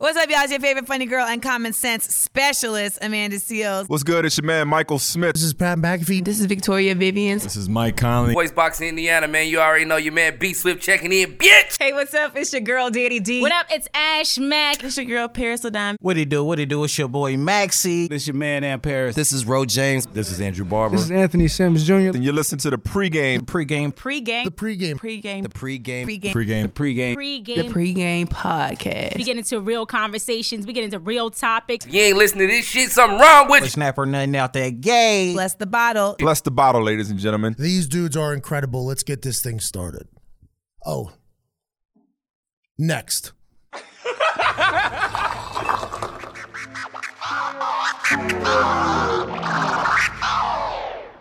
What's up, y'all? It's your favorite funny girl and common sense specialist, Amanda Seals. What's good? It's your man Michael Smith. This is Pat McAfee. This is Victoria Vivians. This is Mike Conley. Voice Box Indiana, man. You already know your man B Swift checking in, bitch. Hey, what's up? It's your girl, Daddy D. What up? It's Ash Mack. It's your girl, Paris Ladon. What do you do? What do you do? It's your boy Maxie. This your man, Ann Paris. This is Ro James. This is Andrew Barber. This is Anthony Sims Jr. And you listen to the pregame. Pre-game. Pre-game. The pregame. Pre-game. The pregame. Pre-game. Pre-game. Pre-game. Pre-game. The pregame podcast. we get into real conversations. We get into real topics. You ain't listening to this shit, something wrong with you. Snapper nothing out there gay. Bless the bottle. Bless the bottle, ladies and gentlemen. These dudes are incredible. Let's get this thing started. Oh. Next.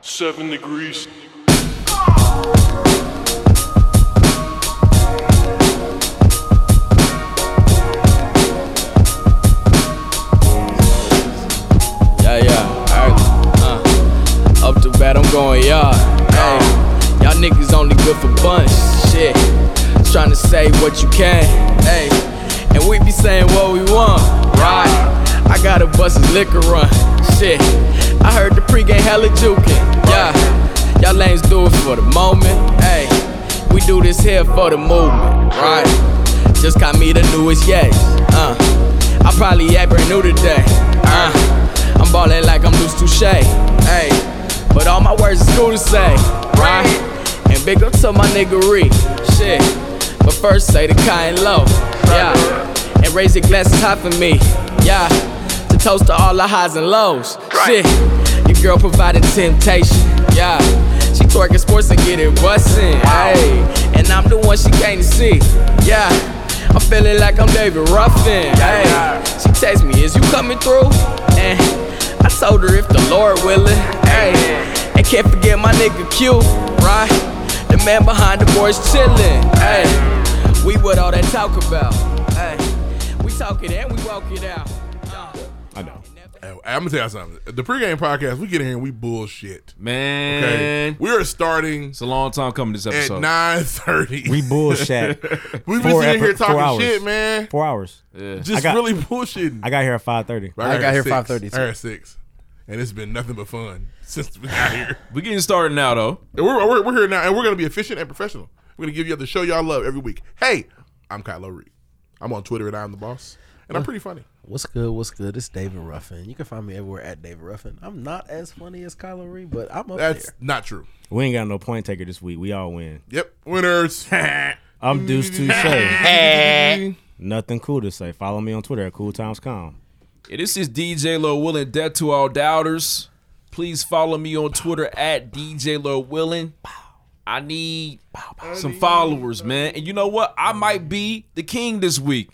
Seven degrees. Yeah, yeah, alright. Uh, up to bat, I'm going yard. Hey, y'all niggas only good for bunch. Shit, trying to say what you can. Hey, and we be saying what we want. Right, I got a bus's liquor run. Shit, I heard the pregame hella jukin'. Yeah, y'all lanes do it for the moment. Hey, we do this here for the movement. Right, just got me the newest yes. Uh, I probably act brand new today. Uh. I'm ballin' like I'm loose touche. Hey, but all my words is cool to say, right? And big up to my niggery, shit. But first say the kind low, yeah. And raise your glasses high for me, yeah. To toast to all the highs and lows, shit. Your girl providing temptation, yeah. She twerking sports and getting bustin', hey. And I'm the one she came to see, yeah. I'm feeling like I'm David Ruffin, hey. She text me, is you coming through? And I told her if the Lord willing, hey. And can't forget my nigga Q, right? The man behind the boys chillin', hey. We what all that talk about, hey. We talk it and we walk it out. I know. I'm gonna tell you something. The pregame podcast, we get in here and we bullshit. Man. Okay, we are starting It's a long time coming this at episode. nine thirty. We bullshit. We've been Four sitting here epi- four talking hours. shit, man. Four hours. Just I got- really bullshitting. I got here at 5:30. I got here at six. 5:30, I got at six, and it's been nothing but fun since we got here. We're getting started now, though. And we're, we're, we're here now, and we're gonna be efficient and professional. We're gonna give you the show y'all love every week. Hey, I'm Kylo Reed. I'm on Twitter at I'm the Boss, and I'm pretty funny. What's good? What's good? It's David Ruffin. You can find me everywhere at David Ruffin. I'm not as funny as Kylo Reed, but I'm up That's there. not true. We ain't got no point taker this week. We all win. Yep, winners. I'm Deuce Touche. Hey. Nothing cool to say. Follow me on Twitter at Cool Times Calm. Yeah, this is DJ Low Willing. Death to all doubters. Please follow me on Twitter at DJ Low Willing. I need some followers, man. And you know what? I might be the king this week.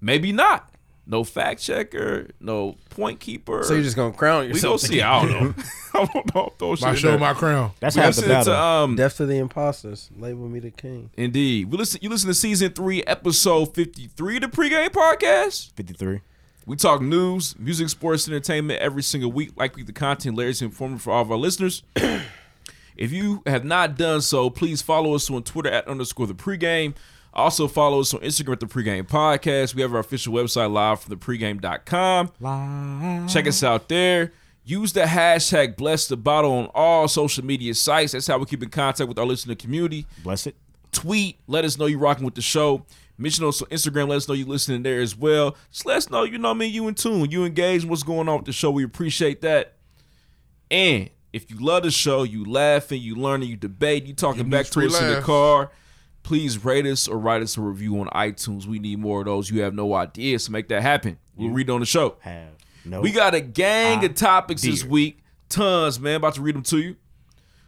Maybe not. No fact checker. No point keeper. So you're just gonna crown we gonna yourself. see. I don't know. I don't know. Throw shit My in show, there. my crown. That's We half the listen battle. to um, Death to the imposters. Label me the king. Indeed. We listen you listen to season three, episode fifty three of the pregame podcast. 53. We talk news, music, sports, entertainment every single week. Likely the content layers informative for all of our listeners. if you have not done so, please follow us on Twitter at underscore the pregame. Also follow us on Instagram at the pregame podcast. We have our official website live from the pregame.com. Check us out there. Use the hashtag bless the bottle on all social media sites. That's how we keep in contact with our listener community Bless it. tweet. Let us know you're rocking with the show. Mention us on Instagram. Let us know you're listening there as well. Just let us know, you know what I mean? You in tune. You engaged in what's going on with the show. We appreciate that. And if you love the show, you laughing, you learning, you debate, you talking You back need to us in the laughs. car, please rate us or write us a review on iTunes. We need more of those. You have no idea. So make that happen. We'll read it on the show. Have no. We got a gang of topics this dear. week. Tons, man. About to read them to you.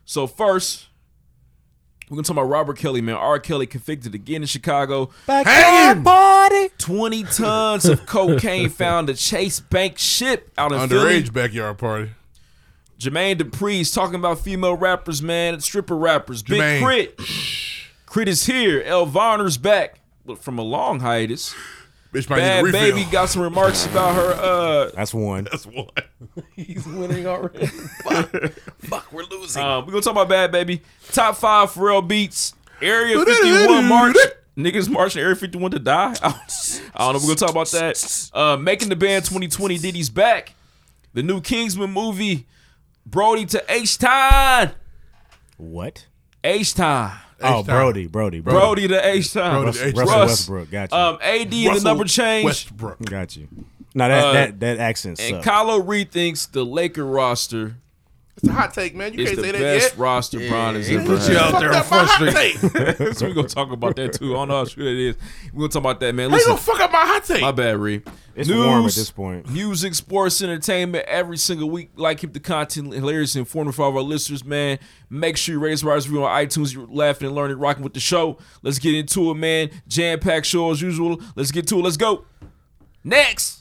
So first, we're gonna talk about Robert Kelly, man. R. Kelly convicted again in Chicago. Hanging. Twenty tons of cocaine found at Chase Bank ship out in Philly. Underage backyard party. Jermaine Dupri's talking about female rappers, man. Stripper rappers. Jermaine. Big Crit. Crit is here. El Varner's back but from a long hiatus. Bitch might need a Bad refill. Baby got some remarks about her uh That's one. That's one. He's winning already. Uh, Um, we're gonna talk about Bad Baby. Top five Pharrell beats. Area 51 March. Niggas marching Area 51 to die. I don't, I don't know. We're going to talk about that. Uh, Making the Band 2020, Diddy's back. The new Kingsman movie, Brody to H-Town. What? H-Town. Oh, Brody, Brody, Brody. Brody to H-Town. Brody to H-Town. Russell Westbrook, gotcha. Um, AD and the Russell number change. Westbrook. Got you. Now that Uh, that that accent And sucks. Kylo rethinks the Laker roster It's a hot take, man. You is can't the say that best yet. roster Bron has he ever put had. you out there Fucked up my hot take. so we're gonna talk about that too. I don't know how true that is. We're gonna talk about that, man. How you Listen, gonna fuck up my hot take? my bad, Ree. It's warm at this point. Music, sports, entertainment every single week. Like keep the content hilarious and informative for all of our listeners, man. Make sure you raise rise review on iTunes. You're laughing and learning, rocking with the show. Let's get into it, man. Jam packed show as usual. Let's get to it. Let's go. Next.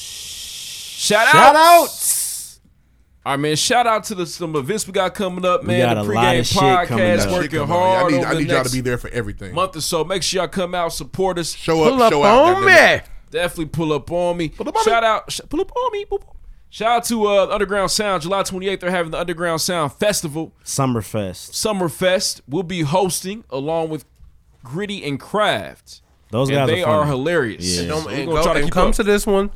Shout out. Shout outs. All right, man. Shout out to the, some events we got coming up, man. got the a pregame lot of shit podcast coming up. working Come on, hard. I need, over I the need y'all to next be there for everything. month or so. Make sure y'all come out, support us. Show up, Pull up show out. on goddamn it. me. Definitely pull up on me. up on Shout me. out, sh- pull up on me. Boop, boop. Shout out to uh, Underground Sound. July 28th, they're having the Underground Sound Festival. Summerfest. Summerfest will be hosting along with Gritty and Craft. Those And guys they are, are, funny. hilarious. Yeah. So Don't- we're and gonna go- try and keep come up. to this one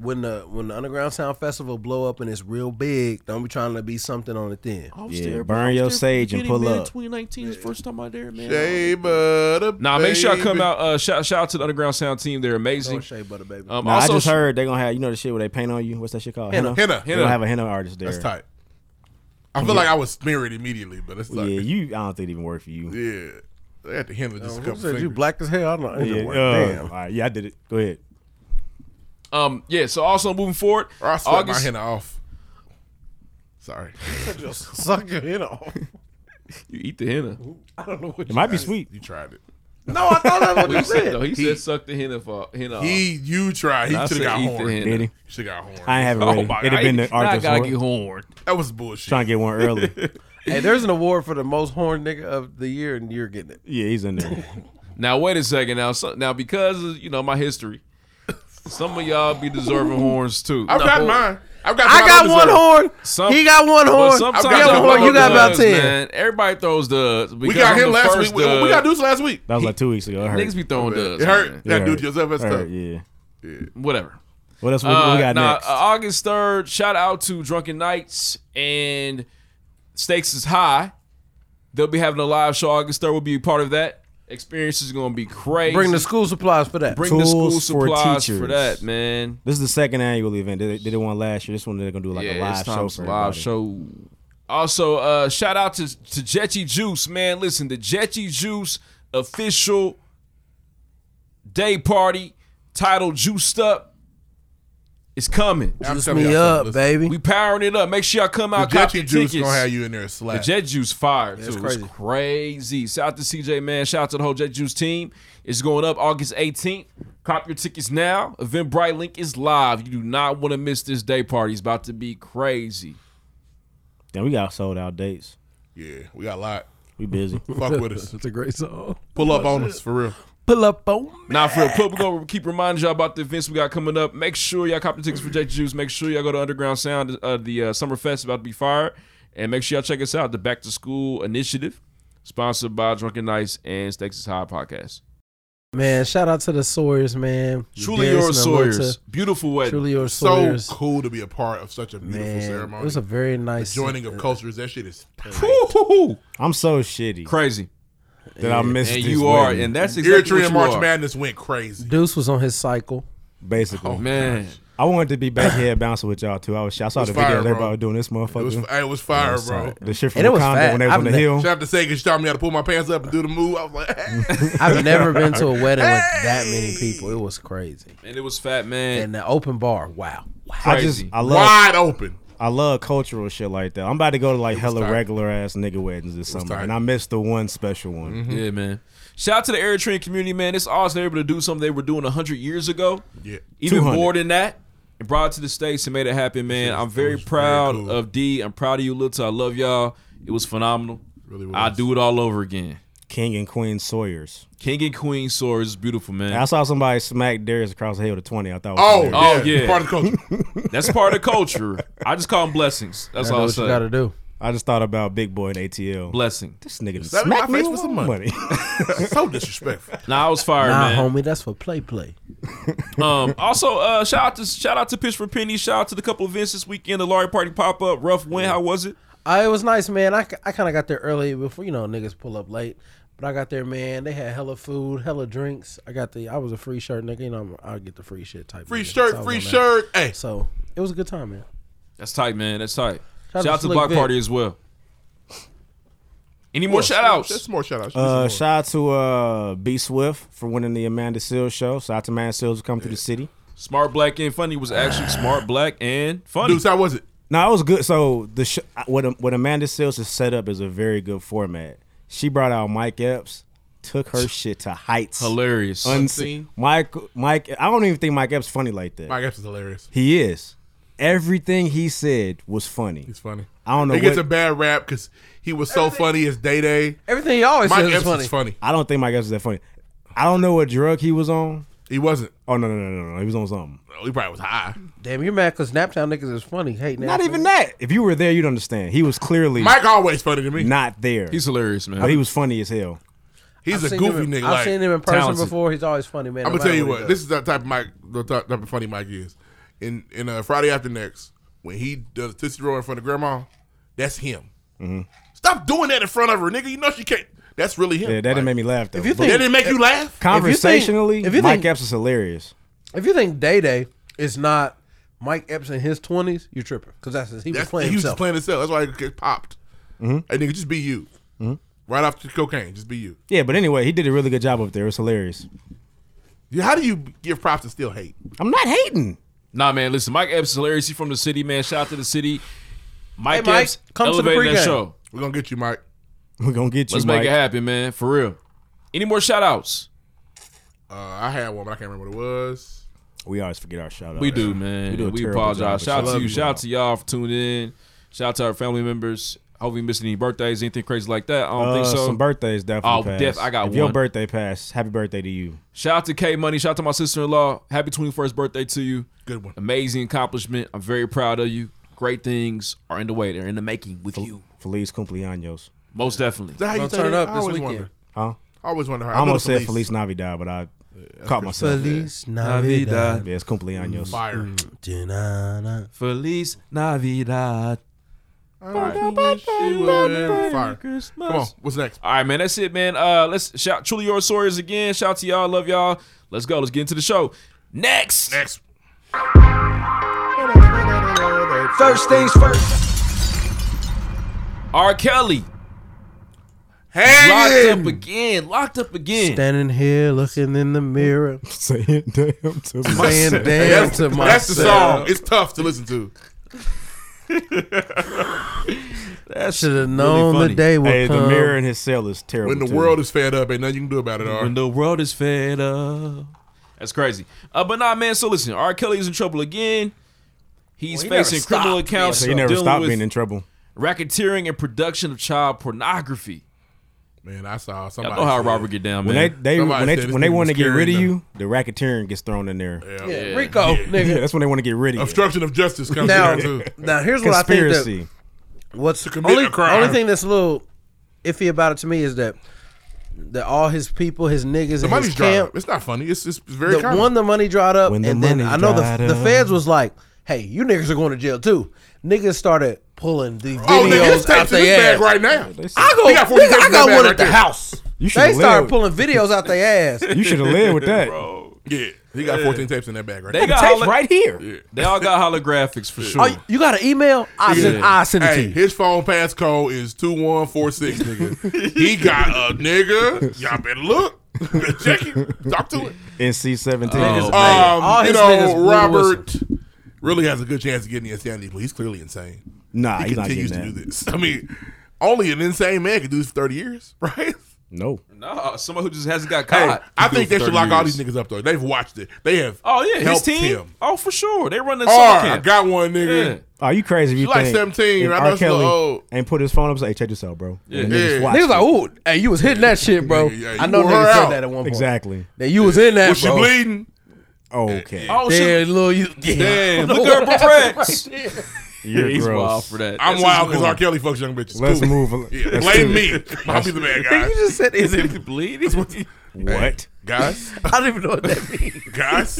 when the when the Underground Sound Festival blow up and it's real big. Don't be trying to be something on the thin. Yeah, burn your sage and pull up. 2019 is first time out there, man. Hey, butter, Nah, make sure I baby. come out. Uh, shout, shout out to the Underground Sound team. They're amazing. Don't shea butter, baby. Um, Nah, I also, just heard they're gonna have you know the shit where they paint on you. What's that shit called? Henna. Henna. They're gonna have a henna artist there. That's tight. I feel like I was smeared immediately, but it's Yeah, like, yeah. you. Oh, I don't think it even work for you. I had to handle just a Who couple said you fingers. black as hell? I don't know. Yeah, Work. uh, Damn. all right, yeah, I did it. Go ahead. um, yeah. So also moving forward, Or I sweat my August. henna off. Sorry. Suck your head off. You eat the henna. I don't know what It you might be sweet. you tried it. No, I thought that's what you He said, no, said. he, said suck the henna for henna. He, you tried. He off. Oh. I should said have got eat the horned. henna. Did he? Should have got horned. I ain't have it Oh ready. my It'd god! have been the Now I artist gotta award. get horned. That was bullshit. trying to get one early. Hey, there's an award for the most horned nigga of the year, and you're getting it. yeah, he's in there. Now wait a second. Now so, now because of, you know my history, some of y'all be deserving horns too. I've got mine. I've got. I mine got deserve. one horn. Some- he got one But horn. sometimes I got y'all one horn. throw You got about duds, ten. Man. Everybody throws duds. We got him last week. We, we dudes. got dudes last week. That was like two weeks ago. It hurt. Niggas be throwing duds. It hurt. man. It That dude hurt. Joseph that's It hurt, tough. Yeah. Whatever. What else we, Uh, we got nah, next? uh, August 3rd, shout out to Drunken Knights and Stakes is High. They'll be having a live show. August 3rd will be part of that. Experience is going to be crazy. Bring the school supplies for that. Bring the school Tools for supplies for, teachers. that, man. this is the second annual event. They did, they did one last year. This one they're gonna do like a yeah, live it's show time for for live everybody. show. Also, uh, shout out to, to Jetty Juice, man. Listen, the Jetty Juice official day party titled Juiced Up is coming. I'm Juice telling me y'all something. up, Listen, baby. We powering it up. Make sure y'all come The out. cop Jetty your Juice tickets. gonna have you in there The slap. Jet Juice fire too. it's It's crazy. crazy. Shout out to CJ man. Shout out to the whole Jet Juice team. It's going up August 18th. Cop your tickets now. Eventbrite link is live. You do not want to miss this day party. It's about to be crazy. Damn, we got sold out dates. yeah, we got a lot. We busy. Fuck with us. It's a great song. Oh, Pull up on us for real. Pull up on me. Now for real, put- we're gonna keep reminding y'all about the events we got coming up. Make sure y'all cop the tickets for Jet Juice. Make sure y'all go to Underground Sound. Uh, the uh, Summer Fest is about to be fired, and make sure y'all check us out. The Back to School Initiative, sponsored by Drunken Nights and Stakes is High Podcast. Man, shout out to the Sawyers, man. Truly Darius yours, and Alota. Sawyers. Beautiful wedding. uh, Truly yours, So Sawyers. cool to be a part of such a beautiful man, ceremony. it was a very nice uh, joining of cultures. That shit is Woo-hoo-hoo. I'm so shitty Crazy. that I missed And this you are, wedding, and that's exactly Eritrean what you March are. Madness went crazy. Deuce was on his cycle. basically. Oh, Man, I wanted to be back here bouncing with y'all too. I was. shy. I saw was the video. fire, Everybody bro. doing this motherfucker. It was, it was fire, I saw bro. it. The shit from And it the was condo fat. when they was I've on the ne- hill. Shout out to Sega. She taught me how to pull my pants up and do the move. I was like, hey. I've never been to a wedding with that many people. It was crazy. and it was fat man. And the open bar, wow. wow. I just. Crazy. I love. wide open. I love cultural shit like that. I'm about to go to like hella tight. regular ass nigga weddings this summer, tight. and I missed the one special one. Mm-hmm. Yeah, man. uh, Shout out to the Eritrean community, man. It's awesome. They're able to do something they were doing hundred years ago. Yeah. even 200. more than that and brought it to the states and made it happen man i'm very proud cool. of d i'm proud of you Lil. T. i love y'all it was phenomenal Really was. i do it all over again King and Queen Sawyers. king and queen swords is beautiful I man saw somebody smack Darius across the head with a twenty. I thought. Was Oh, hilarious. Oh, yeah. yeah. Part of the culture. that's part of the culture i just call them blessings that's That's all i what you got say to do. I just thought about Big Boy and ATL. Blessing. This nigga Slap in my smacked me face with some money. so disrespectful. Nah, I was fired, nah, man. homie, that's for play play. Um, also, uh, shout out to shout out to Pitch for Penny. Shout out to the couple events this weekend. The Larry Party pop up. Rough win. How was it? Uh, it was nice, man. I, I kind of got there early before you know niggas pull up late, but I got there, man. They had hella food, hella drinks. I got the I was a free shirt nigga. You know I'm, I get the free shit type. Free nigga. shirt, So I was free on that. shirt. Hey. So it was a good time, man. That's tight, man. That's tight. Shout out Shout, to out to Slick Block Vic. Party as well. Any more shout That's outs? more shout outs. Uh, shout out to uh, B Swift for winning the Amanda Seals show. Shout out to Amanda Seals for coming through the city. Smart Black and Funny was actually Smart Black and Funny. Dudes, how was it? No, it was good. So the sh- what what Amanda Seals has set up is a very good format. She brought out Mike Epps, took her shit to heights. Hilarious. Unseen. Mike Mike. I don't even think Mike Epps funny like that. Mike Epps is hilarious. He is. Everything he said was funny. He's funny. I don't know He gets what- a bad rap because he was so funny as Day Day. Everything you always said Mike was Epps funny. is funny. I don't think Mike Epps is that funny. I don't know what drug he was on. He wasn't. Oh no no no no no! He was on something. Oh, He probably was high. Damn, you mad because Naptown niggas is funny. Hey, Not even that. If you were there, you'd understand. He was clearly Mike always funny to me. not there. He's hilarious, man. but he was funny as hell. He's a him goofy in- nigga. I've like, seen him in person talented. before. He's always funny, man. I'm no gonna matter tell you he what. does. This is the type of Mike, the ty- type of funny Mike is. In in uh, Friday After Next, when he does Tootsie Roll in front of Grandma, that's him. Mm-hmm. Stop doing that in front of her, nigga. You know she can't. That's really him. Yeah, that didn't make me laugh though. If you But think- That didn't make you laugh. conversationally, if you Mike think- Epps is hilarious. If you think Day Day is not Mike Epps in his twenties, you're tripping because that's he was That's, playing he was himself. just playing himself. That's why he get popped. Mm-hmm. Hey, nigga, just be you. Right off the cocaine, just be you. Yeah, but anyway, he did a really good job up there. It was hilarious. Yeah, How do you give props and still hate? I'm not hating. Nah, man. Listen, Mike Epps is hilarious. He from the city, man. Shout out to the city. Mike, Hey, Mike, Epps come to the elevating that pregame. show. We're gonna get you, Mike. We're gonna get you. Let's Mike. make it happen, man. For real. Any more shout outs? Uh, I had one, but I can't remember what it was. We always forget our shout out. We do, We man. We, do a terrible job, apologize. but Shout out love to you. you Shout all. out to y'all for tuning in. Shout out to our family members. Hope you missed any birthdays, anything crazy like that. I don't Uh, think so. Some birthdays definitely. Oh, passed. def- I got if Your one. birthday passed. Happy birthday to you. shout out to K Money. Shout out to my sister in law. Happy 21st birthday to you. Good one. Amazing accomplishment. I'm very proud of you. Great things are in the way. They're in the making with you. Feliz cumpleaños. Most definitely. Is that how you Gonna say turn that? up I this always weekend. Wonder. Huh? I almost wonder how. I almost said Feliz Navidad, but I caught myself. Feliz Navidad. Yeah, it's cumpleaños. Fire. Mm-hmm. Da-na-na. Feliz Navidad. All right. She will win. Fire. Come on. What's next? All right, man. That's it, man. Uh, let's shout truly your stories again. Shout out to y'all. Love y'all. Let's go. Let's get into the show. Next. Next. First things first. R. Kelly. Locked Hey. up again. Locked up again. Standing here looking in the mirror, Say it damn to saying myself. damn to myself. That's the song. It's tough to listen to. That's Should have known really funny. the day would Hey, the come. mirror in his cell is terrible. When the too. world is fed up, ain't nothing you can do about it. R. When the world is fed up. That's crazy. Uh, but nah, man. So listen, R. Kelly is in trouble again. He's he never facing criminal stopped. accounts so he never dealing stopped with being in trouble. racketeering and production of child pornography. Man, I saw I somebody. know how said- Robert get down, When man. they they Somebody when they said this when they nigga want to was get rid of carrying you, the racketeering gets thrown in there. Yeah, Yeah. Yeah, Rico, nigga. that's when they want to get rid of you. Obstruction of justice comes Now, down too. now here's what I think. Conspiracy. That what's commit only, a crime. only thing that's a little iffy about it to me is that that all his people, his niggas, The and his money's dry. camp, It's not funny. It's it's very the, common. one the money dried up, When the and then money I know dried the, the up. feds was like, "Hey, you niggas are going to jail too." Niggas started pulling the oh, nigga, his videos tapes in out his their bag ass. right now. I go, He got 40 nigga, tapes I in that got bag one right at the there. house. You should They have started lived. pulling videos out their ass. you should have lived with that. Yeah, he got 14 tapes in that bag right They now. got Tape's holo- right here. They all got holographics for sure. Oh, you- you got an email? I send, I send it to Hey, you. his phone passcode is two one four six, nigga. he got a nigga. Y'all better look. Check it. Talk to it. NC seventeen. Oh. Um, All you his niggas know, blew the Robert really has a good chance of getting the insanity, but he's clearly insane. Nah, He he's not continues getting to do that. this. I mean, only an insane man can do this for 30 years, right? No. Nah, someone who just hasn't got Hey, caught. I think they should lock all these niggas. niggas up, though. They've watched it. They have Oh yeah, helped his team. him. Oh for sure, they run the Or, summer I camp. got one, yeah. nigga. Are Oh, you crazy if you She like think 17, if right? R. That's still Kelly old. and put his phone up and say, hey, check this out, bro. Yeah. Yeah. Niggas like, ooh, hey, you was hitting that shit, bro. Yeah, yeah, I you know wore her niggas said out. that at one point. Exactly. That you was in that, Was she bro. bleeding? Okay. Oh Yeah, shit. little you. Yeah. Damn, look at her breasts. You're He's gross. wild for that. I'm That's wild his because move. R. Kelly fucks young bitches. Let's Cool. move on. Yeah, Let's blame do me. it. I'll be the bad guy. You just said, "Is it bleeding?" What? Guys, I don't even know what that means. guys,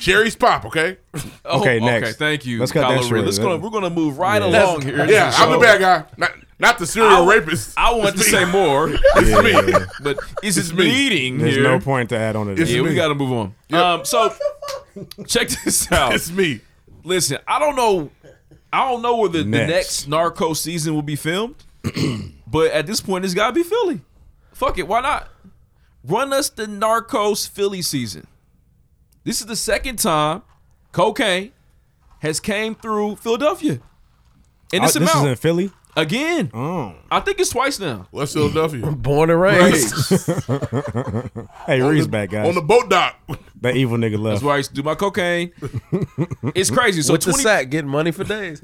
cherries pop. Okay. Oh, Okay, next. Okay, thank you. Let's cut Kylo that shit Ren. right Let's there. gonna, we're gonna move right Yeah. along here. in Yeah, this I'm the show. bad guy. Not, not the serial I- rapist. I wanted It's to say me. more, It's me. but it's just me. bleeding There's here. no point to add on to this. yeah, we me. got to move on. Um, so check this out. It's me. Listen, I don't know. I don't know where the the Next. next Narco season will be filmed, but at this point, it's got to be Philly. Fuck it, why not? Run us the Narcos Philly season. This is the second time cocaine has came through Philadelphia, and Oh, it's this is amount in Philly. again. Oh. I think it's twice now. West Philadelphia. Born and raised. Hey, Reed's back, guys. On the boat dock. that evil nigga left. That's where I used to do my cocaine. it's crazy. So With the 20, sack, getting money for days.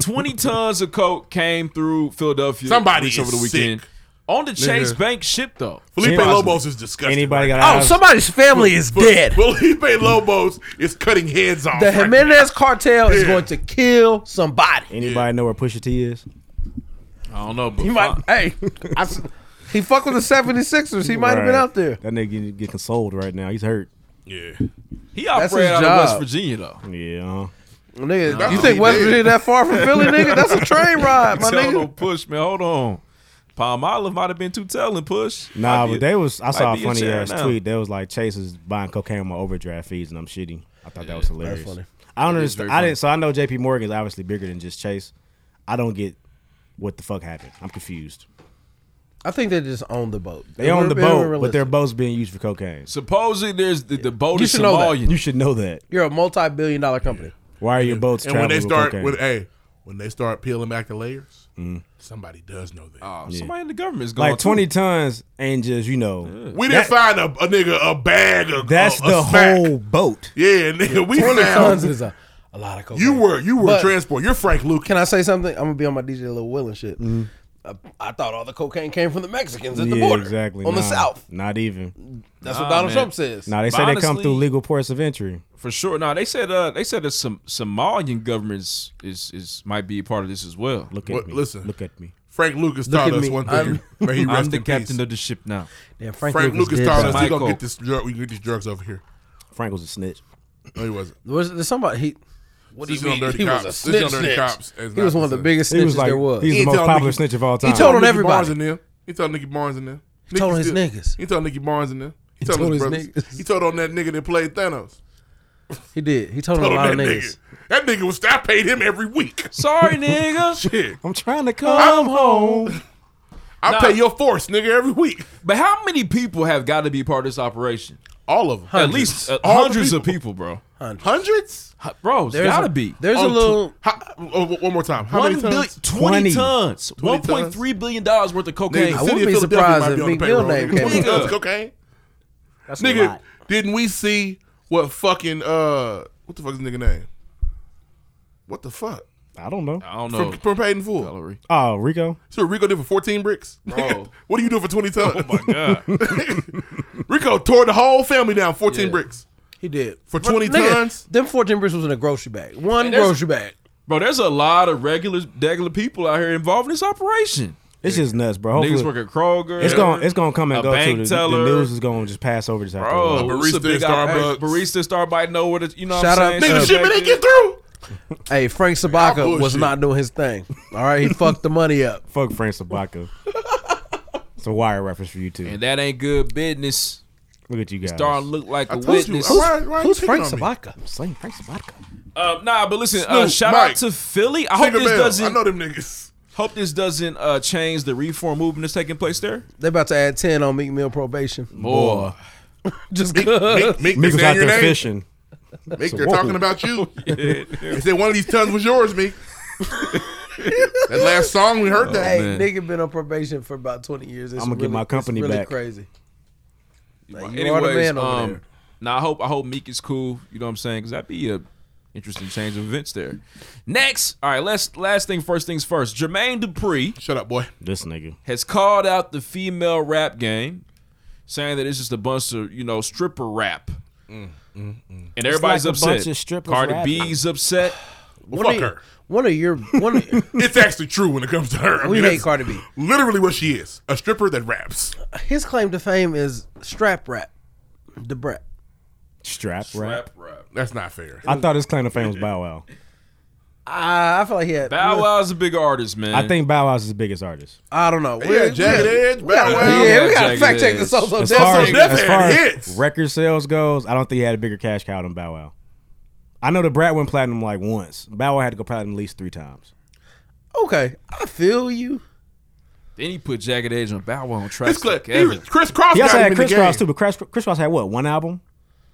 20 tons of coke came through Philadelphia. Somebody this is sick. On the Chase Nigga. Bank ship though. Felipe Anybody- Lobos is disgusting. Anybody right got? Oh, eyes? somebody's family is now. dead. Felipe Lobos is cutting heads off. The right Jimenez cartel is Yeah. going to kill somebody. Anybody know where Pusha T is? I don't know, but He might. Hey, I, he fucked with the 76ers. He might have been Right. out there. That nigga get- get consoled right now. He's hurt. Yeah. he That's operated his out of West job. Virginia though. Yeah. uh-huh. Nigga, Nah, you think he West dead. Virginia that far from Philly, nigga? That's a train ride, my Tell no nigga. push, man. Hold on. Palm Olive might have been too telling push. Nah, Might be- but they was. I saw a be in funny jail ass now. tweet. That was like Chase is buying cocaine on my overdraft fees, and I'm shitty. I thought that was hilarious. I don't understand. I didn't. So I know J.P. Morgan is obviously bigger than just Chase. I don't get what the fuck happened. I'm confused. I think they just own the boat. They own the boat, but their boat's being used for cocaine. Supposedly there's the, the boat You is should know that. Somalian. You should know that. You're a multi-billion dollar company. Why are your boats And when traveling they with start, cocaine? Mm. when, hey, when they start peeling back the layers, somebody does know Ah. that. Oh, Somebody in the government's going like 20 tons ain't just you know. we didn't find a, a nigga a bag of That's a, Oh, a the sack. whole boat. Yeah, nigga, we Twenty tons found is a, a lot of cocaine. you were you were But- transport. You're Frank Lucas. Can I say something? I'm gonna be on my DJ Lil Will and shit. I, I thought all the cocaine came from the Mexicans at the Mm-hmm. Yeah, border, exactly. on the Nah, south. Not even. That's Nah, what Donald man. Trump says. Now they say they come Honestly- through legal ports of entry. for sure. Now they said uh they said that some Somalian governments is is might be a part of this as well. Look at What- me. listen. Look at me. Frank Lucas Look taught at us me. one I'm- thing. May he I'm rest the in peace. captain of the ship now. Damn, Frank Lucas taught us he Michael. gonna get this drug. We can get these drugs over here. Frank was a snitch. No, he wasn't. Was there somebody? He, what do you Snitching on mean? dirty He was a cops. Snitching on snitch. dirty snitch. cops is He not was one of the consent. biggest He snitches was like there was. he's He the most told popular Nicki- snitch of all time. told on Nicky everybody. Barnes in there. He told Nicky Barnes in there. Nicky told on his still- niggas. He told Nicky Barnes in there. He, told told, his, his brothers. niggas. He told on that nigga that played Thanos. He did. He told, a Told on lot that of niggas. nigga. That nigga was. I paid him every week. Sorry, nigga. Shit. I'm trying to come home. I pay your force, nigga, every week. But how many people have got to be part of this operation? All of them. At least uh, All the hundreds of people, bro. hundreds. Hu- Bro, it's There's gotta a, be. There's a On tw- little. how- oh, one- one more time. How One many tons? billion- 20, 20. tons. 20 $1.3 billion billion dollars worth of cocaine. Nigga, the I wouldn't city of be Philadelphia surprised might if be on the Meek Mill payroll, name nigga. came 20 up. tons of cocaine. That's a Nigga, lot. didn't we see what fucking uh what the fuck is nigga name? What the fuck? I don't know. I don't know. From, from paid in full. Gallery. Oh, Rico. So Rico did for 14 bricks? Bro. what do you do for 20 tons? Oh my god. Rico tore the whole family down 14 Yeah. bricks. He did For But 20 nigga, tons? Them fourteen bricks was in a grocery bag. One there's- grocery bag. Bro, there's a lot of regular regular people out here involved in this operation. It's just nuts, bro. Hopefully, Niggas work at Kroger. it's going it's going to come and a go bank too. The, the teller. news is going to just pass over this after a Bro, while. A it's a barista big at operation. Starbucks. Barista Starbucks know what it, you know Shout what out I'm Nigga, saying? Uh, the shipment ain't get through. Hey, Frank Sabaka was bullshit. not doing his thing. All right, he fucked the money up. Fuck Frank Sabaka. it's a wire reference for you too. And that ain't good business. Look at you guys. Starting to look like a I told you. witness. Why, why Who's you picking Frank on me? Sabaka? Same Frank Sabaka. Uh, nah, but listen, uh, Snoop, shout Mike, out to Philly. I hope Tinker this Bell. I know doesn't them niggas. hope this doesn't uh, change the reform movement that's taking place there. They about to add ten on Meek Mill probation. Boy. Just Meek, Meek, Meek Meek, they're was saying out your there name. fishing. Meek, they're Whoa. talking about you. They said one of these tons was yours, Meek. that last song we Oh, heard that. Hey, man. nigga been on probation for about twenty years. It's I'ma get really- my company it's really back. Crazy. Like, you are the Anyways, man over um, there. now I hope I hope Meek is cool. You know what I'm saying? Because that'd be a interesting change of events there. Next, all right. Let's last thing first things first. Jermaine Dupri Shut up, boy. This nigga. has called out the female rap game, saying that it's just a bunch of you know stripper rap, Mm, and everybody's like a upset. bunch of strippers Cardi rapping. B's upset. Fuck her. One of your one. Of, it's actually true when it comes to her. I We hate that's Cardi B. Literally, what she is a stripper that raps. his claim to fame is strap rap, the brat. Strap rap. rap. That's not fair. I thought his claim to fame was Bow Wow. Ah, I I feel like he had. Bow Wow's a big artist, man. I think Bow Wow's his biggest artist. I don't know. Yeah, Jagged Edge, Bow Wow. Yeah, we gotta Jagged fact check Edge. this Oh, also. As far as, Def as had far as hits. record sales goes, I don't think he had a bigger cash cow than Bow Wow. I know the Brat went platinum like once. Bow Wow had to go platinum at least three times. Okay, I feel you. Then he put Jagged Edge on Bow Wow on This tracks like clip, Evan. Chris Cross He also got him had in Chris the game. Cross too, but Chris, Chris Cross had what one album,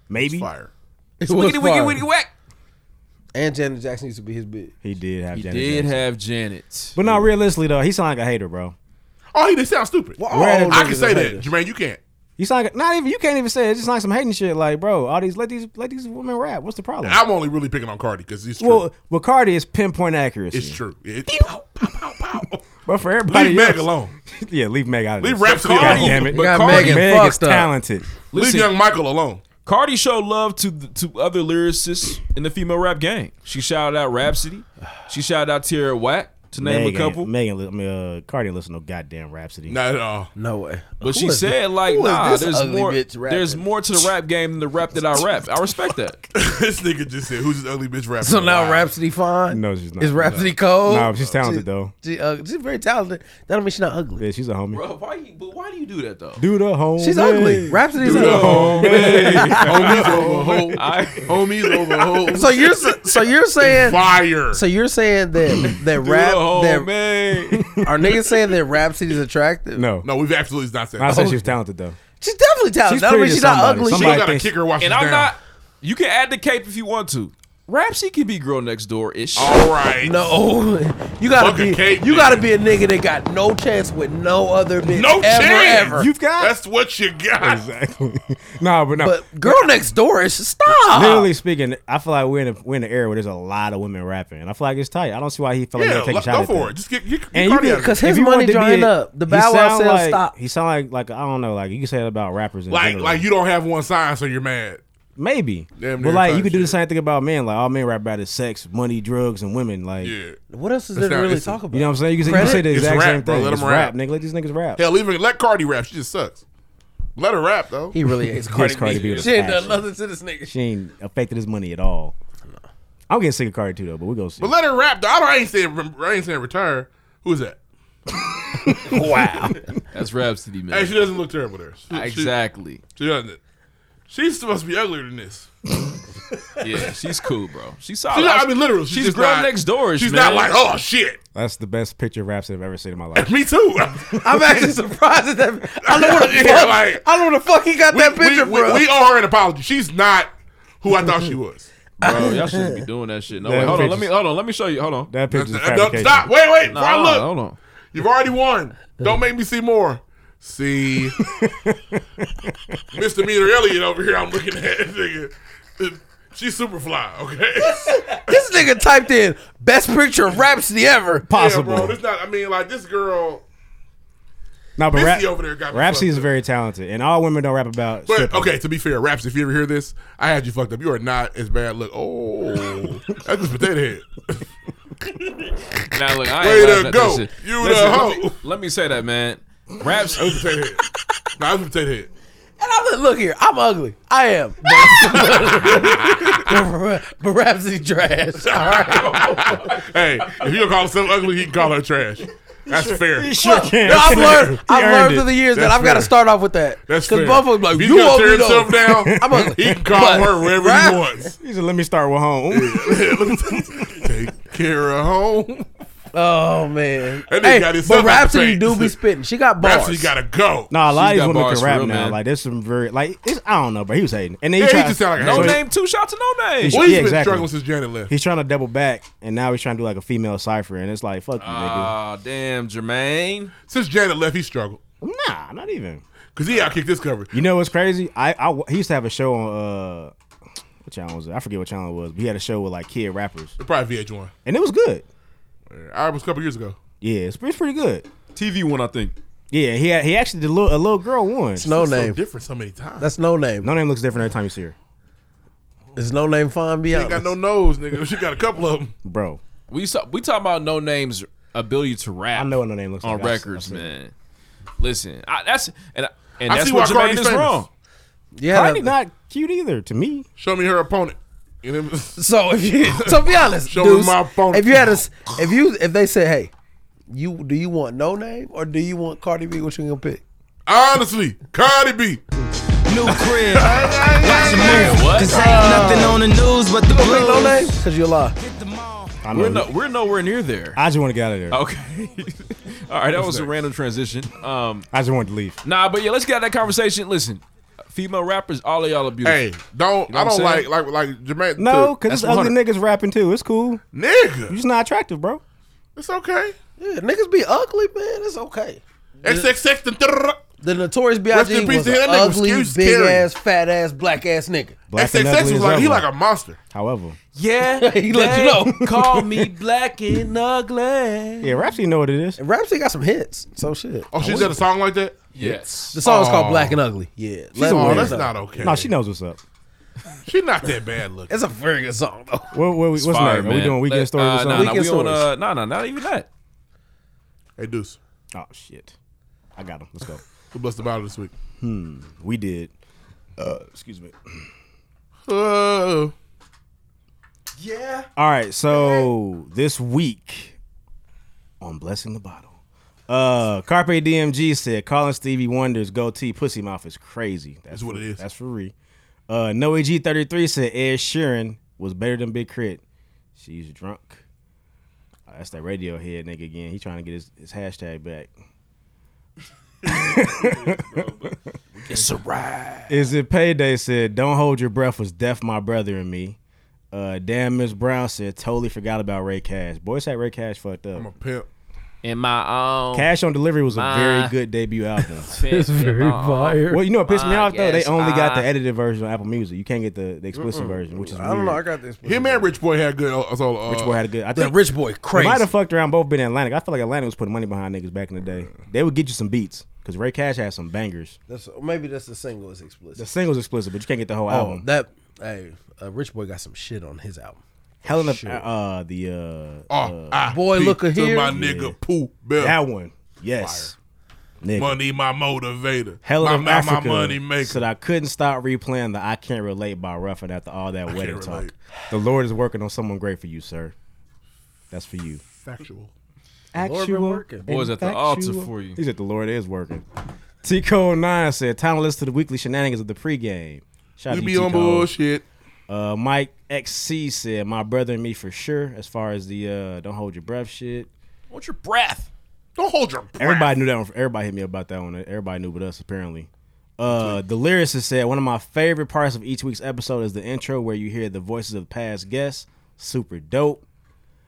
maybe. Fire. It was Wiggity, wiggity, fire. wiggity, whack. And Janet Jackson used to be his big. He did have. He Janet did Jackson. have Janet. But no, realistically though, he sound like a hater, bro. Oh, he didn't sound stupid. Well, all Where- old I niggas can is say that, haters. Jermaine. You can't. You sound like, not even you can't even say it. It's just like some hating shit. Like, bro, all these let these let these women rap. What's the problem? I'm only really picking on Cardi because it's true. well, with Cardi, it's pinpoint accuracy. it's true. It- But for everybody, Leave Meg else- alone. yeah, leave Meg out of Leave this. Rhapsody God alone. damn it. But got Cardi, Megan Meg is fucked up. talented. Leave Listen. young Michael alone. Cardi showed love to the, to other lyricists in the female rap gang. She shouted out Rhapsody. She shouted out Tierra Whack to name Meg a ain't- couple. Megan, li- I mean, uh, Cardi ain't listen to no goddamn Rhapsody. Not at all. No way. But she said like, who is nah, this there's ugly more. bitch rapping? There's more to the rap game than the rap that I rap. I respect that. this nigga just said, "Who's this ugly bitch rapper?" So now Wow. Rhapsody fine. No, she's not. Is Rhapsody cold? No, she's talented, though. She, uh, she's very talented. That don't mean she's not ugly. Yeah, she's a homie. Bro, why? You, but why do you do that though? Do the home. She's ugly. Rhapsody's ugly. Oh, man. homies over hoes. I- Homies over hoes. So you're s- so you're saying fire. so you're saying that that rap Oh, that man. are niggas saying that Rhapsody's attractive? No. no, we've absolutely not said. I that. said she was talented, though. she's definitely talented. She's that don't mean pretty to she's not somebody. ugly. she Somebody- don't I got to think- kick her. Watch And us I'm down. not. You can add the cape if you want to. Rhapsody can be girl next door ish. All right. No, you gotta Fucking be Kate, you nigga. gotta be a nigga that got no chance with no other bitch. No ever, chance. Ever. You've got. That's what you got. exactly. no, but no. but girl next door is stop. Literally speaking, I feel like we're in, a, we're in an era where there's a lot of women rapping, and I feel like it's tight. I don't see why he felt like he had Yeah, to take go a shot at for that. it. Just get, get, get And you Cardi get- out of it. 'cause his If you money wanted to be drying a- up. The he Bow Wow sound sales like, stop. He sound like like I don't know, like you can say that about rappers. In Like, general. like you don't have one sign, so you're mad. maybe, Damn but near like you type could do the shit. same thing about men. Like all men rap about is sex, money, drugs, and women. Like Yeah. you What else is That's there to not- really it's- talk about? know what I'm saying. You can, you can Credit? say the It's exact rap, same bro. thing. Let 'em It's rap. nigga. Let these niggas rap. Hell, even let Cardi rap. She just sucks. Let her rap though. he really hates Cardi, Cardi B B. with She ain't done passion. nothing to this nigga. She ain't affected his money at all. I'm getting sick of Cardi too though, but we go see. But let her rap though. I, don't, I ain't saying I ain't saying retire. Who's that? That's Rhapsody, Hey, man. she doesn't look terrible there. She- Exactly. She, she doesn't. She's supposed to be uglier than this. Yeah, she's cool, bro. She's She's solid. not, I mean, literally, she's, she's just girl not- next door. She's man. not like, oh shit. That's the best picture of raps I've ever seen in my life. Me too. I'm actually surprised at that. I don't want to. Yeah, fuck, like- I don't know where the fuck he got that picture we, from. we owe her an apology. She's not who I thought she was. bro. Y'all shouldn't be doing that shit. No, That wait, hold on. Let me picture's- hold on. Let me show you. Hold on. That picture's Uh, no, fabrication. stop. Wait, wait. before I Nah, look. hold on. You've already won. Don't make me see more. See, Mr. Meter Elliott over here. I'm looking at nigga. She's super fly. Okay. this nigga typed in best picture of Rhapsody ever. Possible. Yeah, bro. This not. I mean, like this girl. no, but Missy rap, over there got me Rhapsody fucked is up. very talented, and all women don't rap about. But stripping. okay, to be fair, raps. If you ever hear this, I had you fucked up. You are not as bad. Look, oh, that's just potato head. Now look, I Way ain't to laughing at this go. shit. You Listen, the let me- hoe. Let me say that, man. Raps. That was potato head. No, that was potato head. And I'm like, look here, I'm ugly. I am. But, but Rhapsody trash. All right. hey, if you gonna call himself ugly, he can call her trash. That's fair. Sure can. No, I've learned. He I've earned learned it. through the years that That's I've got to fair. start off with that. That's fair. Because motherfuckers like if he's you gonna owe tear me himself though. down, I'm ugly. he can call But her wherever rap- he wants. He said, "Let me start with home." Take care of home. Oh man. That nigga Hey, got his but son out the Rhapsody face. do be spitting. She got bars. Rhapsody gotta go. No, a lot She's of got these women bars can for rap real, now. man. Like there's some very like it's, I don't know, but he was hating, and then Yeah, he tried- just sound like a No hater. he- name, two shots to no name. Well, he's Yeah, been exactly. struggling since Janet left. He's trying to double back, and now he's trying to do like a female cipher, and it's like fuck you, Uh. Ah, damn, Jermaine. since Janet left, he struggled nigga. Nah, not even. because he outkicked this cover. You know what's crazy? I, I he used to have a show on uh, what channel was it? I forget what channel it was. But he had a show with like kid rappers, Probably VH1. and it was good. I was a couple years ago. Yeah, it's, it's pretty good. TV one, I think. Yeah, he had, he actually did a little, a little girl one. It's no It's so name. different so many times. That's no name. No name looks different every time you see her, It's no name. Fine Ain't beyond. got no nose, nigga. She got a couple of them. bro. We saw, we talking about no names ability to rap. I know what no name looks on like. I- records, man. Listen, I, that's and I, and I that's see why what Jermaine Cardi's is famous. wrong. Yeah, Cardi not cute either to me. Show me her opponent. So if you, so be honest, Show Deuce, me my opponent. if you had us, if you, if they said, hey, you do you want no name or do you want Cardi B? What you gonna pick? Honestly, Cardi B. New crib. Watch the move. Cause ain't nothing on the news but the blues. No name, cause you lie. I We're, know. no, we're nowhere near there. I just want to get out of there. Okay. All right, that was a random transition. Um, I just wanted to leave. nah, but yeah, let's get out of that conversation. Listen, female rappers, all of y'all are beautiful. Hey, don't You know I what don't I'm like saying? like like Jermaine. No, Dude, because that's it's ugly 100. niggas rapping too. It's cool. Nigga. You just not attractive, bro. It's okay. Yeah, niggas be ugly, man. It's okay. XXX. The, the notorious Rest B.I.G. in peace was to an him. That nigga was ugly, cute big as Terry. ass, fat ass, black ass nigga. Black and XXX ugly as was like he ever. like a monster. However, Yeah, he let you know. call me black and ugly. yeah, Rhapsody know what it is. And Rhapsody got some hits, so shit. Oh, she did a song like that. Yes. The song's called Oh. Black and Ugly. Yeah, She's a weird- that's not okay. No, she knows what's up. She not that bad looking. It's a very good song though. What, what, what's next? Are we doing weekend stories or Uh, something? nah, nah, we on, uh, nah, nah, not even that. Hey Deuce, Oh shit, I got him. Let's go. who blessed the bottle this week? Hmm, we did. Uh, excuse me. Oh, Yeah. All right, so this week on Blessing the Bottle, uh, Carpe DMG said Colin Stevie Wonder's goatee pussy mouth is crazy. That's what it is. That's for re. Uh, Noe G33 said Ed Sheeran was better than Big Crit. She's drunk. Uh, that's that radio head nigga again. He trying to get his, his hashtag back. It's a ride. Is it payday? Said, "Don't hold your breath." Was deaf my brother and me. Uh, damn, Miss Brown said, "Totally forgot about Ray Cash." Boys had Ray Cash fucked up. I'm a pimp. In my own. Cash on Delivery was a My- very good debut album. It's very fire. well, you know what pissed me I off though? They guess only got the I- edited version on Apple Music. You can't get the, the explicit version, which is I don't know. I weird. got this. Him and Rich Boy had good. Uh, so, uh, Rich Boy had a good. I The think Rich Boy they crazy. might have fucked around. Both been in Atlantic. I feel like Atlantic was putting money behind niggas back in the day. Mm. They would get you some beats because Ray Cash had some bangers. That's, maybe that's the single is The explicit. single's explicit, but you can't get the whole Oh, album. that hey, uh, Rich Boy got some shit on his album. Helena, Shit. uh, the uh, Oh, I Boy, beat look a to here. my nigga Yeah. Pooh Bell. That one. Yes. Nigga. Money, my motivator. Hell my, of my, my Africa. money maker. Said I couldn't stop replaying the I Can't Relate by Ruffin after all that wedding relate. talk. The Lord is working on someone great for you, sir. That's for you. Factual. Lord been working. Boys and at the altar factual. for you. He said the Lord is working. T Code 9 said, Time to listen to the weekly shenanigans of the pregame. Shout We out to be you, on T-Code. bullshit. Uh, Mike XC said, My brother and me for sure, as far as the uh, don't hold your breath shit. What's your breath? Don't hold your breath. Everybody knew that one. Everybody hit me up about that one. Everybody knew but us, apparently. Uh, the lyricist said, One of my favorite parts of each week's episode is the intro where you hear the voices of past guests. Super dope.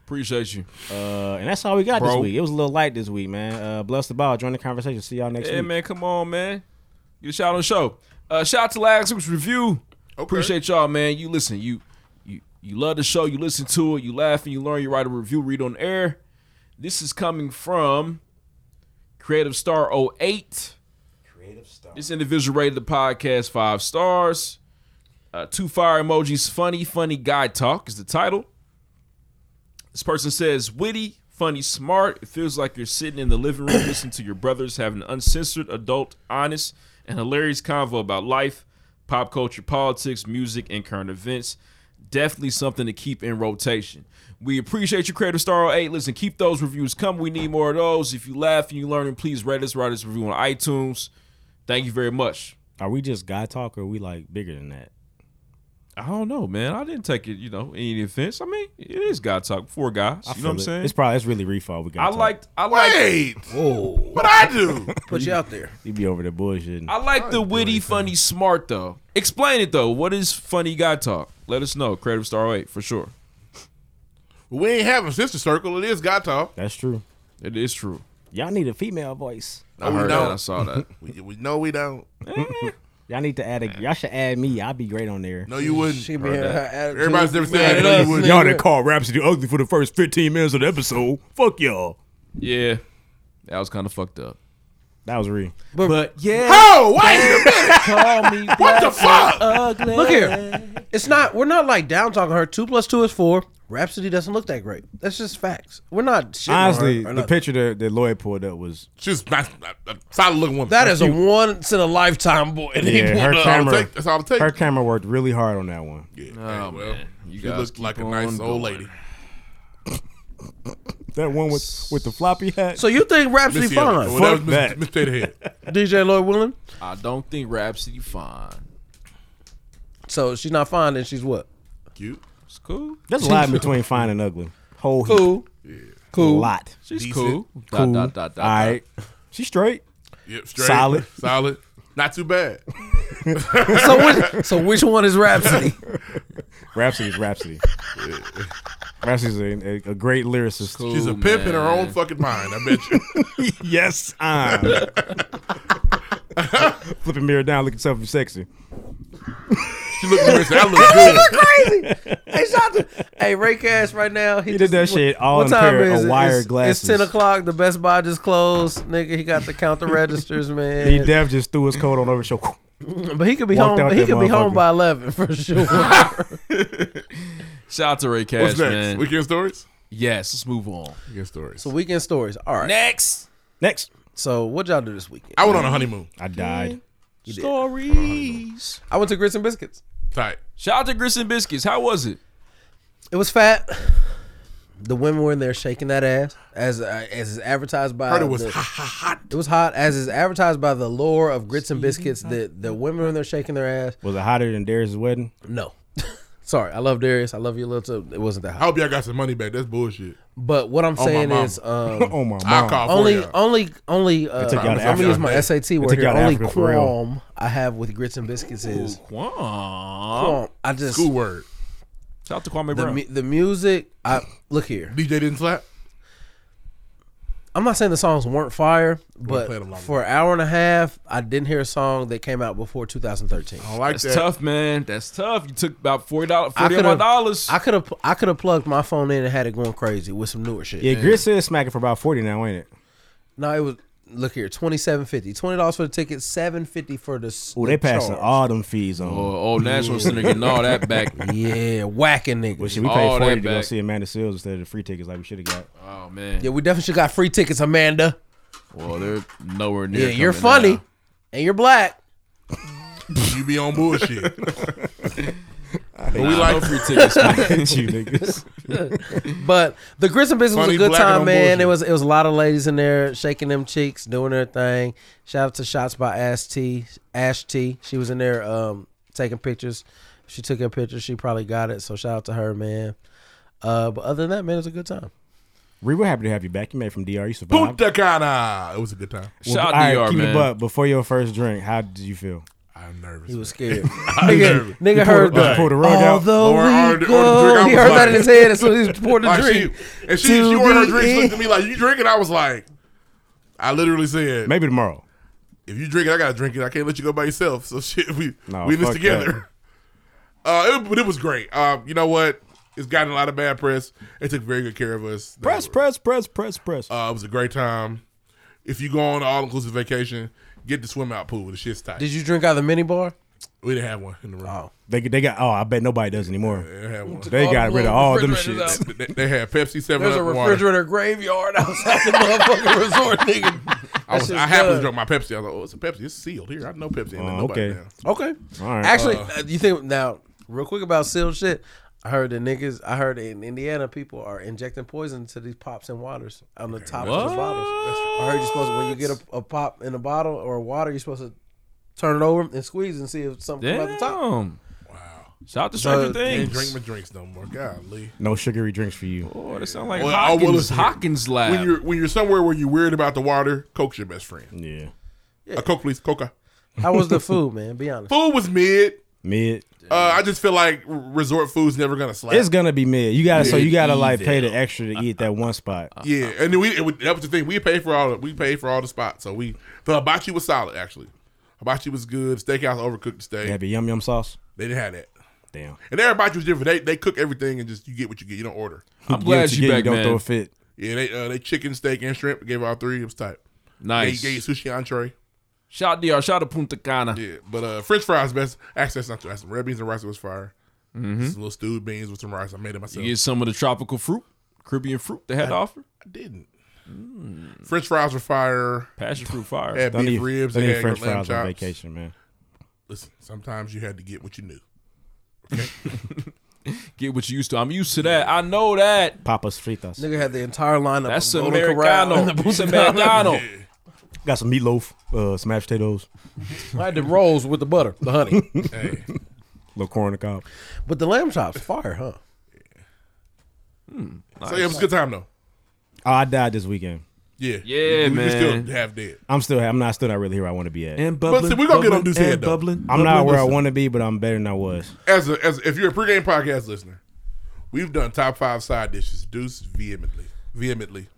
Appreciate you. Uh, and that's all we got this Bro. week. It was a little light this week, man. Uh, bless the ball. Join the conversation. See y'all next Hey, week. man, come on, man. Get a shout on the show. Uh, shout out to last week's review. Appreciate y'all, man. You listen, you you you love the show, you listen to it, you laugh and you learn, you write a review, read on air. This is coming from Creative Star 08. Creative Star. This individual rated the podcast five stars. Uh, two fire emojis, funny, funny guy talk is the title. This person says, witty, funny, smart. It feels like you're sitting in the living room listening to your brothers have an uncensored, adult, honest, and hilarious convo about life, pop culture, politics, music, and current events. Definitely something to keep in rotation. We appreciate you, Creative Star 08. Listen, keep those reviews coming. We need more of those. If you laugh and you learn, please rate us, write us a review on iTunes. Thank you very much. Are we just guy talk or are we like bigger than that? I don't know, man. I didn't take it, you know, any offense. I mean, it is God talk for guys. I you feel know what I'm it. saying? It's probably it's really refall. We got. I liked, I liked, Wait. Whoa, What I do? put you out there. You be over there bullshitting. I like the witty, funny, smart though. Explain it though. What is funny guy talk? Let us know. Creative Star 8 for sure. we ain't having sister circle. It is God talk. That's true. It is true. Y'all need a female voice. No, I we heard that. I Oh, don't. saw that. We, we no, we don't. Y'all need to add a. Y'all should add me. I'd be great on there. No, you wouldn't. She be having her attitude. Everybody's never said that. Man, No, you listen, wouldn't. nigga. call Rhapsody ugly for the first 15 minutes of the episode. Fuck y'all. yeah, that was kind of fucked up. That was real. But yeah, Oh, wait a minute. call me What the fuck? ugly. Look here, it's not. We're not like down talking her. Two plus two is four. Rhapsody doesn't look that great. That's just facts. We're not shitting on her Honestly, or the nothing. picture that, that Lloyd pulled up was she's not, a solid looking woman. That is a once in a lifetime boy. And he yeah, pulled her it out. camera. take- that's all it takes. Her camera worked really hard on that one. Yeah. Oh, hey, well, man. You she guys looked keep like a on nice going. old lady. That one with with the floppy hat. So you think Rhapsody Missy Elliott. fine? Well, that Fuck was that. Miss, Miss Tater Head. DJ Lloyd Willen? I don't think Rhapsody fine. So if she's not fine, then she's what? Cute. It's cool. That's a line between fine and ugly. Whole heap. Cool. Cool. lot. She's Decent. cool. Cool. Dot, dot, dot, dot, All right. She's straight. Yep, straight. Solid. Solid. Not too bad. So which, so which one is Rhapsody? Rhapsody is Rhapsody. Rhapsody's a, a, a great lyricist. Cool. She's a pimp in her man. own fucking mind, I bet you. yes, I'm. Flipping mirror down, looking something sexy. She looked at me and said, I look good. hey, shout out to, hey, Ray Cash right now. He just- did that shit all what in time pair is of it? wire It's- glasses. It's 10 o'clock. The Best Buy just closed. Nigga, he got to count the registers, man. He def just threw his coat on over his shoulder. but he could be walked out home. He that could be home motherfucker. by 11 for sure. Shout out to Ray Cash, What's next? man. Weekend stories? yes, let's move on. Weekend stories. so weekend stories. All right. Next. Next, So what y'all do this weekend? I went on a honeymoon. I Mm-hmm. died. Stories. I went to Grits and Biscuits. Tight. Shout out to Grits and Biscuits. How was it? It was fat. The women were in there shaking that ass, as uh, as is advertised by. Heard it was the- hot, hot, hot. It was hot, as is advertised by the lore of grits and biscuits. The the women were in there shaking their ass. Was it hotter than Darius' wedding? No, sorry, I love Darius. I love you a little. Too. It wasn't that I hot. hope y'all got some money back. That's bullshit. But what I'm Oh. my saying mama. is, um, Oh my I'll god! call for only, y'all. only, only, uh, took you out I'm of gonna use my SAT Africa. took word you here. out of Only Africa for real. qualm I have with grits and biscuits is Quan. qualm. I just School word. Shout out to Kwame the Brown. mu- the music. I look here. DJ didn't slap. I'm not saying the songs weren't fire, played them but long for an hour and a half, I didn't hear a song that came out before 2013. I like That's that. tough, man. That's tough. You took about forty dollars, I forty could've- dollars. I could have I could have plugged my phone in and had it going crazy with some newer shit. Yeah, Grits is smacking for about forty now, ain't it? No, it was look here, twenty seven fifty. Twenty dollars for the ticket, seven fifty for the s- Oh, the they passing charge. all them fees on. Oh, oh, National Center getting all that back. Yeah, whacking niggas. Well, shit, we all paid that forty to go back. see Amanda Seals instead of the free tickets like we should have got. Oh man. yeah, we definitely should got free tickets, Amanda. Well, they're nowhere near. Yeah, you're coming funny, now. and you're black. You be on bullshit. but we Nah, like no free tickets. man. you niggas. But the Grits and Biscuits was Funny a good black and time, on man. It bullshit. was it was a lot of ladies in there shaking them cheeks, doing their thing. Shout out to Shots by Ash T. Ash T. She was in there um, taking pictures. She took her picture. She probably got it. So shout out to her, man. Uh, but other than that, man, it was a good time. Ree, we're happy to have you back. You made it from DR. You survived. Punta Cana. It was a good time. Shout all out right, to DR, keep it man. buck. Before your first drink, how did you feel? I'm nervous. He was scared. I'm nervous. nigga, nigga heard Pulled- that. pulled the rug out. Although Or- or- or we the drink go, I he was heard like- that in his head as soon as he poured the Like, drink. She, and she, she To ordered her the drinks, end. looked at me like, you drinking? I was like, I literally said, Maybe tomorrow. if you drink it, I gotta drink it. I can't let you go by yourself. So shit, we No, we in this fuck together. Uh, it, but it was great. Uh, you know what? It's gotten a lot of bad press. They took very good care of us. Press, press, press, press, press. Uh, it was a great time. If you go on an all inclusive vacation, get the swim out pool. The shit's tight. Did you drink out of the mini bar? we didn't have one in the room. they they got. Oh, I bet nobody does anymore. They didn't have one. They got rid of all them shit. They, they- they had Pepsi Seven There's a Up water. refrigerator graveyard outside the motherfucking resort, nigga. I, was, shit's I happened done. to drink my Pepsi. I was like, oh, it's a Pepsi. It's sealed here. I know Pepsi. Ain't Oh, uh, nobody okay. now. Okay. All right. Actually, uh, you think now real quick about sealed shit. I heard the niggas. I heard in Indiana people are injecting poison to these pops and waters on the tops of the bottles. I heard you're supposed to, when you get a, a pop in a bottle or water, you're supposed to turn it over and squeeze and see if something Damn. comes out the top. Shout out to Stranger So, I ain't Things. drink my drinks no more. Golly. no sugary drinks for you. oh, that sounds like Well, I will Hawkins. listen here. Hawkins when Lab. you're when you're somewhere where you're weird about the water, Coke's your best friend. Yeah. A Coke, please, Coca. How was the food, man? Be honest. Food was mid. Mid. Uh, I just feel like r- resort food's never gonna slap. It's gonna be mid. You gotta. So you gotta like Evil. pay the extra to eat that one spot. yeah, and then we it, was- that was the thing. We paid for all the, we paid for all the spots. So we the hibachi was solid actually. Hibachi was good. Steakhouse overcooked the steak. They have a yum yum sauce. They didn't have that. Damn. And their hibachi was different. They they cook everything and just you get what you get. You don't order. I'm You glad get what you, get, back, don't man. throw a fit. Yeah, they uh, they chicken, steak, and shrimp. Gave all three. It was tight. Nice. They gave sushi entree. Shout out DR. Shout out to Punta Cana. Yeah, but uh, French fries best access not to. That's red beans and rice was fire. Mhm. Some little stewed beans with some rice. I made it myself. You get some of the tropical fruit, Caribbean fruit they had to I- offer. I didn't. French fries were fire. Passion fruit fire. Had Don't beef eat- ribs. don't They eat had French lamb fries on chops. vacation, man. Listen, sometimes you had to get what you knew. Get what you used to. I'm used to that. I know that. Papas fritas. Nigga had the entire lineup. That's of Golden Corral Americano. and the It's Boots Americano. Got some meatloaf, uh, smashed potatoes, I had the rolls with the butter, the honey. little corn on the cob. But the lamb chops, fire, huh? So yeah, it was a good time though. Oh, I died this weekend. Yeah. Yeah, we, we man. still half dead. I'm still. I'm not still not really here. Where I want to be at. And But see, we gonna get on Deuce head, though. I'm not where I listen. want to be, but I'm better than I was. As a, as a- if you're a pregame podcast listener, we've done top five side dishes. Deuce vehemently, vehemently.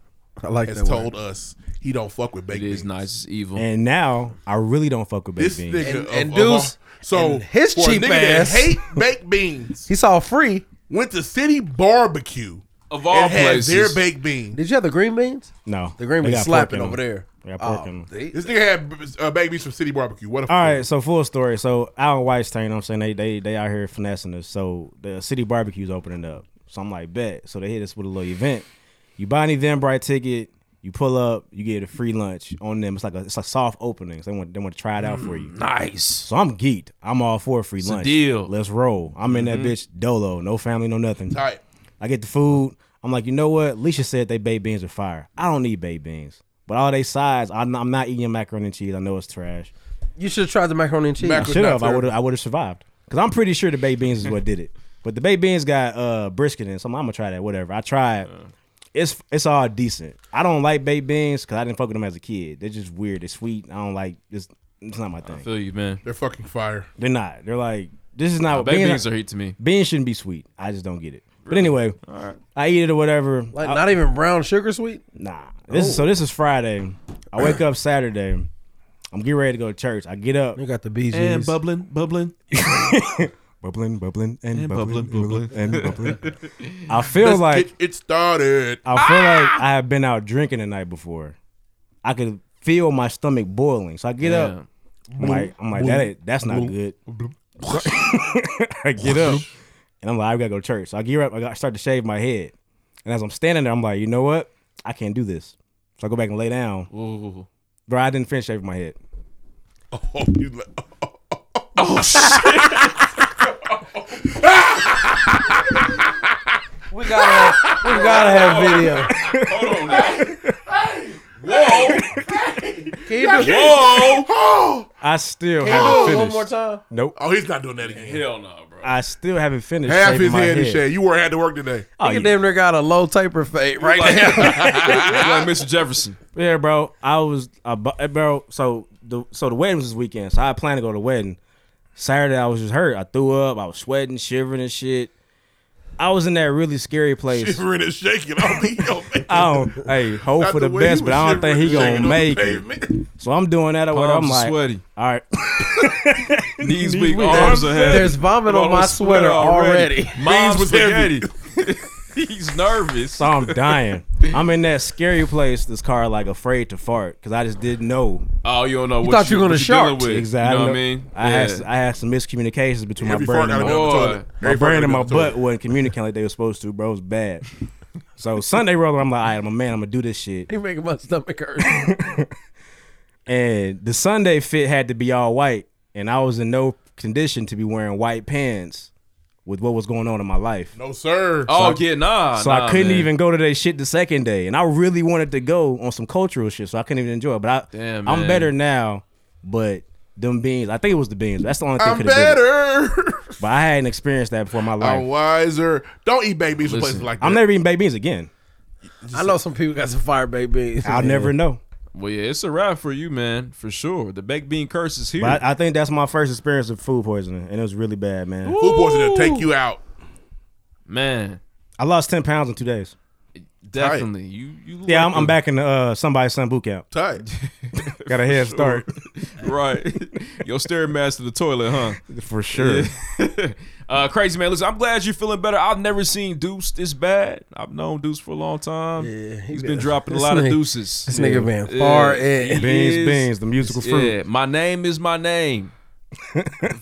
I like has that told us he don't fuck with baked It is beans. nice. It's evil. And now I really don't fuck with baked This beans. nigga And- of- and of Deuce- all- so and his for a cheap nigga that ass- hate baked beans He saw free. went to City Barbecue Of all and had places. their baked beans. Did you have the green beans? no, The green they beans got slapping pork in over them. there. Oh, They got pork in them. they- This nigga had uh, baked beans from City Barbecue. What a All right, so full story. So Alan White's turn. You know what I'm saying they they they out here finessing us. So the city barbecue's opening up. So I'm like, bet. So they hit us with a little event. You buy an Eventbrite ticket. You pull up. You get a free lunch on them. It's like a it's like soft openings. They want they want to try it out for you. nice. So I'm geeked. I'm all for a free lunch. Mm. deal. Let's roll. I'm in that bitch dolo. No family, no nothing. Tight. I get the food. I'm like, you know what? Leisha said they baked beans are fire. I don't need baked beans. But all they sides, I'm I'm not eating your macaroni and cheese. I know it's trash. You should have tried the macaroni and cheese. Mac- I Could should not have. I serve. would have. I would have survived. Cause I'm pretty sure the baked beans is what did it. But the baked beans got uh, brisket in, it, so I'm, I'm gonna try that. Whatever. I tried. It's it's all decent. I don't like baked beans because I didn't fuck with them as a kid. They're just weird. They're sweet. I don't like. It's it's not my I thing. feel you, man. They're fucking fire. They're not. They're like this is not. Baked beans beans are heat to me. Beans shouldn't be sweet. I just don't get it. But anyway, I eat it or whatever. like I- not even brown sugar sweet. Nah. This is, so this is Friday. I wake up Saturday. I'm getting ready to go to church. I get up. You got the BGs. bubbling, bubbling. Bubbling, bubbling, and, bubbling, bubbling. and bubbling. I feel Let's like get it started. I feel like I have been out drinking the night before. I could feel my stomach boiling. So I get up. I'm like, I'm like, that ain't, that's not good. I get up and I'm like, I gotta go to church. So I get up, I got, start to shave my head. And as I'm standing there, I'm like, you know what? I can't do this. So I go back and lay down. Ooh. Bro, I didn't finish shaving my head. Oh, you like, We gotta, have, we gotta have video. hold on now. Can you do, Whoa! I still can you haven't do it finished. one more time? Nope. Oh, he's not doing that again. Hell no, bro. I still haven't finished. Half shaving his my head is shaved. You were had to work today. Oh, Nigga yeah. damn near got a low taper fade right now. like Mr. Jefferson. Yeah, bro. I was uh, bu- uh, bro. So the so the wedding was this weekend. So I had planned to go to the wedding. Saturday, I was just hurt. I threw up. I was sweating, shivering, and shit. I was in that really scary place. Shivering and shaking. I do think he'll make it. I don't. Hey, hope Not for the way he best, was but I don't think shivering he and shaking gonna on the make it. pavement. So I'm doing that. Or whatever. Palms I'm like, sweaty. all right. Knees weak, weak. arms are heavy. There's vomit Put on my sweater already. Mom's Beans was heavy. spaghetti. He's nervous. So I'm dying. I'm in that scary place. This car, like afraid to fart, because I just didn't know Oh, you don't know what thought you were gonna what shark. dealing with. exactly. You know what I mean? I had Yeah. s- I had some miscommunications between Every my brain and fart gotta my be on the Boy. toilet. my Every fart brain and my gotta be on the butt toilet. wasn't communicating like they were supposed to, bro. It was bad. So Sunday rolled around, I'm like, all right, I'm a man, I'm gonna do this shit. He making my stomach hurt. And the Sunday fit had to be all white, and I was in no condition to be wearing white pants with what was going on in my life. No, sir. Oh yeah, nah. So nah, I couldn't man. even go to that shit the second day, and I really wanted to go on some cultural shit, so I couldn't even enjoy it. But I, Damn, I'm man. better now. But them beans, I think it was the beans. That's the only thing I'm could have been. better. But I hadn't experienced that before in my life. I'm wiser. Don't eat babies Listen, from places like that. I'm never eating baked beans again. I know some people got some fire baked beans. I'll never know. Well, yeah, it's a wrap for you, man, for sure. The baked bean curse is here. But I, I think that's my first experience of food poisoning, and it was really bad, man. Food poisoning will take you out. man, I lost ten pounds in two days. definitely. You, you. Yeah, like I'm, I'm the- back in the, uh, somebody's son boot camp. Tight. Got a head start Right, your stairmaster the toilet, huh? for sure. uh, crazy man. Listen, I'm glad you're feeling better. I've never seen Deuce this bad. I've known Deuce for a long time. Yeah, he's been, dropping a this lot of nigga- deuces. this nigga been far in. he Beans, is. beans, the musical fruit. Yeah, my name is my name.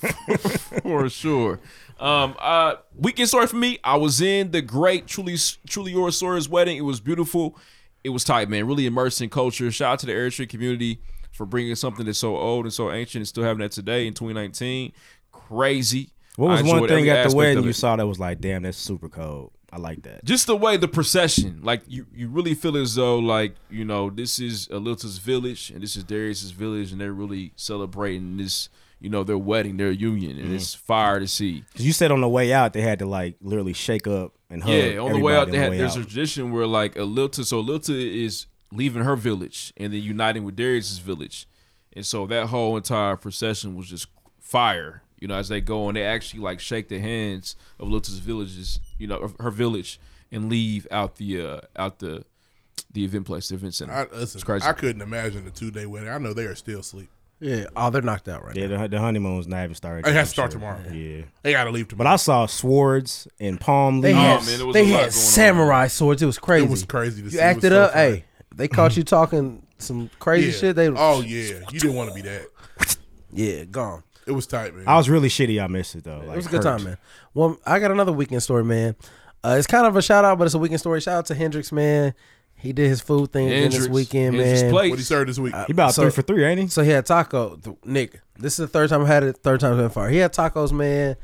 for sure. Um, uh, weekend story for me. I was in the great truly, truly yours Sora's wedding. It was beautiful. It was tight, man. Really immersed in culture. Shout out to the Air Street community for bringing something that's so old and so ancient and still having that today in 2019. Crazy. What was I one enjoyed thing every at the aspect wedding of you it. saw that was like, damn, that's super cold. I like that. Just the way the procession, like you, you really feel as though, like you know, this is Alilta's village and this is Darius's village, and they're really celebrating this, you know, their wedding, their union, Mm-hmm. and it's fire to see. Cause you said on the way out they had to like literally shake up and hug. Yeah, on the way out, everybody they had, there's out. a tradition where like Alilta, so Alilta is leaving her village and then uniting with Darius's village, and so that whole entire procession was just fire. You know, as they go and they actually like shake the hands of Alilta's villages, you know, of her village, and leave out the uh out the the event place, the event center. I, listen, it's crazy. I couldn't imagine a two day wedding. I know they are still asleep. Yeah. Oh, they're knocked out right yeah, the, the honeymoon's not even started. It yet, has I'm to start sure. tomorrow. Yeah, They gotta leave But I saw swords and palm They leaves. had, they had samurai swords. It was crazy. It was Mm-hmm. crazy to you see. It acted was so up. funny. Hey, they caught you talking some crazy Yeah. shit. They oh yeah, you didn't want to be that. yeah, gone. It was tight, man. I was really shitty. I missed it though. it was a good time, man. Well, I got another weekend story, man. Uh, it's kind of a shout out, but it's a weekend story. Shout out to Hendrix, man. He did his food thing again this Hendrix. weekend, Hendrix man. plates. What'd he serve this week? He about three for three, ain't he? So he had taco, th- Nick. This is the third time I had it. Third time so far. He had tacos, man.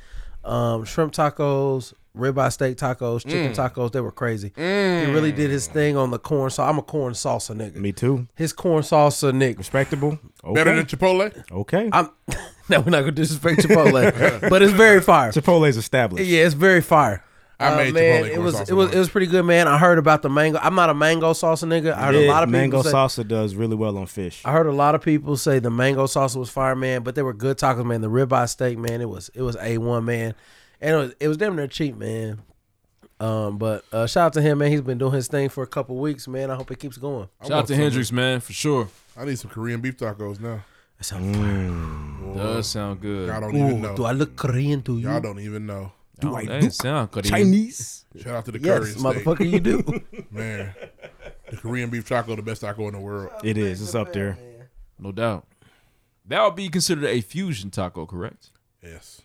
Um, shrimp tacos, ribeye steak tacos, chicken Mm. tacos. They were crazy. He really did his thing on the corn. So I'm a corn salsa nigga. Me too. His corn salsa, Nick. Respectable. Better than Chipotle. Okay. I'm no, we're not gonna disrespect Chipotle, but it's very fire. Chipotle's established. Yeah, it's very fire. I Uh, made man, Chipotle it corn was salsa it was it was pretty good, man. I heard about the mango. I'm not a mango salsa nigga. I heard a Yeah, lot of people mango say, salsa does really well on fish. I heard a lot of people say the mango salsa was fire, man. But they were good tacos, man. The ribeye steak, man. It was it was a one, man. And it was it was damn near cheap, man. Um, but uh, shout out to him, man. He's been doing his thing for a couple weeks, man. I hope it keeps going. Shout out to Hendrix, man, for sure. I need some Korean beef tacos now. That sounds Mm. fire. Does sound good. Y'all don't Ooh, even know. do I look Korean to you? Y'all don't even know. Do Y'all I don't- look sound Korean. Chinese? Shout out to the Yes, Korean motherfucker, you do. Man, the Korean beef taco, the best taco in the world. It is. It's up there. No doubt. That would be considered a fusion taco, correct? Yes.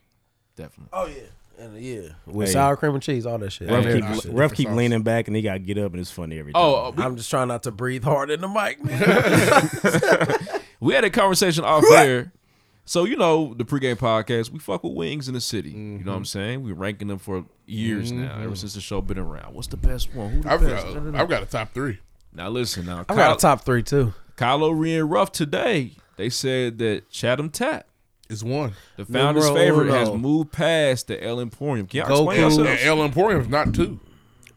Definitely. Oh yeah, and yeah, with Hey. sour cream and cheese, all that shit. Ref Yeah, keep, that shit. ref keep leaning back and he got to get up and it's funny every time. Oh, I'm just trying not to breathe hard in the mic, man. We had a conversation off air. So, you know, the pregame podcast, we fuck with wings in the city. You Mm-hmm. know what I'm saying? We're ranking them for years now, ever since the show been around. What's the best one? Who the I've best? got- Da, da, da. I've got a top three. Now listen now. I've got a top three too. Kylo Ren and Ruff today, they said that Chatham Tap is one. The founder's favorite has uno. moved past the El Emporium. Can y'all explain And- yourselves? and El Emporium's not two.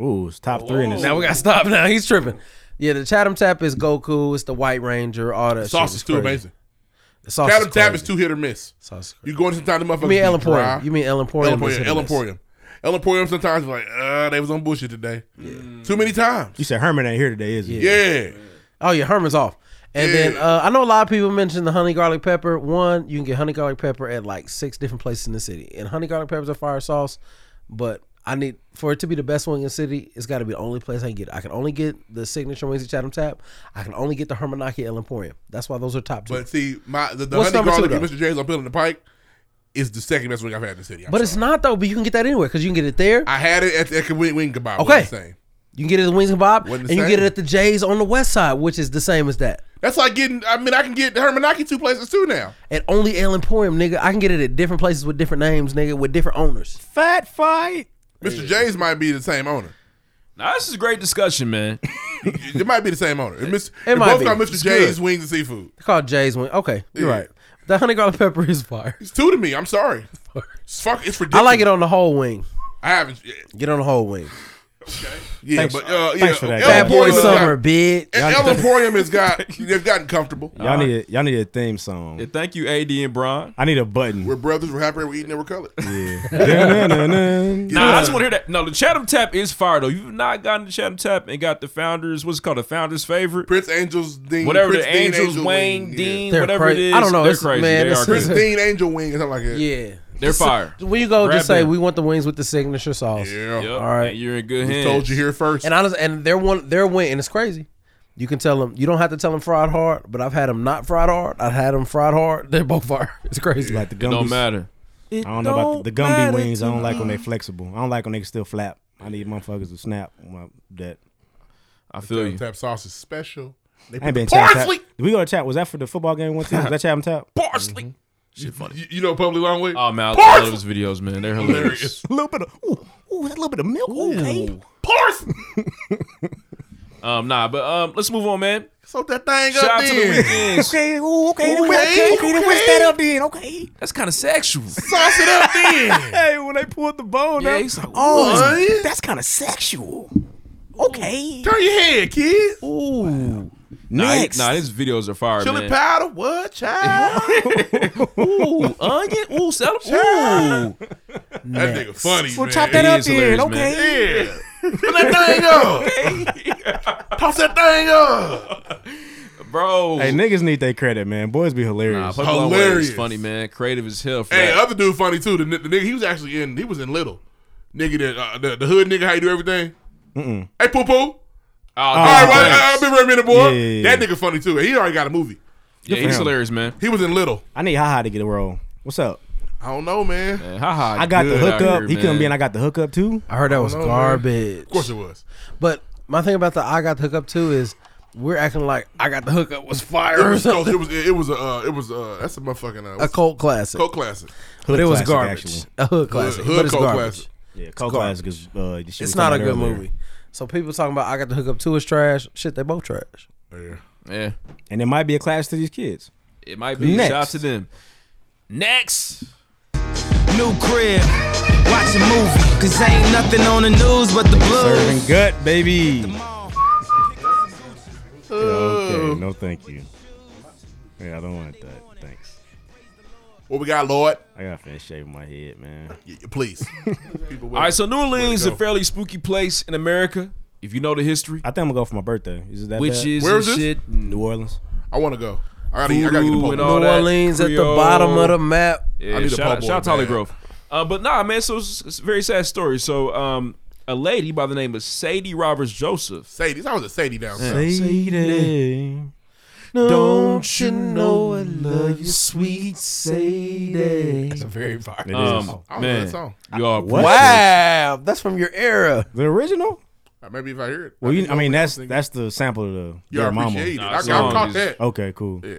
Ooh, it's top three in this. Now we gotta stop. Now he's tripping. Yeah, the Chatham Tap is Goku. It's the White Ranger. All that. Sauce shit is too crazy. amazing. The sauce Chatham is Tap crazy. is too hit or miss. Sauce. You go into time the motherfucker. You mean El Emporium. You mean El Emporium El is Emporium. hit or El miss. Emporium. El Emporium sometimes like, uh, they was on bullshit today. Too many times. You said Herman ain't here today, is he? Yeah. Oh yeah, Herman's off. And Yeah. then uh, I know a lot of people mentioned the honey garlic pepper. One, you can get honey garlic pepper at like six different places in the city, and honey garlic peppers are fire sauce. But I need for it to be the best wing in the city, it's got to be the only place I can get. it. I can only get the signature wings at Chatham Tap. I can only get the Hermanaki El Emporium. That's why those are top two. But see, my the, the What's honey number two, garlic and though? Mr. James on Pill in the Pike is the second best wing I've had in the city. I'm But it's not though. But you can get that anywhere because you can get it there. I had it at the at the Wing Wing Kebab. Okay. Wasn't the same. You can get it at Wings and Bob, Wasn't and the you can same. get it at the Jays on the West Side, which is the same as that. That's like getting. I mean, I can get Hermanaki two places too now. At only El Emporium, nigga. I can get it at different places with different names, nigga, with different owners. Fat fight. Mr. James might be the same owner. Now, this is a great discussion, man. it might be the same owner. It, miss, It it might both be. got Mr. It's James good. Wings and Seafood. They're called Jays Wing. Okay, you're Yeah. right. The honey garlic pepper is fire. It's two to me. I'm sorry. It's fuck. It's I ridiculous. like it on the whole wing. I haven't. Get on the whole wing. Yeah, Thanks- but uh, yeah, thanks for that, El guys. Bad boy Emporium has summer, got- bitch. El El Emporium has got. They've gotten comfortable. Y'all need a, y'all need a theme song. Yeah, thank you, AD and Brian. I need a button. We're brothers. We're happy. We're eating. And we're colored. Dun-dun-dun-dun. Nah, Uh, I just want to hear that. No, the Chatham Tap is fire though. You've not gotten the Chatham Tap and got the founders. What's it called the founders' favorite? Prince Angels, Dean, whatever Prince the Dean, Angels, Angel Wayne, Wing, yeah. Dean, They're whatever crazy. it is. I don't know. They're It's- crazy. man, they this are Prince crazy. Dean, Angel Wing, or something like that. Yeah. They're Just- fire. When you go, Grab just say them. we want the wings with the signature sauce. Yeah. Yep, All right. and you're in good We hands. told you here first. And honestly, and they're one. They're wing, and it's crazy. You can tell them. You don't have to tell them fried hard, but I've had them not fried hard. I've had them fried hard. They both are. It's crazy. Like the It don't Gumby's- matter. I It don't know about the, the don't Gumby matter wings. I to don't like when me. they flexible. I don't like when they still flap. I need motherfuckers to snap. My, that I Tap Tap sauce is special. They I ain't been the Chatham parsley. Tap. Did we go to chat? Was that for the football game one time? Was that Chatham Tap? Parsley. Shit funny. You, you know Public Long Way? Oh man, I Parsley. love those videos, man. They're Hilarious. hilarious. A little bit of ooh, ooh, that little bit of milk. Okay. Parsley. Um, nah, but um, let's move on, man. So that thing Shout up out to the there. weekends. Okay, ooh, okay, okay, Okay, okay, okay, then What's that okay. up then? Okay. That's kind of sexual. Sauce it up then. Hey, when they pulled the bone Yeah, out. he's like, Oh, What? that's kind of sexual. Okay. Turn your head, kid. Ooh. nah, he- Next. nah, his videos are fire, Chili man. powder. What, child? Ooh, onion. Ooh, celery. Ooh, that nigga funny, well, man. chop that up is then. hilarious, Okay. man. Yeah. Put that thing up. Toss that thing up. bro. Hey, niggas need their credit, man. Boys be hilarious. nah, hilarious. Hilarious. Funny, man. Creative as hell. For Hey, that. other dude funny too. The, ni- the nigga he was actually in. He was in Little. Nigga that uh, the, the hood nigga how you do everything. Mm-mm. Hey, poo poo. Oh, All right, dude, well, man. I- I'll be right minute, boy. Yeah, yeah, yeah. That nigga funny too. He already got a movie. yeah, he's him. hilarious, man. He was in Little. I need Haha to get a roll. What's up? I don't know, man. Man, ha ha. I got the good out hookup. here, He man. couldn't be, and I got the hookup too. I heard that was know, man. garbage. Of course it was. But my thing about the I got the hookup too is we're acting like I got the hookup was fire It or was, it something. was. It was. Uh, it was. Uh, that's a motherfucking. Uh, A what's- cult classic. cult classic. but it was classic, garbage. actually. A hood classic. hood but it's cult garbage. classic. Yeah, Cold Classic is. Uh, the shit we It's talking not a about good earlier. movie. So people talking about I got the hookup too is trash. Shit, they both trash. Yeah. Yeah, and it might be a class to these kids. it might be. Shout out Next. to them. Next. New crib, watch a movie. Cause ain't nothing on the news but the Serving blues. gut, baby. Uh. okay, no, thank you. Yeah, I don't want that. Thanks. What we got, Lord? I gotta finish shaving my head, man. Y- y- please. People All right, so New Orleans is Where'd a it go? fairly spooky place in America, if you know the history, I think I'm gonna go for my birthday. Is it that which bad? is Where is the this? shit. New Orleans? I want to go. I gotta. I gotta get the Voodoo Pope. and No, all New that Orleans at the Creole. bottom of the map. Yeah, I need a shout, out- Pop Boy, shout out to Holly man. Grove. Uh, but nah, man, so it's, it's a very sad story. So, um, a lady by the name of Sadie Roberts Joseph. Sadie. I was a Sadie down south. Sadie. Don't you know I love you, sweet Sadie? It's a very fire. Um, I don't know man, that song. you all What? Wow, that's from your era. The original? Uh, Maybe if I hear it. Well, you, I mean, that's think- that's the sample of the you Dear mama. appreciate it. Nah, I, I it's long, caught it's- that. Okay, cool. Yeah.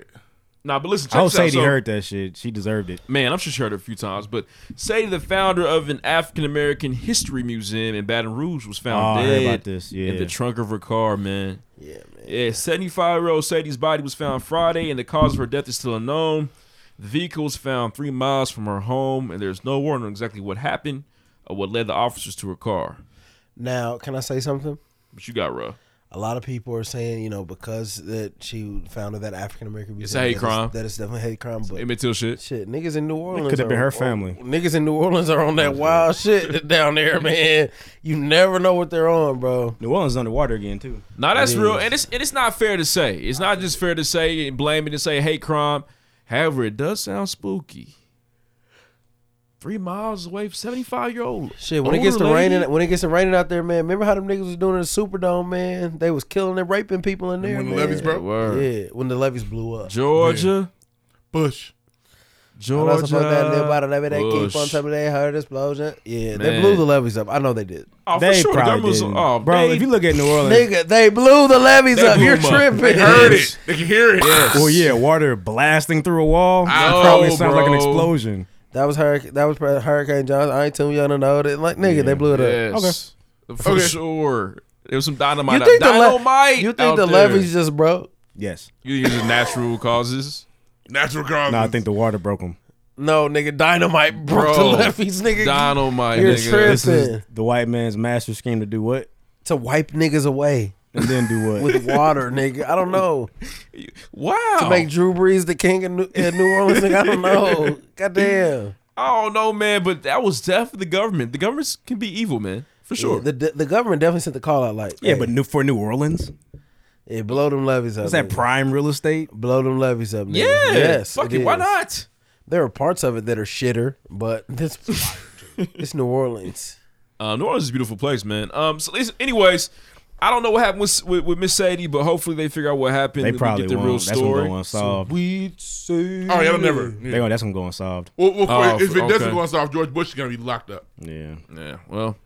Nah, but listen, check I hope this out. Sadie So- heard that shit. She deserved it. Man, I'm sure she heard it a few times, but Sadie, the founder of an African American history museum in Baton Rouge, was found Oh, I dead heard about this, yeah. in the trunk of her car, man. Yeah, man. Yeah, 75 year old Sadie's body was found Friday, and the cause of her death is still unknown. The vehicle was found three miles from her home, and there's no warrant on exactly what happened or what led the officers to her car. Now, can I say something? But you got rough. A lot of people are saying, you know, because that she founded that African American museum, It's a hate that crime. That is definitely hate crime. But Emmett Till shit. shit, niggas in New Orleans could've are- been her are- family. niggas in New Orleans are on that wild shit down there, man. You never know what they're on, bro. New Orleans is underwater again, too. Now that's real, and it's and it's not fair to say. It's not just fair to say and blame it and say hate crime. However, it does sound spooky. Three miles away, seventy-five year old Shit, when it gets to raining, when it gets to raining out there, man. Remember how them niggas was doing in the Superdome, man? They was killing and raping people in there. When the man. levees broke, Yeah, when the levees blew up. Georgia, Bush. I know Georgia. some folks that live by the levee, they Bush. keep on top of they heard explosion. Yeah, Man. they blew the levees up. I know they did. Oh, for they sure, the probably government was- did. oh, Bro, they- if you look at New Orleans, Nigga, they blew the levees They up. blew You're them up. tripping. They Heard it. They can hear it. oh yeah, water blasting through a wall. That Ow, probably sounds like an bro. explosion. That was hurricane. That was probably Hurricane Johnson. I ain't too young to know that. Like nigga, they blew it up. yes, for Okay. sure. There was some dynamite. You think the le- dynamite? You out think the there. levees just broke? Yes. You think it's natural causes? Natural causes. No, I think the water broke them. No, nigga, dynamite broke Bro. the levees, nigga. Dynamite, You're nigga. tripping. This is Listen. the white man's master scheme to do what, to wipe niggas away and then do what. with water, nigga. I don't know. Wow. To make Drew Brees the king of New, uh, New Orleans, nigga. I don't know. Goddamn. I don't know, man, but that was death of the government. The governments can be evil, man, for sure. The, the the government definitely sent the call out like, yeah, hey, but new for New Orleans, it blow them levees up. is that nigga. prime real estate? blow them levees up, nigga. Yeah. Yes. Fuck it. Why is. not? There are parts of it that are shitter, but this it's New Orleans. Uh, New Orleans is a beautiful place, man. Um. So, listen, anyways, I don't know what happened with with, with Miss Sadie, but hopefully they figure out what happened. They and we probably get the won't. real That's gonna story. go unsolved. Sweet Sadie. Oh, yeah, they'll never- They gonna, that's gonna go unsolved. Well, well, Oh, if it doesn't okay. go off, George Bush is gonna be locked up. Yeah. Yeah. Well,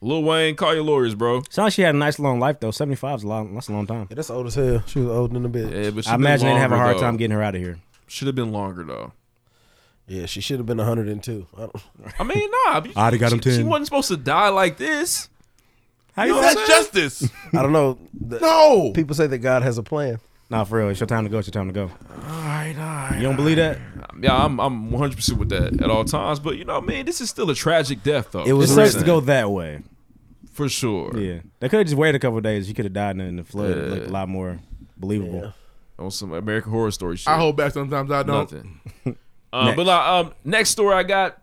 Lil Wayne, call your lawyers, bro. Sounds like she had a nice long life though. Seventy five is a long. That's a long time. that's old as hell. She was older than a bitch. Yeah, but I imagine they'd have a hard time getting her out of here. Should have been longer though. Yeah, she should have been 102. I don't, I mean, nah. but I'da got him she, she 10. wasn't supposed to die like this. How you know That's what I'm saying? justice. I don't know. The- No. People say that God has a plan. Nah, for real. It's your time to go. It's your time to go. All right, all right. You don't believe that? Yeah, I'm I'm 100 percent with that at all times. But you know, man, this is still a tragic death though. It was You know what I'm supposed to go saying? that way. for sure. Yeah, they could have just waited a couple of days. You could have died in the flood. It looked a lot more believable. On some American Horror Story shit. I hold back sometimes. I don't. Nothing. Uh, But nah, um, next story I got.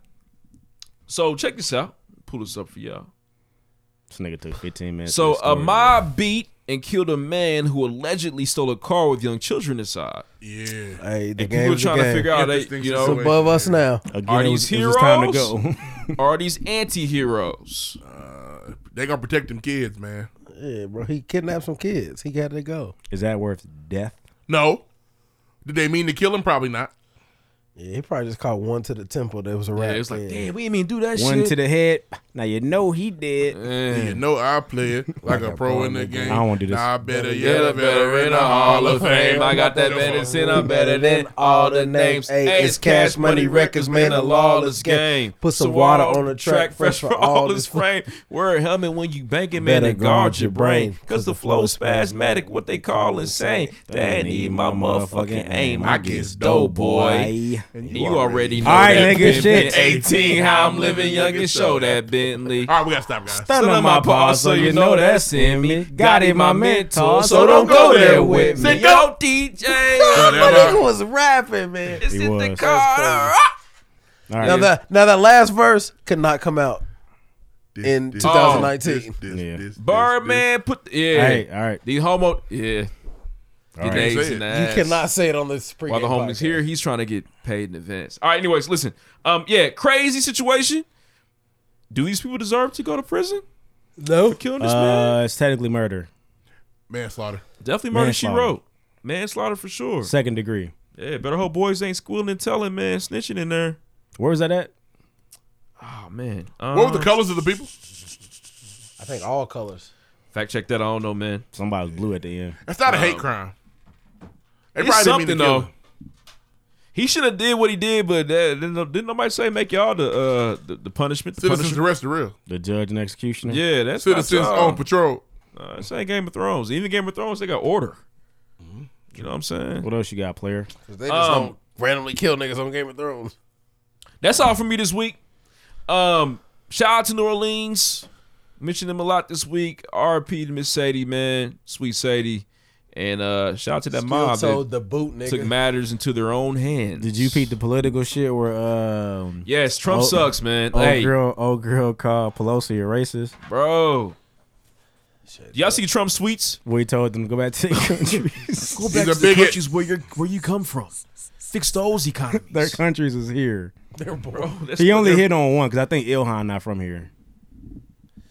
So check this out. Pull this up for y'all. This nigga took 15 minutes. So to the a story. mob beat and killed a man who allegedly stole a car with young children inside. Yeah. Hey, the And people game. trying to figure out, they, Interesting you It's know, situation. above us now. Again, are it these was, it was time to heroes? go. are these anti-heroes? They gonna protect them kids, man. Yeah, bro. He kidnapped some kids. He got to go. Is that worth death? No. Did they mean to kill him? Probably not. Yeah, he probably just caught one to the temple that was a Yeah, rat. it was like, yeah. damn, we didn't mean to do that One shit. to the head. Now you know he did. You know I play it like a pro in the game. I don't wanna do this. Nah, I better Yeah, yet, the a veteran, a Hall of Fame. I got that medicine. I'm better than all the names. Hey, Hey, it's Cash Money Records, man, a lawless game. Put some water on the track, fresh for all this frame. Wear a helmet when you banking, man, Better and guard guard your your brain. brain, Cause the flow's spasmatic, what they call insane. They need my motherfucking aim. I gets dope, boy. And you already know. All right, that, nigga, Bentley. shit. 18, how I'm living young and show that Bentley. All right, we gotta stop, guys. Stun on my paw, so you know that's in me. Got in my mentor, so don't go there with me. Yo, DJ. But he was rapping, man. It's He in the was. car. All right. Now that now that last verse could not come out in This, 2019. Oh, this, this, Yeah. this, this, Birdman put yeah. Hey, all right. The homo yeah. The right. names Say in the it. you ass. cannot say it on this pre. While the homie's here, he's trying to get paid in advance. All right. Anyways, listen. Um. Yeah. Crazy situation. Do these people deserve to go to prison? No, Killing this man. Uh, it's technically murder, this. Manslaughter. Definitely murder. She manslaughter. wrote manslaughter for sure. second degree. Yeah. Better hope boys ain't squealing and telling. Man, snitching in there. Where was that at? Oh man. Um, What were the colors of the people? I think all colors. fact check that? I don't know, man. Somebody was blue at the end. That's not a hate crime. They It's probably didn't something mean to kill though. him. He should have did what he did, but that, didn't, didn't nobody say make y'all the uh the, the punishment? The Citizens punishment? arrest the real. The judge and executioner. Yeah, that's Citizens not y'all. on patrol. Uh, this ain't Game of Thrones. Even Game of Thrones, they got order. You know what I'm saying? What else you got, player? They just Um, don't randomly kill niggas on Game of Thrones. That's all for me this week. Um, shout out to New Orleans. Mentioned them a lot this week. RP to Miss Sadie, man, sweet Sadie, and uh, shout out to that mob told that the boot nigga. took matters into their own hands. Did you peep the political shit where um Yes, Trump Oh, sucks, man. old hey, girl old girl called Pelosi a racist? bro. Do y'all see Trump's tweets? We told them to go back to their countries. He's a bigot. where you where you come from. Fix those economies. their countries is here. bro, that's He what only they're- hit on one because I think Ilhan not from here.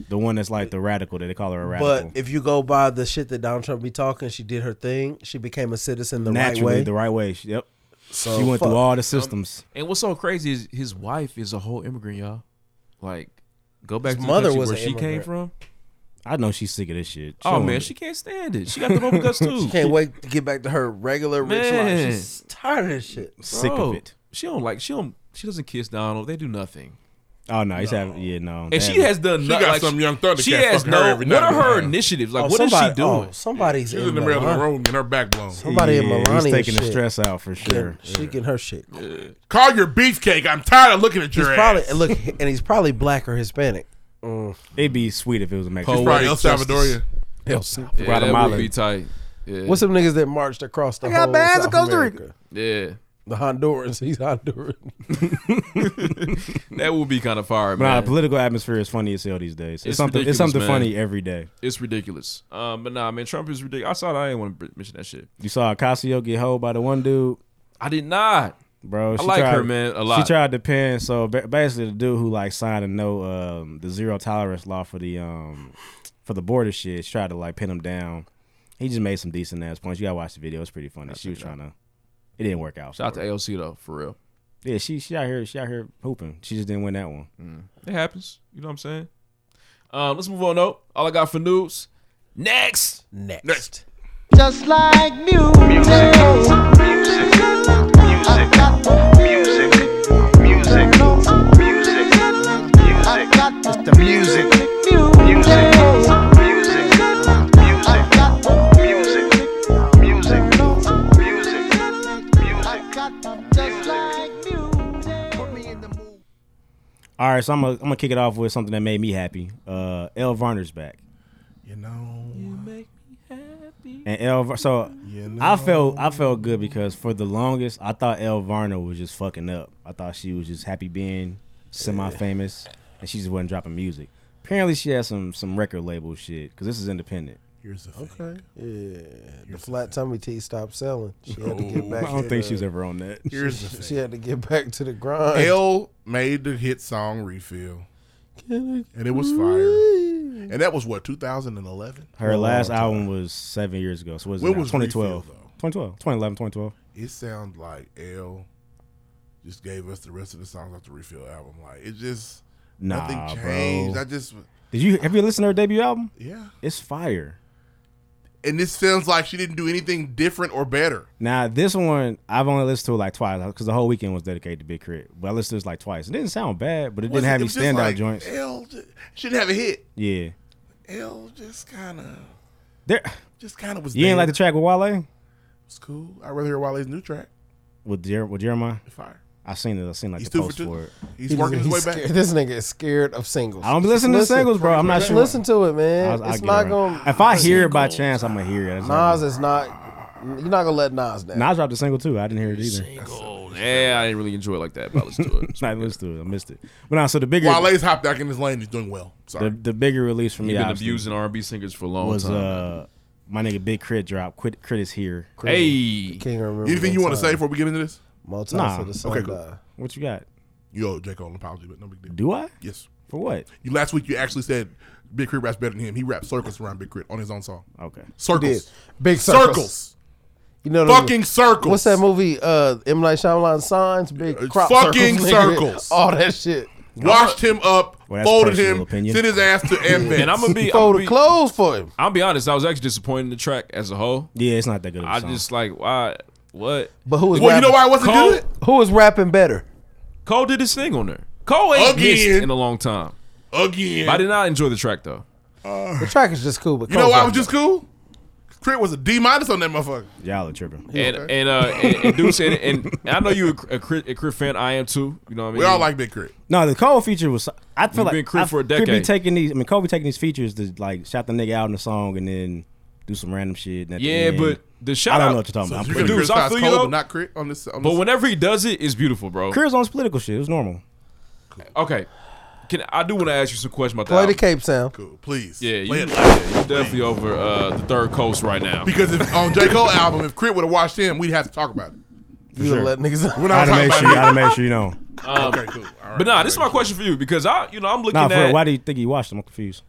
The one that's like the radical that they call her a radical. But if you go by the shit that Donald Trump be talking, she did her thing. She became a citizen the naturally right way. the right way. She- Yep. so she went fuck. through all the systems. And what's so crazy is his wife is a whole immigrant, y'all. Like, go back His to mother the country was where an she came immigrant. from. I know she's sick of this shit. Oh don't- man, she can't stand it. She got the bubble guts too. Can't wait to get back to her regular rich life. Man. She's tired of this shit. sick Bro, of it. She don't like. She don't. She doesn't kiss Donald. They do nothing. Oh no, he's having yeah no. And she has done. She nothing. got like, some young Thundercat She has fucking her no. every what now are and her then. initiatives? Like, Oh, what does somebody- she do? Oh, somebody's She's in in the middle of the Milan. room and her back blown. Somebody in Yeah, Melania. He's taking shit. the stress out for sure. She getting her shit. He's Call your beefcake. I'm tired of looking at your probably ass. and look, and he's probably black or Hispanic. It'd be sweet if it was a Mexican. Poet. Probably El Justice. Salvadorian. Hell, yeah, that would Guatemala. be tight. Yeah. What's some niggas that marched across the I got whole South America? yeah. The Hondurans. He's Honduran. That would be kind of fire, But nah, man. political atmosphere is funny as hell these days. It's, It's something. It's ridiculous, something man. funny every day. it's ridiculous. Um, but nah, man, Trump is ridiculous. I saw that. I didn't want to mention that shit. You saw Ocasio get hoed by the one dude, I did not. bro. She like tried, her, man, a lot. She tried to pin. So ba- basically, the dude who like signed a no, um, the zero tolerance law for the um, for the border shit, she tried to like pin him down. He just made some decent ass points. You gotta watch the video; it's pretty funny. She was trying to. It didn't work out. Shout out to AOC though, for real. Yeah, she she out here she out here hooping. She just didn't win that one. It happens. You know what I'm saying? Um, let's move on though. All I got for news. Next. Next. Next. Just like music. Music. Music. Music. Music. Music. Music. It's the music. Music. Music. Music. Music. All right, so I'm gonna I'm gonna kick it off with something that made me happy. Uh, El Varner's back. You know. You make And El, so I felt I felt good because for the longest I thought El Varner was just fucking up. I thought she was just happy being semi-famous, and she just wasn't dropping music. Apparently, she had some some record label shit because this is independent. Here's the Okay. Yeah. the flat tummy tea stopped selling. She had to get No. back. I don't to think the- she was ever on that. Here's the she, thing. she had to get back to the grind. L made the hit song "Refill," and it was fire. And that was what 2011. Her last album was seven years ago. So what is When it now? was 2012? Refill, though? 2012, 2011, 2012. It sounds like L just gave us the rest of the songs off the "Refill" album. Like it just Nah, nothing changed. bro. I just Did you have you listened to her debut album? Yeah. it's fire. and this sounds like she didn't do anything different or better. Now this one I've only listened to it like twice because the whole weekend was dedicated to Big Crit. But I listened to this like twice. It didn't sound bad, but it Was didn't have any it was just standout like, eh. joints. L j- she didn't have a hit. Yeah, L just kind of there. just kind of was. You there. ain't like the track with Wale It's cool. I'd rather hear Wale's new track. with Jer- with Jeremiah. Fire. I seen it. I seen like He's the two for post two. for it. He's working his way back. scared- This nigga is scared of singles. I don't be listening to singles, bro. I'm not sure. Listen to it, man. I'll- I'll it's get not around. gonna. If I hear it by chance, I'm gonna hear it. That's all. Nas is not. You're not gonna let Nas down. Nas dropped a single too. I didn't hear it either. Yeah, I didn't really enjoy it like that, but I listened to it. I listened to it. I missed it. But now, so the bigger Wale's hopped back in his lane. He's doing well. Sorry. the, the bigger release for You've me been obviously, abusing R&B singers for a long was time. uh my nigga Big Crit drop. Quit Crit is here. hey, Can't remember. Anything you want to time. say before we get into this? Multi Nah. for the sun Okay, cool. god. What you got? You owe J. Cole an apology, but no big deal. Do I? Yes. For what? You last week you actually said Big Crit raps better than him. He raps circles around Big Crit on his own song. Okay. Did. Circles. Big circles. Circles. You know the- Fucking circles. Uh, What's that movie? Uh, M Night Shyamalan signs big crop Fucking circles, nigga. circles. All that shit. Washed him up, Well, that's folded personal him, opinion. sent his ass to Amex. And I'm gonna be, I'm Fold gonna the be, clothes for him. I'll be honest. I was actually disappointed in the track as a whole. Yeah, it's not that good. Of a I song. just like why, what? But who is well, you rapping? know why I wasn't Cole- good? Who is rapping better? Cole did his thing on there. Cole ain't Again. missed in a long time. Again. But I did not enjoy the track though. The track is just cool, but you know Cole's why I was rapping just cool? Crit was a D minus on that motherfucker. y'all are tripping. And and uh, and, and Duke said, it, and, and I know you a, a, crit, a crit fan. I am too. You know what I mean? We all like Big Crit. No, the Cole feature was. I feel We've like been Crit I- for a Crit be decade. taking these. I mean, Kobe taking these features to like shout the nigga out in the song and then do some random shit. and at the Yeah, end- but the I shout don't out. know what you're talking about. You're I'm gonna Dude, putting- so I criticize feel Cole, you though. but not Crit on this. On But this- whenever he does it, it's beautiful, bro. Crit's on his political shit. It was normal. Okay, can I do want to ask you some questions about Play the that? Cape Sound. Cool, please. Yeah, you, Play yeah, it. you definitely over uh, the third coast right now. Because if, on J. Cole album, if Crit would have watched him, we'd have to talk about it. You sure. sure. let niggas. We're I not gotta talking make about sure. You it. gotta make sure you know. Okay, cool. All right. But nah, this is my question for you because I, you know, I'm looking Nah, for, at why do you think he watched him? I'm confused.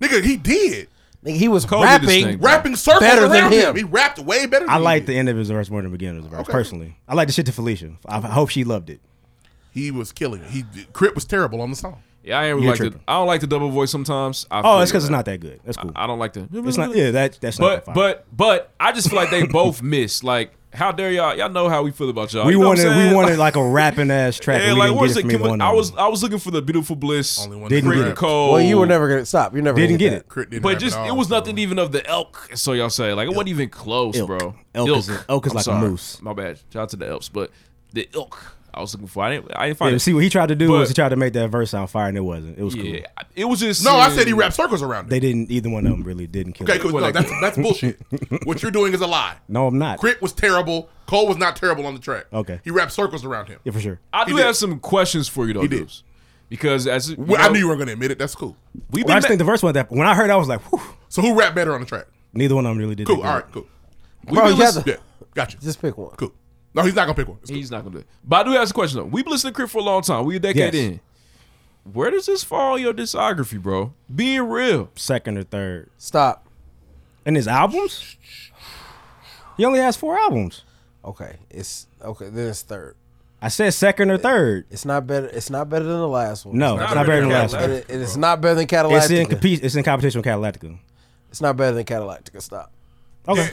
Nigga, he did. Nigga, he was Cole did his rapping. thing. Rapping circles Better than around him. He rapped way better than I like that. the end of his verse more than the beginning of his verse. Personally, I like the shit to Felicia. I, I hope she loved it. He was killing it. He Crit was terrible on the song. yeah, I ain't really You're like the, tripping. I don't like the double voice sometimes. I Oh, feel it's because you it's on not that good. That's cool. that. I don't like the. It's not. Yeah, that that's not. But that fire. but but I just feel like they both missed. Like, how dare y'all? Y'all know how we feel about y'all. we You know what I'm wanted saying? we wanted like a rapping ass track. Yeah, and we like didn't where's get it from it? Can we- either one I of was them. I was looking for the beautiful bliss. Only one Didn't Crit that get rapped. and Cole. Well, you were never gonna stop. You never Didn't gonna get it. Crit didn't But rap just at it all, was so- nothing even of the elk. So y'all say like it wasn't even close, Ilk. bro. Elk is- elk is I'm like a sorry. moose. My bad. Shout out to the elks, but the ilk I was looking for. I didn't. I didn't find Yeah, it. see what he tried to do But- was he tried to make that verse sound fire and it wasn't. It was cool. yeah, it was just No, I said he rapped circles around it. They didn't. Either one of them really didn't kill. Okay, it. cool. No, that's, that's bullshit. What you're doing is a lie. No, I'm not. Crit was terrible. Cole was not terrible on the track. Okay. He rapped circles around him. Yeah, for sure. I He do did. have some questions for you though, He did. Deuce. Because as you Well, I know, knew you weren't going to admit it. That's cool. we've Well, I been just ma- think the verse was that. When I heard, it, I was like, whew, So who rapped better on the track? neither one of them really did. Cool. that All good. right, cool. we've been Bro, you listening- Yeah, gotcha. Oh, Just pick one. Cool. No, he's not going to pick one. It's cool. He's not gonna do it. But I do have a question though. We've been listening to Crit for a long time. We a Yes. decade in. where does this fall in your discography, bro? Being real. Second or third. Stop. And his albums? He only has four albums. Okay, it's okay. Then it's third. I said second or third. It's not better. It's not better than the last one. No, it's not better than the last And one. it- and it's not better than Catalina. It's in compete. It's in competition with Catalactica. It's not better than Catalactica. Stop. Okay.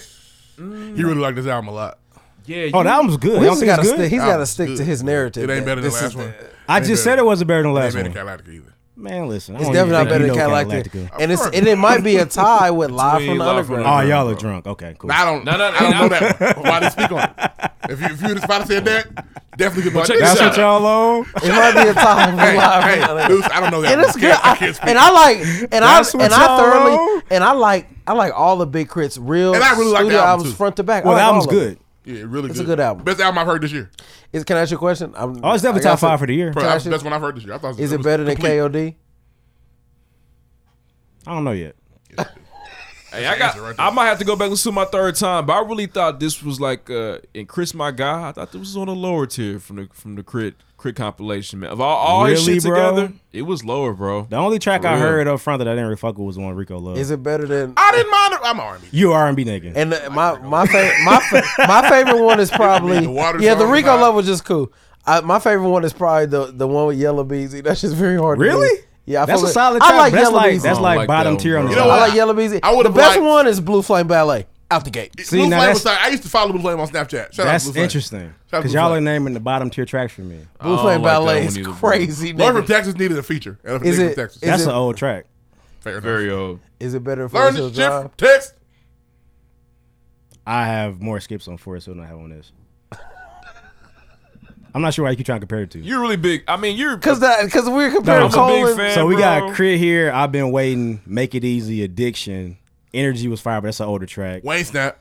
You really like this album a lot. Oh, Yeah. Oh, the album's good. Well, Y'all he's think it's gotta good? stick- he's got to Album's stick to good. his narrative. It ain't that better than this the is last one. I Ain't just better. said it wasn't better than the It last ain't one. better than Catalina either. Man, listen. I It's don't definitely even not better think you than know Catalactica. Galactica. And it's, it, it might be a tie with Live Between from the Live from Underground. the Oh, y'all are drunk. Okay, cool. I don't. No, no, I don't no, know no. that. Why they speak on it? If you if you was about to say that, definitely could. Well, check this That's out. what y'all on. It might be a tie with hey, Live from the hey, Underground. Deuce, I don't know that. And one. it's good. I can't speak. and I like and I That's what and I y'all thoroughly and I like I like all the big crits, real And I really like the studio album, albums too. front to back. I Well, the like all album's of them. good. Yeah, really It's good. a good album. Best album I've heard this year. Is can I ask you a question? I'm, Oh, it's definitely I top five got some- for the year. Bro, Can I that's ask the you- best one I've heard this year. I thought Is it was better than complete. KOD? I don't know yet. Hey, I got. I might have to go back and listen to my third time, but I really thought this was like uh and Chris, my guy. I thought this was on the lower tier from the from the crit crit compilation, man. Of all, all his Really, shit bro? together, it was lower, bro. The only track For I real. heard up front that I didn't really fuck with was one Rico Love. Is it better than I didn't mind. it. I'm R&B. you R and B nigga? And the, my my fa- my fa- my favorite one is probably The water yeah. The song is Rico hot. love was just cool. I, my favorite one is probably the the one with Yellow Beezy. That's just very hard. to Really? do. yeah, I That's a fuck with- solid I track, like but that's Yellow like- Beezy. that's I like like bottom that tier one, on the. bro. You know I side. what? like Yellow Beezy. I the would've best liked- one is Blue Flame Ballet out the gate. See, Blue now Flame that's- was like, I used to follow Blue Flame on Snapchat. Shout out to That's Blue Flame. interesting Shout out to because Blue y'all are Flame. naming the bottom tier tracks for me. Blue I Flame don't like that Ballet one is either, bro. crazy. Learn nigga. from Texas needed a feature. And I'm Is from it- Texas. is That's it- an old track. Fair enough. Very old. Is it better for Learn Forest this Hill shit from Drive? Texas. I have more skips on Forest Hill than I have on this. I'm not sure why you keep trying to compare it to. You're really big. I mean, you're Because that because we're No, comparing I'm a big Cole. fan. and- so we bro. got Crit here. I've been waiting. Make it easy. Addiction. Energy was fire, but that's an older track. Wayne Snap.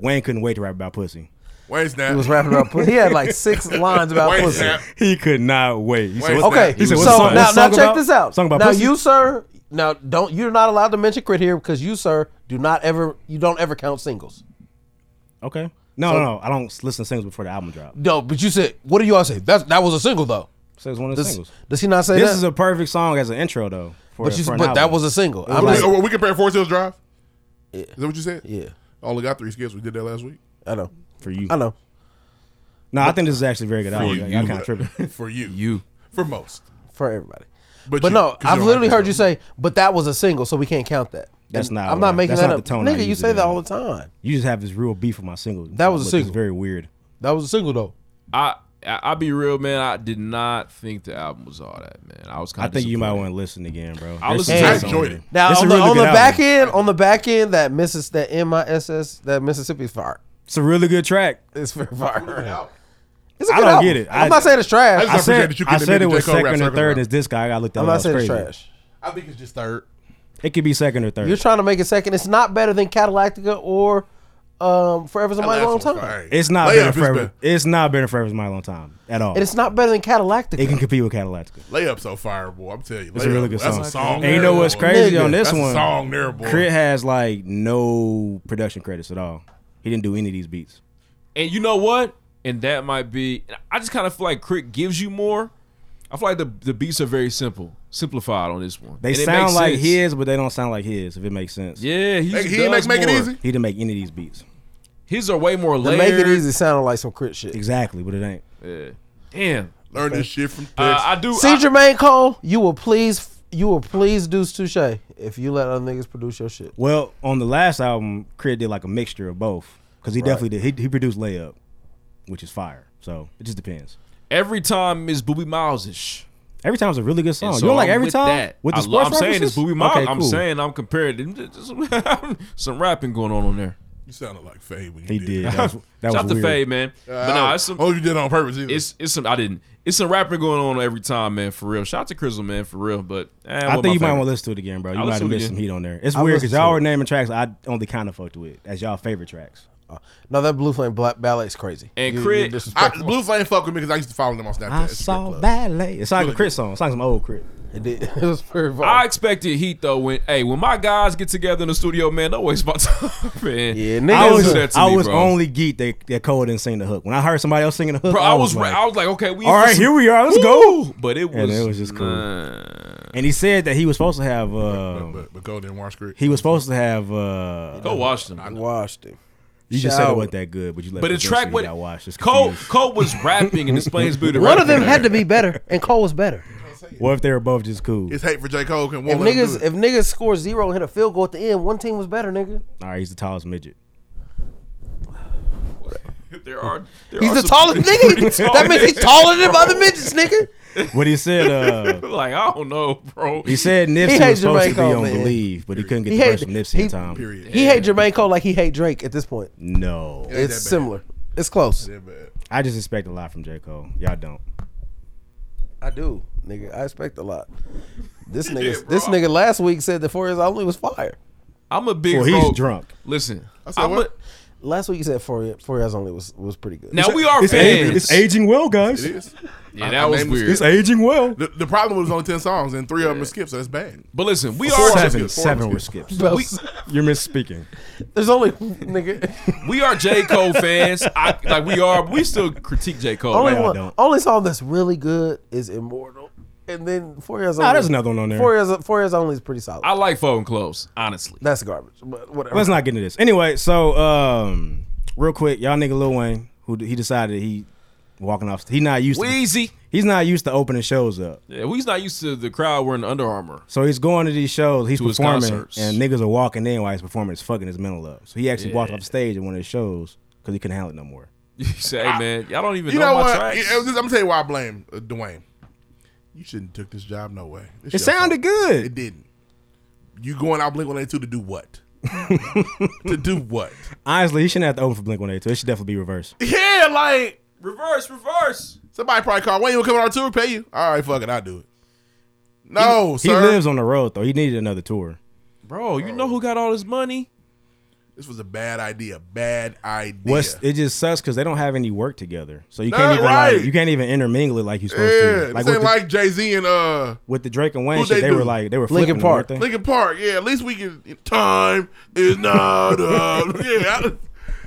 Wayne couldn't wait to rap about pussy. Wayne Snap. He was rapping about pussy. He had like six lines about Wayne pussy. Snap. He could not wait. He Wait, "What's okay, that?" He said, so "What's the song- now, what's the now song check about?" this out. Song about now pussy? you, sir, now don't you're not allowed to mention crit here because you, sir, do not ever you don't ever count singles. Okay. No, no, no. I don't s- listen to singles before the album drop. No, but you said what do you all say? That that was a single though. So it's one of the Does, singles. does he not say This that? is a perfect song as an intro though. For, but you, for an but that album. was a single. I'm Were we, like, were oh, we comparing Forest Hills Drive? Is that what you said? yeah, Only got three skips. We did that last week. I know, for you. I know. No, I think this is actually a very good album. you, Y'all kind of tripping. For you. you. For most. for everybody. But But, you- no, 'cause you I've don't literally like heard you this say, "But that was a single, so we can't count that." That's And not I'm what I- not making that's that not up, the tone I nigga. You use say it that in. all the time. You just have this real beef with my singles. That was a It's single. very weird. That was a single though. I, I I'll be real, man. I did not think the album was all that, man. I was kind I of. think you might want to listen again, bro. I'll There's listen some I to songs it. on enjoyed there. it. Now It's a on the, really on good the album. back end, on the back end, that misses that MISS that Mississippi is fire. It's a really good track. It's very fire. It's I don't get it. I, I- am not saying it's trash. I I just appreciate said, that you I get to said make it the was J. Cole rap second or circle third. around. Is this guy? I got looked up. I'm I not was saying it's crazy. trash. I think it's just third. It could be second or 3rd You're trying to make it second. It's not better than Catalactica or um, Forever's a That Mighty last Long one's Time. fire. it's not Layup better is forever. better. It's not better forever. It's my long time at all. And it's not better than Catalactica. it can compete with Catalactica. Layup so fire, boy. I'm telling you. It's a Layup, really good that's song. A song And you there, know what's boy. crazy on this That's one? A song there, boy. Crit has like no production credits at all. He didn't do any of these beats. And you know what? And that might be. I just kind of feel like Crit gives you more. I feel like the the beats are very simple, simplified on this one. They And it sound makes like sense. his, but they don't sound like his. If it makes sense, Yeah, he, He just didn't does make, make it more. easy. he didn't make any of these beats His are way more The layered. Make It Easy sounded like some crit shit. exactly, but it ain't. Damn. Learn this shit from Texas. Uh, I do. See I- Jermaine Cole, you will please you will please Deuce Touche if you let other niggas produce your shit. Well, on the last album, Crit did like a mixture of both because he definitely did. He, he produced layup, which is fire. So it just depends. every time is Booby Miles ish. Every time's a really good song. And Oh, you so don't like I'm every with time that. with the I lo- sports I'm saying references? it's Booby Miles. Okay, I'm cool. saying I'm comparing it to- some rapping going on on there. you sounded like Faye when you he did. did. That Shout was, that was out to weird. Faye, man. Uh, But nah, it's some oh, you did it on purpose. Either. it's it's some I didn't. It's some rapping going on every time, man. For real. Shout out to Crizzle, man. For real. But eh, I what think you my might want favorite- to listen to it again, bro. You I'll might listen have to it missed some again. heat on there. It's I'll weird listen because to y'all it. were naming tracks I only kind of fucked with as y'all favorite tracks. Uh, no, that Blue Flame Black Ballet is crazy. And You- you Crit- I, disrespectful. Blue Flame fuck with me because I used to follow them on Snapchat. I saw ballet. It's like a Crit song. It's like some old Crit. It did. It was pretty I expected heat though. When hey, when my guys get together in the studio, man, don't waste my time, man. Yeah, I do that was, to I me, was bro. only geek that, that Cole didn't sing the hook. When I heard somebody else singing the hook, Bro, I was, re- like, I was like, okay, we all right, here we are. Let's go. But it was, and it was just cool. And he said that he was supposed to have. Uh, But, but, but go there and watch Crit. he was supposed to have. Uh, Go watch them. washed it. You just said it Shower. wasn't that good, but you let. But the it tracked what what got watched. It's Cole confused. Cole was rapping and explains beauty. One of them had to be better, and Cole was better. What if they were both just cool? It's hate for J Cole. Can If one niggas, if niggas score zero and hit a field goal at the end, one team was better, nigga. All right, he's the tallest midget. There are. There He's are the some tallest pretty- nigga. pretty tall That means he's niggas. taller than other midgets, nigga. What he said. Uh, like I don't know, bro. he said He Nipsey was hates supposed to be Jamaica, on man. Believe, but he couldn't get He the hate- verse from Nipsey he- in time. He hate Jermaine Cole like he hate Drake at this point. No, It's similar. It's close. I just expect a lot from J Cole. Y'all don't. I do, nigga. I expect a lot. This Yeah, nigga, bro. this nigga last week said that Four Years Only was fire. I'm a big. Well, he's bro. drunk. Listen, said I'm a, what? Last week he said Four, Year- Four Years Only was was pretty good. now we are It's, fans. ag- it's aging well, guys. It is. Yeah, I- that I was named this- weird. It's aging well. The, the problem was only ten songs and three of them are skips, so that's bad. But listen, we Four are times. Seven, skips, four seven were skips. skips. Well, we- You're misspeaking. there's only nigga. we are J Cole fans. I, like we are, but we still critique J Cole. only man. one, don't. only song that's really good is Immortal, and then Four Years Only. there's another one on there. Four Years, Four Years Only is pretty solid. I like phone clothes, honestly. That's garbage, but whatever. Let's not get into this. Anyway, so um, real quick, y'all nigga Lil Wayne, who d- he decided he walking off. He not used. To, Wheezy. he's not used to opening shows up. Yeah, we's not used to the crowd wearing Under Armour. So he's going to these shows, he's To his performing, concerts. and niggas are walking in while he's performing, it's fucking his mental up. So he actually walked off the stage at one of his shows because he couldn't handle it no more. You say, hey, man, y'all don't even You know, know my what? tracks. Yeah, I'm gonna tell you why I blame uh, Dwayne. You shouldn't took this job. No way. It's It your sounded fault. good. It didn't. You going out Blink One Eight Two to do what? to do what? Honestly, he shouldn't have to open for Blink 182. It should definitely be reversed. Yeah, like reverse, reverse. somebody probably called Wayne. You coming on our tour? Pay you? All right, fuck it. I do it. No, he sir. lives on the road, though. He needed another tour. Bro, you know who got all this money? this was a bad idea. Bad idea. What's, It just sucks because they don't have any work together. So you Nah, can't even like, right. you can't even intermingle it like you're supposed yeah, to. this Like ain't with, the, like Jay Z and uh with the Drake and Wayne Who'd shit, they they, do? were like they were Linkin flipping Park. Them, weren't they? Lincoln Park. Yeah, at least we can. Time is not up. yeah,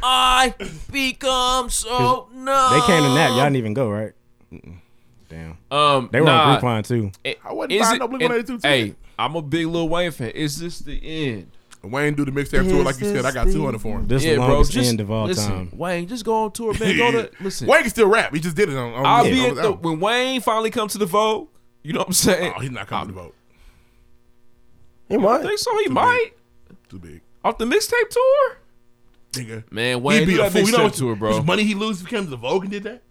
I- I become so numb. They came to nap. Y'all didn't even go right. Mm-mm. Damn, Um, they were nah, on Groupon too. It- I wasn't Eh, is buying it- no Blink and- 182 Hey, ticket. I'm a big Lil Wayne fan. Is this the end? Wayne do the mixtape tour like you said. I got two hundred for him. This is the longest end of all listen, time. Wayne, just go on tour, man. Go to listen. Wayne can still rap. He just did it on. on I'll on be his at the album. when Wayne finally comes to the vote. You know what I'm saying? Oh, he's not coming to vote. He I might. think so. He might Too big, off the mixtape tour. nigga. Man, Wayne do that You know mixtape what- tour, bro. how much money he loses if he comes to Vogue and did that.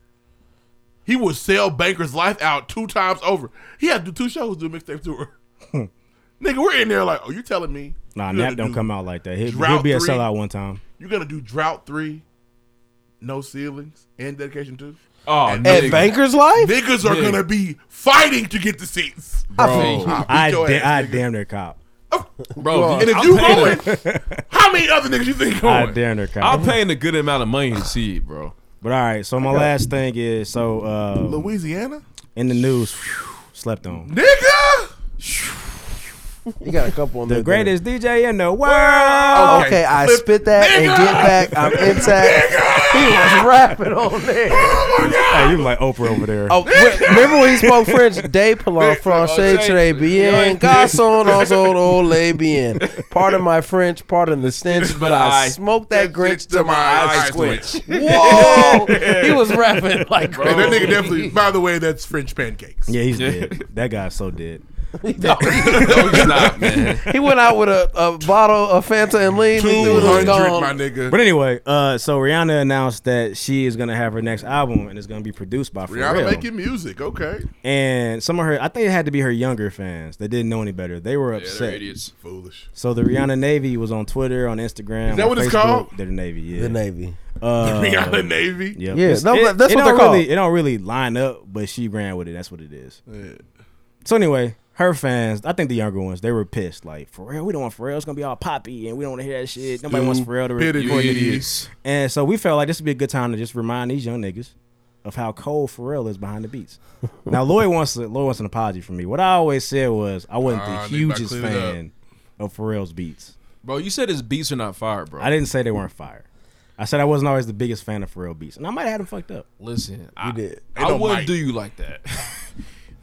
He would sell Banker's life out two times over. He had to do two shows to do a mixtape tour. nigga, we're in there like, oh, you telling me? Hmm. Nah, you're nap gonna don't do- come out like that. He'll, he'll Drought be a three. sellout one time. You're gonna do Drought Three, No Ceilings, and Dedication Two. Oh, And nigga. Ed At Banker's life, Niggas are Nigga. gonna be fighting to get the seats. bro, I, your da- ass, I damn near cop. bro. And if I'm you paying a- going, how many other niggas you think I going? damn near I'm cop. paying a good amount of money to see it, bro. but all right, so my last thing is so uh, Louisiana, in the news, phew, slept on. nigga. he got a couple on there. The greatest DJ in the world. Oh, Okay, I Flip- spit that and Nigga! get back. I'm intact. he was rapping on there. Hey, you like Oprah over there. Oh, wait, remember when he spoke French? De parlant français très bien. Garçon, also ole bien. Pardon my French, pardon the stench, but I smoked that Grinch to my eyes squinch. Whoa! He was rapping like Hey, that crazy. nigga definitely. By the way, that's French pancakes. Yeah, he's dead. That guy's so dead. No, he's not, man. He went out with a, a bottle of Fanta and lean. and Two dude was hundred, my gone. nigga. But anyway, uh, so Rihanna announced that she is gonna have her next album and it's gonna be produced by Rihanna Pharrell. making music, okay? and some of her, I think it had to be her younger fans that didn't know any better. They were upset. idiots. Foolish. so the Rihanna Navy was on Twitter, on Instagram. Is that on what it's Facebook. called? They're the Navy. Yeah. The Navy. Uh, Rihanna Navy. Yeah, Yeah, no, but that's don't what they're called. really, It don't really line up, but she ran with it. That's what it is. Yeah. So anyway, her fans, I think the younger ones, they were pissed. Like Pharrell, we don't want Pharrell. It's gonna be all poppy, and we don't want to hear that shit. Nobody wants Pharrell to re- Stupidity. record You it. idiots. And so we felt like this would be a good time to just remind these young niggas of how cold Pharrell is behind the beats. now Lloyd wants Lloyd wants an apology from me. What I always said was I wasn't Ah, the nigga, I hugest cleared it up. fan of Pharrell's beats. Bro, you said his beats are not fire, bro. I didn't say they weren't fire. I said I wasn't always the biggest fan of Pharrell beats, and I might have had him fucked up. Listen, I did. I don't wouldn't might. do you like that.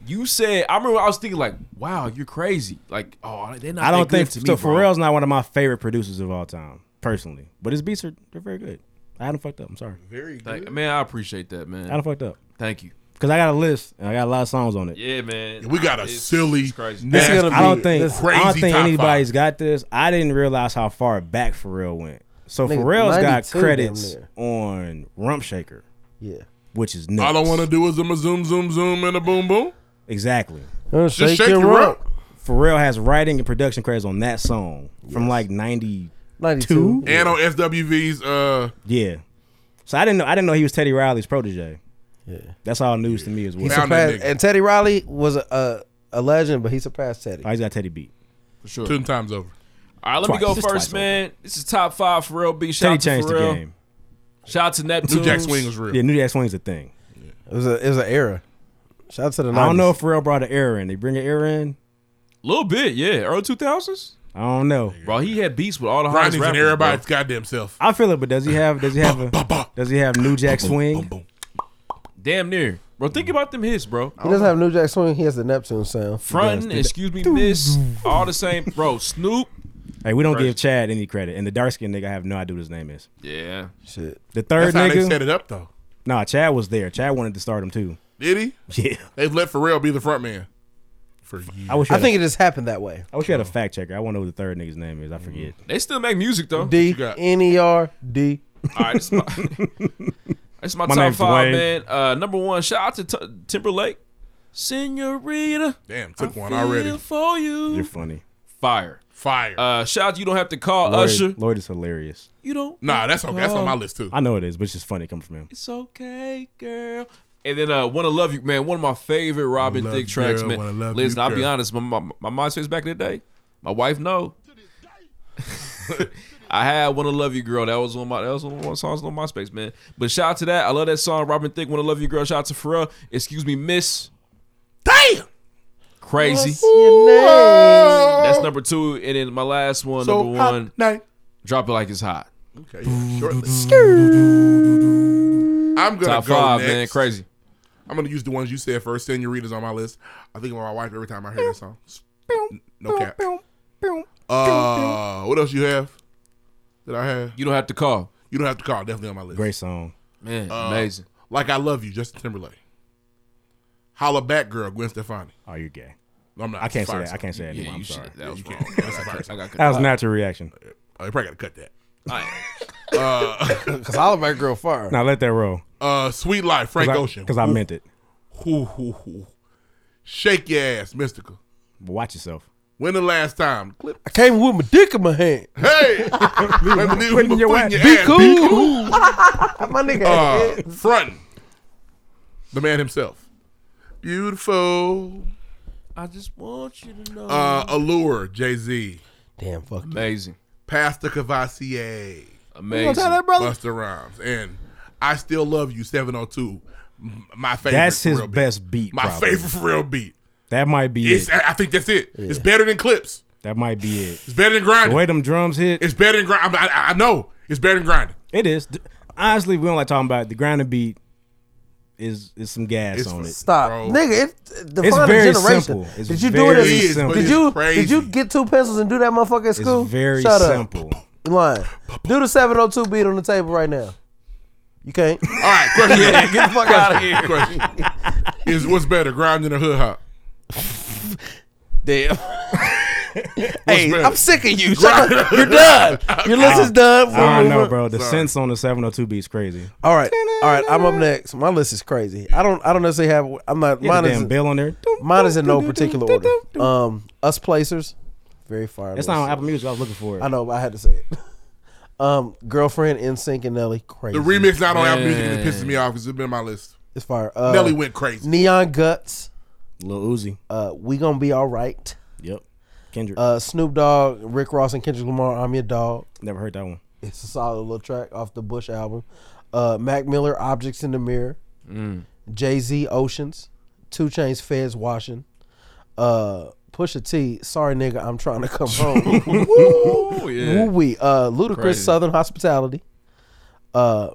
you said I remember I was thinking like, wow, you're crazy. Like, oh, they're not. I don't that think good to so. me, bro. Pharrell's not one of my favorite producers of all time, personally. But his beats are they're very good. I had him fucked up. I'm sorry. Very good. Like, man, I appreciate that, man. I had him fucked up Thank you. because I got a list and I got a lot of songs on it. Yeah, man. We got a It's- silly, it's crazy. nasty, I don't think I don't crazy think top anybody's got this. I didn't realize how far back Pharrell went. So Nigga, Pharrell's got 92 damn credits near. on Rump Shaker. Yeah. Which is Five. nuts. All I want to do is a zoom, zoom, zoom, and a boom, boom. Exactly. Just shake shake your your rump. Pharrell has writing and production credits on that song from like 92? And on SWV's, uh, Yeah. So I didn't know I didn't know he was Teddy Riley's protege. Yeah. That's all news to me as well. He surpassed, and Teddy Riley was a, a a legend, but he surpassed Teddy. Oh, he's got Teddy beat. For sure. Ten times over. All right, let Twice. me go Just first, twice man. This is top five Pharrell B. Teddy Shout out changed to the Pharrell. game. Shout out to Neptune. Yeah, New Jack Swing's a thing. It was a it was an era. Shout out to the. 90s. I don't know if Pharrell brought an error in. They bring an error in. little bit, yeah. Early two thousands, I don't know. bro. He had beats with all the hottest grinding rappers. and bro. everybody's goddamn self. I feel it, but does he have does he have a does he have New Jack Swing? Damn near, bro. Think about them hits, bro. Oh, He doesn't have New Jack Swing. He has the Neptune sound. Frontin', He does. excuse me, miss, all the same, bro. Snoop, Hey, we don't Right. give Chad any credit, and the dark skinned nigga, I have no idea what his name is. yeah, shit. The third That's how nigga they set it up, though. Nah, Chad was there. Chad wanted to start him too. Did he? Yeah. They've let Pharrell be the front man. For years. I wish. you I had think a- it just happened that way. I wish you had a fact checker. I want to know what the third nigga's name is. I forget. they still make music though. D N E R D. All right, this is my, this is my, My top name's five, Dwayne. man. Uh, number one, shout out to T- Timberlake, Senorita. Damn, took one feel already. For you, You're funny. fire, fire. Uh, shout out, to you don't have to call Lloyd, Usher. Lloyd is hilarious. You don't. Nah, have that's to on, that's on call. my list too. Oh. I know it is, but it's just funny coming from him. It's okay, girl. And then uh, "Wanna Love You," man, one of my favorite Robin Love Thicke you, tracks, girl, man. wanna love Listen, you, I'll be girl. honest, my my, my MySpace back in the day, my wife know. I had "Wanna Love You, Girl." That was one of my that was one of my songs on MySpace, man. But shout out to that. I love that song, Robin Thicke. "Wanna Love You, Girl." Shout out to Pharrell. Excuse me, Miss. Damn. Crazy. Whoa. That's number two, and then my last one, So number hot one. night. Drop it like it's hot. Okay, yeah, shortly. I'm gonna Top go five, next. man. Crazy. I'm gonna use the ones you said first. Senoritas on my list. I think about my wife every time I hear that song. No cap. Uh, what else you have? That I have. You don't have to call. You don't have to call. Definitely on my list. Great song. Man, Uh, amazing. Like I love you, Justin Timberlake. Holla back, girl, Gwen Stefani. Oh, you're gay. No, I'm not. I can't It's say fire that. I song. can't say that Yeah, anymore. you I'm should- sorry. that was you wrong. can't. That's a fire I song. got- That was a natural reaction. Oh, you probably gotta cut that. All right. Uh, Cause all of my girl fire. Now let that roll. uh, Sweet Life, Frank Cause I- Ocean. Cause I meant it. Hoo, hoo, hoo. Shake your ass, Mystical. But watch yourself. When the last time? Clip. I came with my dick in my hand. Hey, When you- when Putting your you- ass- your Be ass- cool. Oh. my nigga. Uh, front. The man himself. Beautiful. I just want you to know. Uh, Allure, Jay Z. Damn, fuck. amazing. Pastor Cavassier. Amazing. You gonna tell that brother? Busta Rhymes. And I Still Love You, 702. M- My favorite. That's his real beat. best beat. My probably. favorite for real beat. That might be It's, it. I I think that's it. It's better than clips. That might be it. It's better than The grinding. way them drums hit, It's better than grinding. I, I- I know. It's better than grinding. it is. Th- Honestly, we don't like talking about it. the grinding beat. Is is some gas It's on it? Stop, Bro. nigga! It It's defines a very generation. simple. It's did you very do it? as- simple. Did It's you crazy. did you get two pencils and do that motherfucker at It's school? very Shut simple. up. Lying. Do the 702 beat on the table right now. You can't. All right, question. Get the fuck out of here. question. Is what's better, grinding or hood hop? Damn. hey, better? I'm sick of you. Shut up. You're done. Your list is done. I don't know, bro. The sense on the 702 beat's crazy. All right, all right. I'm up next. My list is crazy. I don't. I don't necessarily have. I'm not. Yeah, Mine the is damn bill on there. Mine is in no particular order. Um, us placers, very fire. That's list. not on Apple Music. I was looking for it. I know, but I had to say it. Um, girlfriend, NSYNC, and Nelly, crazy. The remix not on Apple Music and it pisses me off because it's been on my list. It's fire. Uh, Nelly went crazy. Neon Guts, Lil Uzi. Uh, we gonna be all right. Yep. Kendrick. Uh, Snoop Dogg, Rick Ross, and Kendrick Lamar. I'm your dog. Never heard that one. It's a solid little track off the Bush album. Uh, Mac Miller, Objects in the Mirror. Mm. Jay Z, Oceans. Two Chains, Feds, Washing. Uh, Pusha T, sorry nigga, I'm trying to come home. Woo, Oh, yeah. wee. Uh, Ludacris, Crazy. Southern Hospitality. Uh,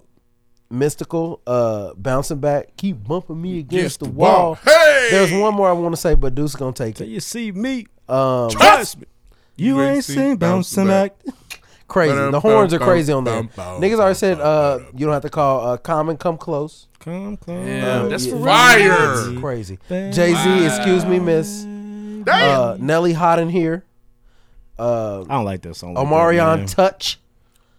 Mystical, uh, bouncing back, keep bumping me against, Against the, the wall. wall. Hey! There's one more I want to say, but Deuce gonna take it. You see me. Um, Trust me. You ain't seen bouncing back. Crazy. The horns are crazy on that. Niggas already said uh, you don't have to call uh, Common Come Close. Come close. Um, Yeah, that's for real. Mm-hmm. That's Crazy. Fire. Jay Z, Wow. Excuse Me Miss. Uh, Nelly Hot in Here. Uh, I don't like that song. like that, Omarion man. Touch.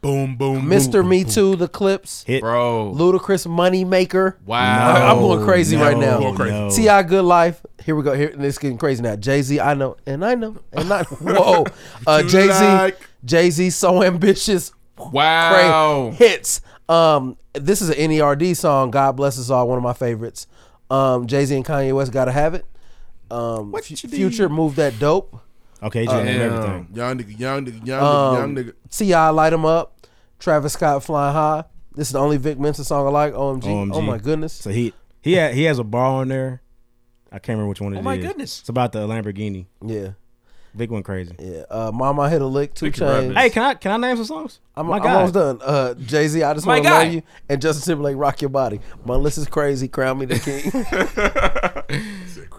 Boom, boom. Mr. boom, Me boom. Too, The Clips. Hit. Bro. Ludacris Moneymaker. Wow. I- I'm going crazy No, right now. Going crazy. no. T.I. Good Life. Here we go. Here, it's getting crazy now. Jay Z, I know. And I know. And I Whoa. Uh, You Jay Z. like- Jay Z, So Ambitious. Wow. Cra- hits. Um, this is an NERD song. God bless us all. One of my favorites. Um, Jay Z and Kanye West gotta have it. Um, What Fu- you Future need? move that dope. Okay, Jay and everything. Young nigga, young nigga, young nigga, young Um, nigga. Ti light him up. Travis Scott flying high. This is the only Vic Mensa song I like. OMG. Oh OMG. my goodness. So he he ha- he has a bar on there. I can't remember which one it is. Oh my goodness. It's about the Lamborghini. Yeah. Vic went crazy. Yeah. Uh, Mama hit a lick. Two We can wrap chains. this. Hey, can I can I name some songs? I'm, My I'm God. almost done. Uh, Jay Z, I just My want to love guy. you. And Justin Timberlake, rock your body. My list is crazy. Crown me the king.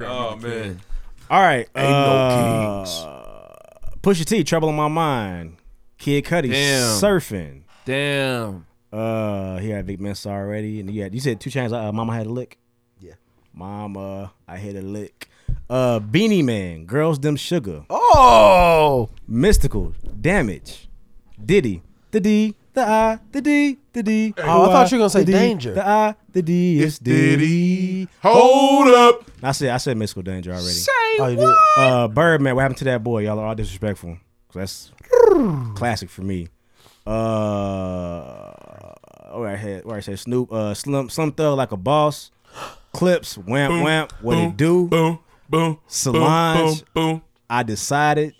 Oh man. All right. Ain't no no kings. Pusha T, Trouble in My Mind. Kid Cudi, Damn. Surfing. Damn. Uh, he had Big Mensa already, and you had you said two chains. Uh, Mama had a lick. Yeah. Mama, I hit a lick. Uh, Beanie Man, Girls Them Sugar, oh. Mystical, Damage, Diddy, the D, the I, the D, the D. Oh, I the thought you were gonna say the D, Danger. The I, the D, it's It's Diddy. Diddy. Hold up. I said I said Mystical Danger already. Oh, you did. Uh, Birdman, what happened to that boy? Y'all are all disrespectful. 'Cause That's classic for me. Uh, where I had where I said Snoop, uh, Slim, Slim Thug like a boss. Clips, wamp, wamp, what boom, it do? Boom, boom, Solange. boom, boom, I decided.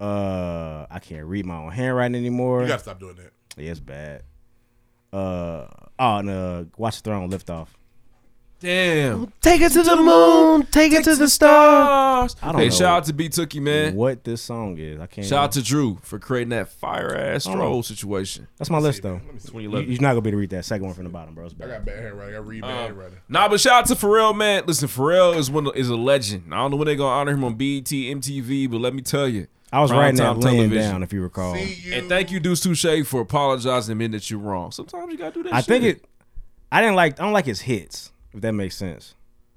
Uh, I can't read my own handwriting anymore. boom. You gotta stop doing that. Yeah, it's bad. Uh, oh, and uh, Watch the Throne, Lift Off. Damn. Take it to the moon. Take it to the stars. I don't Hey, know shout out to B Tookie, man. what this song is. I can't. Shout out to Drew for creating that fire ass Oh. troll situation. That's my list though. You, 2011. you're not gonna be able to read that second one from the bottom, bro. It's I bad. got bad handwriting. I read Um, bad handwriting. Nah, but shout out to Pharrell, man. Listen, Pharrell is one is a legend. I don't know when they're gonna honor him on E BET, MTV, but let me tell you, I was prime writing that time laying television. down, if you recall. See you. And thank you, Deuce Touche, for apologizing and admitting that you're wrong. Sometimes you gotta do that. I shit. think it. I didn't like. I don't like his hits. If that makes sense.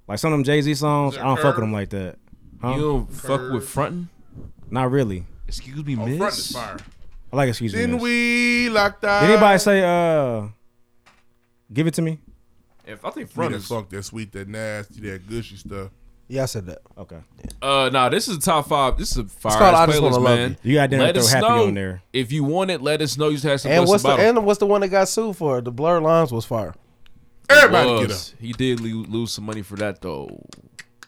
Like some of them Jay Z songs, I don't fuck with them like that. Huh? You don't fuck with frontin'. Not really. Excuse me, Oh, front is miss. fire. I like excuse me. Then Miss. we locked out. Did anybody say uh, give it to me? If I think Front front that is funk, that sweet, that nasty, that gushy stuff. Yeah, I said that. Okay. Uh, nah, this is a top five. This is a fire called ass I Just playlist, Wanna Love man. You. You gotta damn Let throw us happy know on there. if you want it. Let us know. You just have some And what's the about it. and what's the one that got sued for? The blurred lines was fire. Everybody get up. Was. He did lo- lose some money for that though.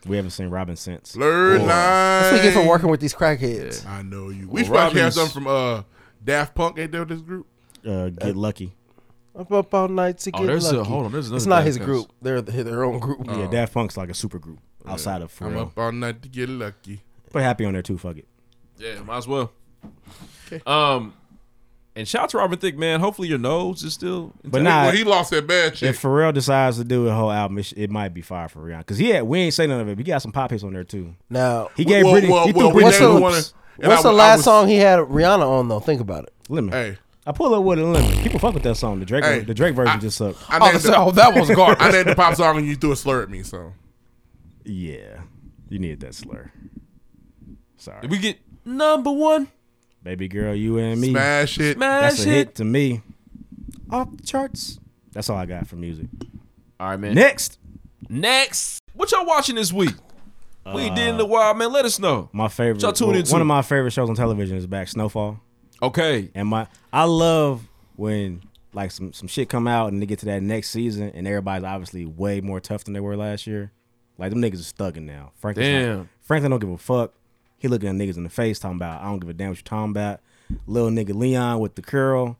We haven't seen Robin since. Blurred That's line. what you get for working with these crackheads. I know you. We should Well, probably have Robin's- something from uh, Daft Punk. Ain't there this group? Uh, get lucky. Up, up all night to Oh, get there's a- lucky. hold on, there's another it's not Daft his Punk. group. They're th- their own group. Oh. yeah, Daft Punk's like a super group outside of Oh. I'm Pharrell. up all night to get lucky. Put happy on there too. Fuck it. Yeah, might as well. Um, and shout out to Robin Thicke, man. Hopefully your nose is still. But intact. nah, Well, he lost that bad chick. if Pharrell decides to do a whole album, it, sh- it might be fire for Rihanna. Cause he had, we ain't say none of it. But he got some pop hits on there too. Now, He gave Well, Britney. well, he well, threw we Britney. never Loops. wanna- and what's I the w- I last was- song he had Rihanna on though? Think about it. Lemon. Hey, I pull up with a lemon. People fuck with that song. The Drake, Hey, the Drake version I- just sucked. I Oh, named so- oh, that was garbage. I named the pop song and you threw a slur at me. So Yeah, you need that slur. Sorry, Did we get number one? baby girl, you and me. smash it. Smash That's a it. hit to me. Off the charts. That's all I got for music. All right, man. Next, Next, what y'all watching this week? we did in the wild, man. Let us know. my favorite. Y'all tune well, into- one of my favorite shows on television is back. Snowfall. Okay. And my, I love when like some some shit come out and they get to that next season and everybody's obviously way more tough than they were last year. Like them niggas is thugging now. Franklin, Damn. Franklin don't give a fuck. He looking at niggas in the face talking about I don't give a damn what you talking about. Little nigga Leon with the curl,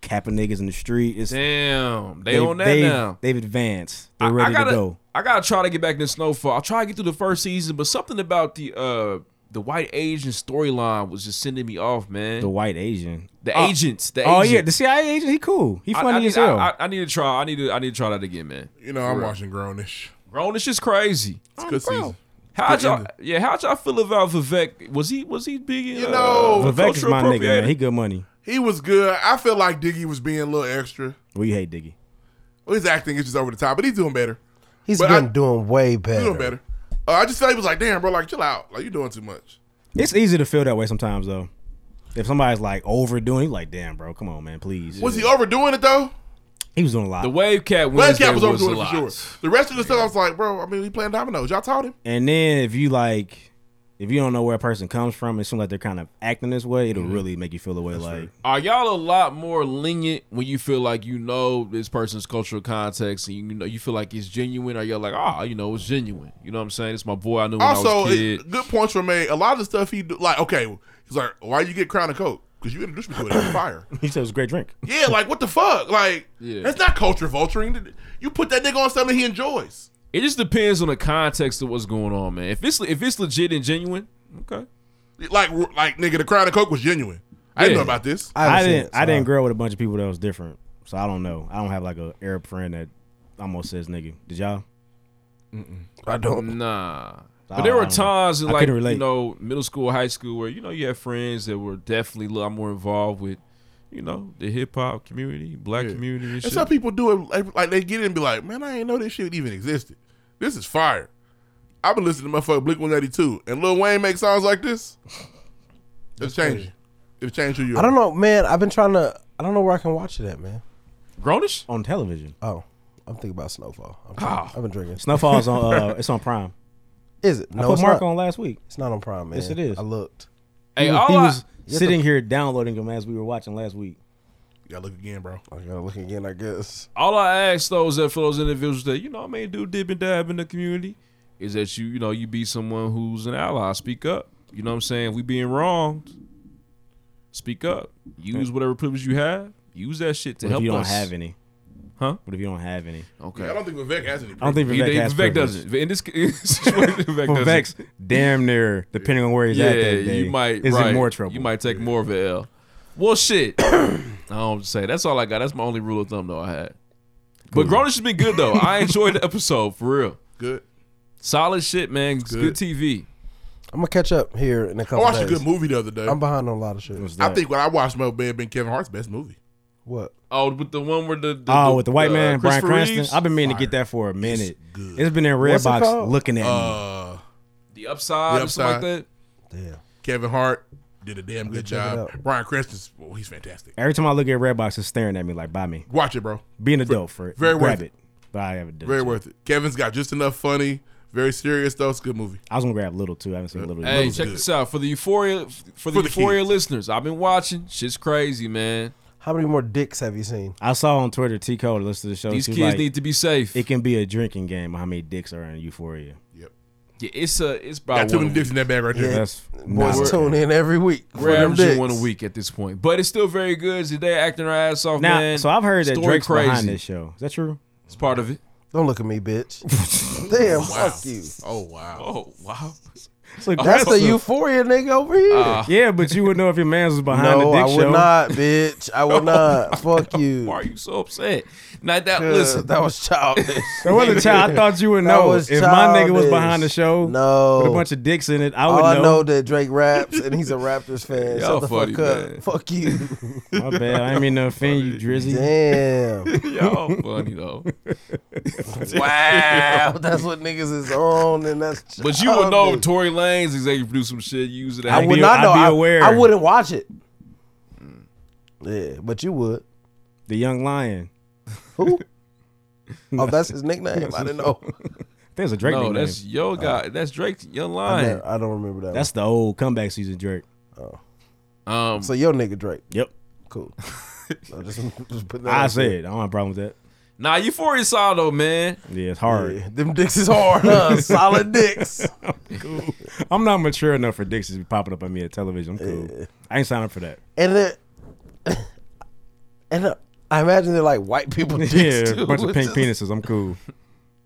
capping niggas in the street. It's, Damn, they on that now. They've advanced. They're ready I gotta, to go. I gotta try to get back in snowfall. I'll try to get through the first season, but something about the uh the white Asian storyline was just sending me off, man. The white Asian, the Oh. agents, the oh yeah, agent. the CIA agent. He cool. He I- funny I, need- as hell. I, I, I need to try. I need to. I need to try that again, man. You know, I'm watching Grownish. Grownish is crazy. It's good bro. season. How Good y'all? ending. Yeah, how y'all feel about Vivek? Was he? Was he big? In, You uh, know, Vivek is cultural my nigga, man. appropriator? He good money. He was good. I feel like Diggy was being a little extra. Well, you hate Diggy. Well, his acting is just over the top, but he's doing better. He's But been I- doing way He's better. doing better. Uh, I just felt he was like, damn, bro, like chill out. Like you doing too much. It's easy to feel that way sometimes though. If somebody's like overdoing, you like damn, bro, come on, man, please. Was he overdoing it though? He was doing a lot. The wave cat. West Wednesday Cap was was, overdoing a it for sure. lot. The rest of the stuff, I was like, bro, I mean, he playing dominoes. Y'all taught him. And then if you like, if you don't know where a person comes from, it seems like they're kind of acting this way. It'll really make you feel the way like Are y'all a lot more lenient when you feel like you know this person's cultural context and you know you feel like it's genuine? Are y'all like, ah, you know, it's genuine? You know what I'm saying? It's my boy. I knew when I also, was a kid. it, good points were made. A lot of the stuff he do, like, okay, he's like, why you get Crown and Coke? Because you introduced me to it. It's fire. he said it was a great drink. yeah, like what the fuck? Like Yeah. that's not culture vulturing. You put that nigga on something he enjoys. It just depends on the context of what's going on, man. If it's if it's legit and genuine, okay. Like like nigga, the Crown and Coke was genuine. I didn't Yeah. know about this. I, haven't seen didn't. it, I so- didn't grow up with a bunch of people that was different, so I don't know. I don't have like a Arab friend that almost says nigga. Did y'all? I don't. Nah. Oh, I But there were don't know. times in I like couldn't relate. you know middle school, high school where you know you had friends that were definitely a lot more involved with you know the hip hop community, black community. And And shit. some people do it like- like they get in and be like, man, I ain't know this shit even existed. This is fire. I've been listening to motherfucker Blink 182 and Lil Wayne make songs like this. It's changing. It's changed who you I are. don't know, man. I've been trying to. I don't know where I can watch it at, man. Grownish? On television, Oh, I'm thinking about Snowfall. I'm trying- Ah. I've been drinking. Snowfall's on. Uh, it's on Prime. Is it? I No, put it's Mark not. on last week. It's not on Prime, man. Yes, it is. I looked. Hey, he was, all he I- was Yes, sitting here downloading them as we were watching last week. You gotta look again, bro. I gotta look again, I guess. all I ask those that for those individuals that you know I may do dip and dab in the community is that you you know you be someone who's an ally. Speak up. You know what I'm saying? If we being wronged, speak up. Use whatever privilege you have. Use that shit to What if help you don't us. have any? Huh? What if you don't have any? Okay. I don't think Vivek has any. I don't think He- Vivek he- has Vivek privilege. doesn't. In this in this situation, Vivek For doesn't. Vex, damn near, depending on where he's at that day, you might is right. in more trouble. You might take more of an L. Well, shit. I don't say that's all I got. That's my only rule of thumb though I had. But Grownish has been good though. I enjoyed the episode for real. Good. Solid shit, man. It's good. TV. I'm gonna catch up here in a I couple. watched a days. good movie the other day. I'm behind on a lot of shit. I think when I watched Mo Bed been Kevin Hart's best movie. What? Oh, with the one where the, the oh, with the white man, Brian Christopher Cranston. uh, Reeves? I've been meaning to get that for a minute. good. It's been in Redbox What's it called? looking at me. Uh the upside, The or something like Upside. that. Damn. Kevin Hart did a damn good check it job. out. Brian Cranston's well, he's fantastic. Every time I look at Redbox, it's staring at me like, buy me. Watch it, bro. Be an adult for it. very Grab worth it. But I haven't done Very it. worth it. Kevin's got just enough funny, very serious though. It's a good movie. I was going to grab Little, too. I haven't seen Little yet. Uh, Hey, Little's check good. this out for the Euphoria for the For the Euphoria kids. listeners. I've been watching. Shit's crazy, man. How many more dicks have you seen? I saw on Twitter, T Code, listen to the show. These she was kids like, need to be safe. It can be a drinking game how many dicks are in Euphoria. Yep. yeah, it's a it's Got about two one. many a week. dicks in that bag right there. That's Boys nah. tune in every week. for We're them averaging dicks. one a week at this point, but it's still very good. They're acting their ass off, Now, man. so I've heard that Story Drake's crazy. behind this show. Is that true? It's part of it. Don't look at me, bitch. Damn, fuck you. Oh wow. Oh wow! That's the euphoria nigga over here. Ah. Yeah, but you would know if your man's was behind no, the dick I would show. not, bitch. I would not. Fuck you. Why are you so upset? Not that. Uh, listen, that was childish. There was a child. I thought you would That know. was if my nigga was childish. behind the show No. with a bunch of dicks in it, I would All I know. know that Drake raps and he's a Raptors fan. Shut Y'all the funny, fuck up. man. Fuck you. My bad. I ain't mean to offend you, Drizzy. Damn. y'all funny though. wow. That's what niggas is on, and that's. But you would know childish. Tory Lanez executive produced some shit. Use it. I I'd would be- not I'd know. be I, aware. Mm. I wouldn't watch it. Yeah, but you would. The young lion. Who? Oh, that's his nickname. I didn't know. There's a Drake no, nickname. that's That's, your guy. that's Drake's young Uh, I, line. never, I don't remember that. the old comeback season Drake. Um, one. So your nigga Drake. Yep. Cool. I, just, just put that I out there. said I don't have a problem with that. Nah, Euphoria solid though, man. Yeah, it's hard. Them dicks is hard, huh? Solid dicks. cool. I'm not mature enough for dicks to be popping up at me at television. I'm cool. I ain't signing up for that. And it, and uh, I imagine they're like white people dicks yeah, too. bunch of It's pink just- penises. I'm cool.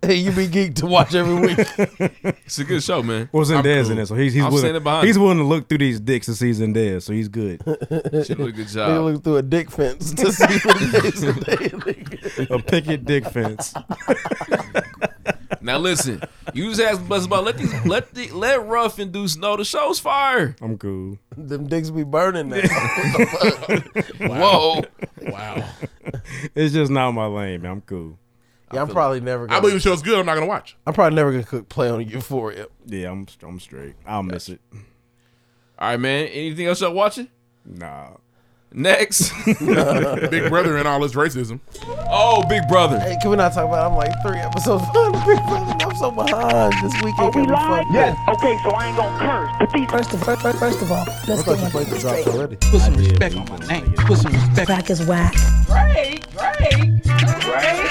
Hey, you be geeked to watch every week. it's a good show, man. Well, I'm Zenday's cool. in it, so he's he's I'm willing. standing behind He's it. willing to look through these dicks to see Zendaya, so he's good. She did a good They job. look through a dick fence to see what it is. a picket dick fence. Now listen, you was asking us about let these let the let Ruff and Deuce know the show's fire. I'm cool. Them dicks be burning now. Whoa. Wow. It's just not my lane, man. I'm cool. Yeah, I'm probably never. Gonna, I believe the show's good. I'm not gonna watch. I'm probably never gonna cook, play on Euphoria. Yeah, I'm I'm straight. I'll miss it. All right, man. Anything else y'all watching? Nah. Next. Big Brother and all this racism. Oh, Big Brother. Hey, can we not talk about? I'm like three episodes behind Big Brother. I'm so behind. This weekend can be fucked. Yes. Okay, so I ain't gonna curse. But these first of all, first of all, let's I thought you played the drops already. put some respect on my name. Put some respect. Crack is whack. Great, great, great.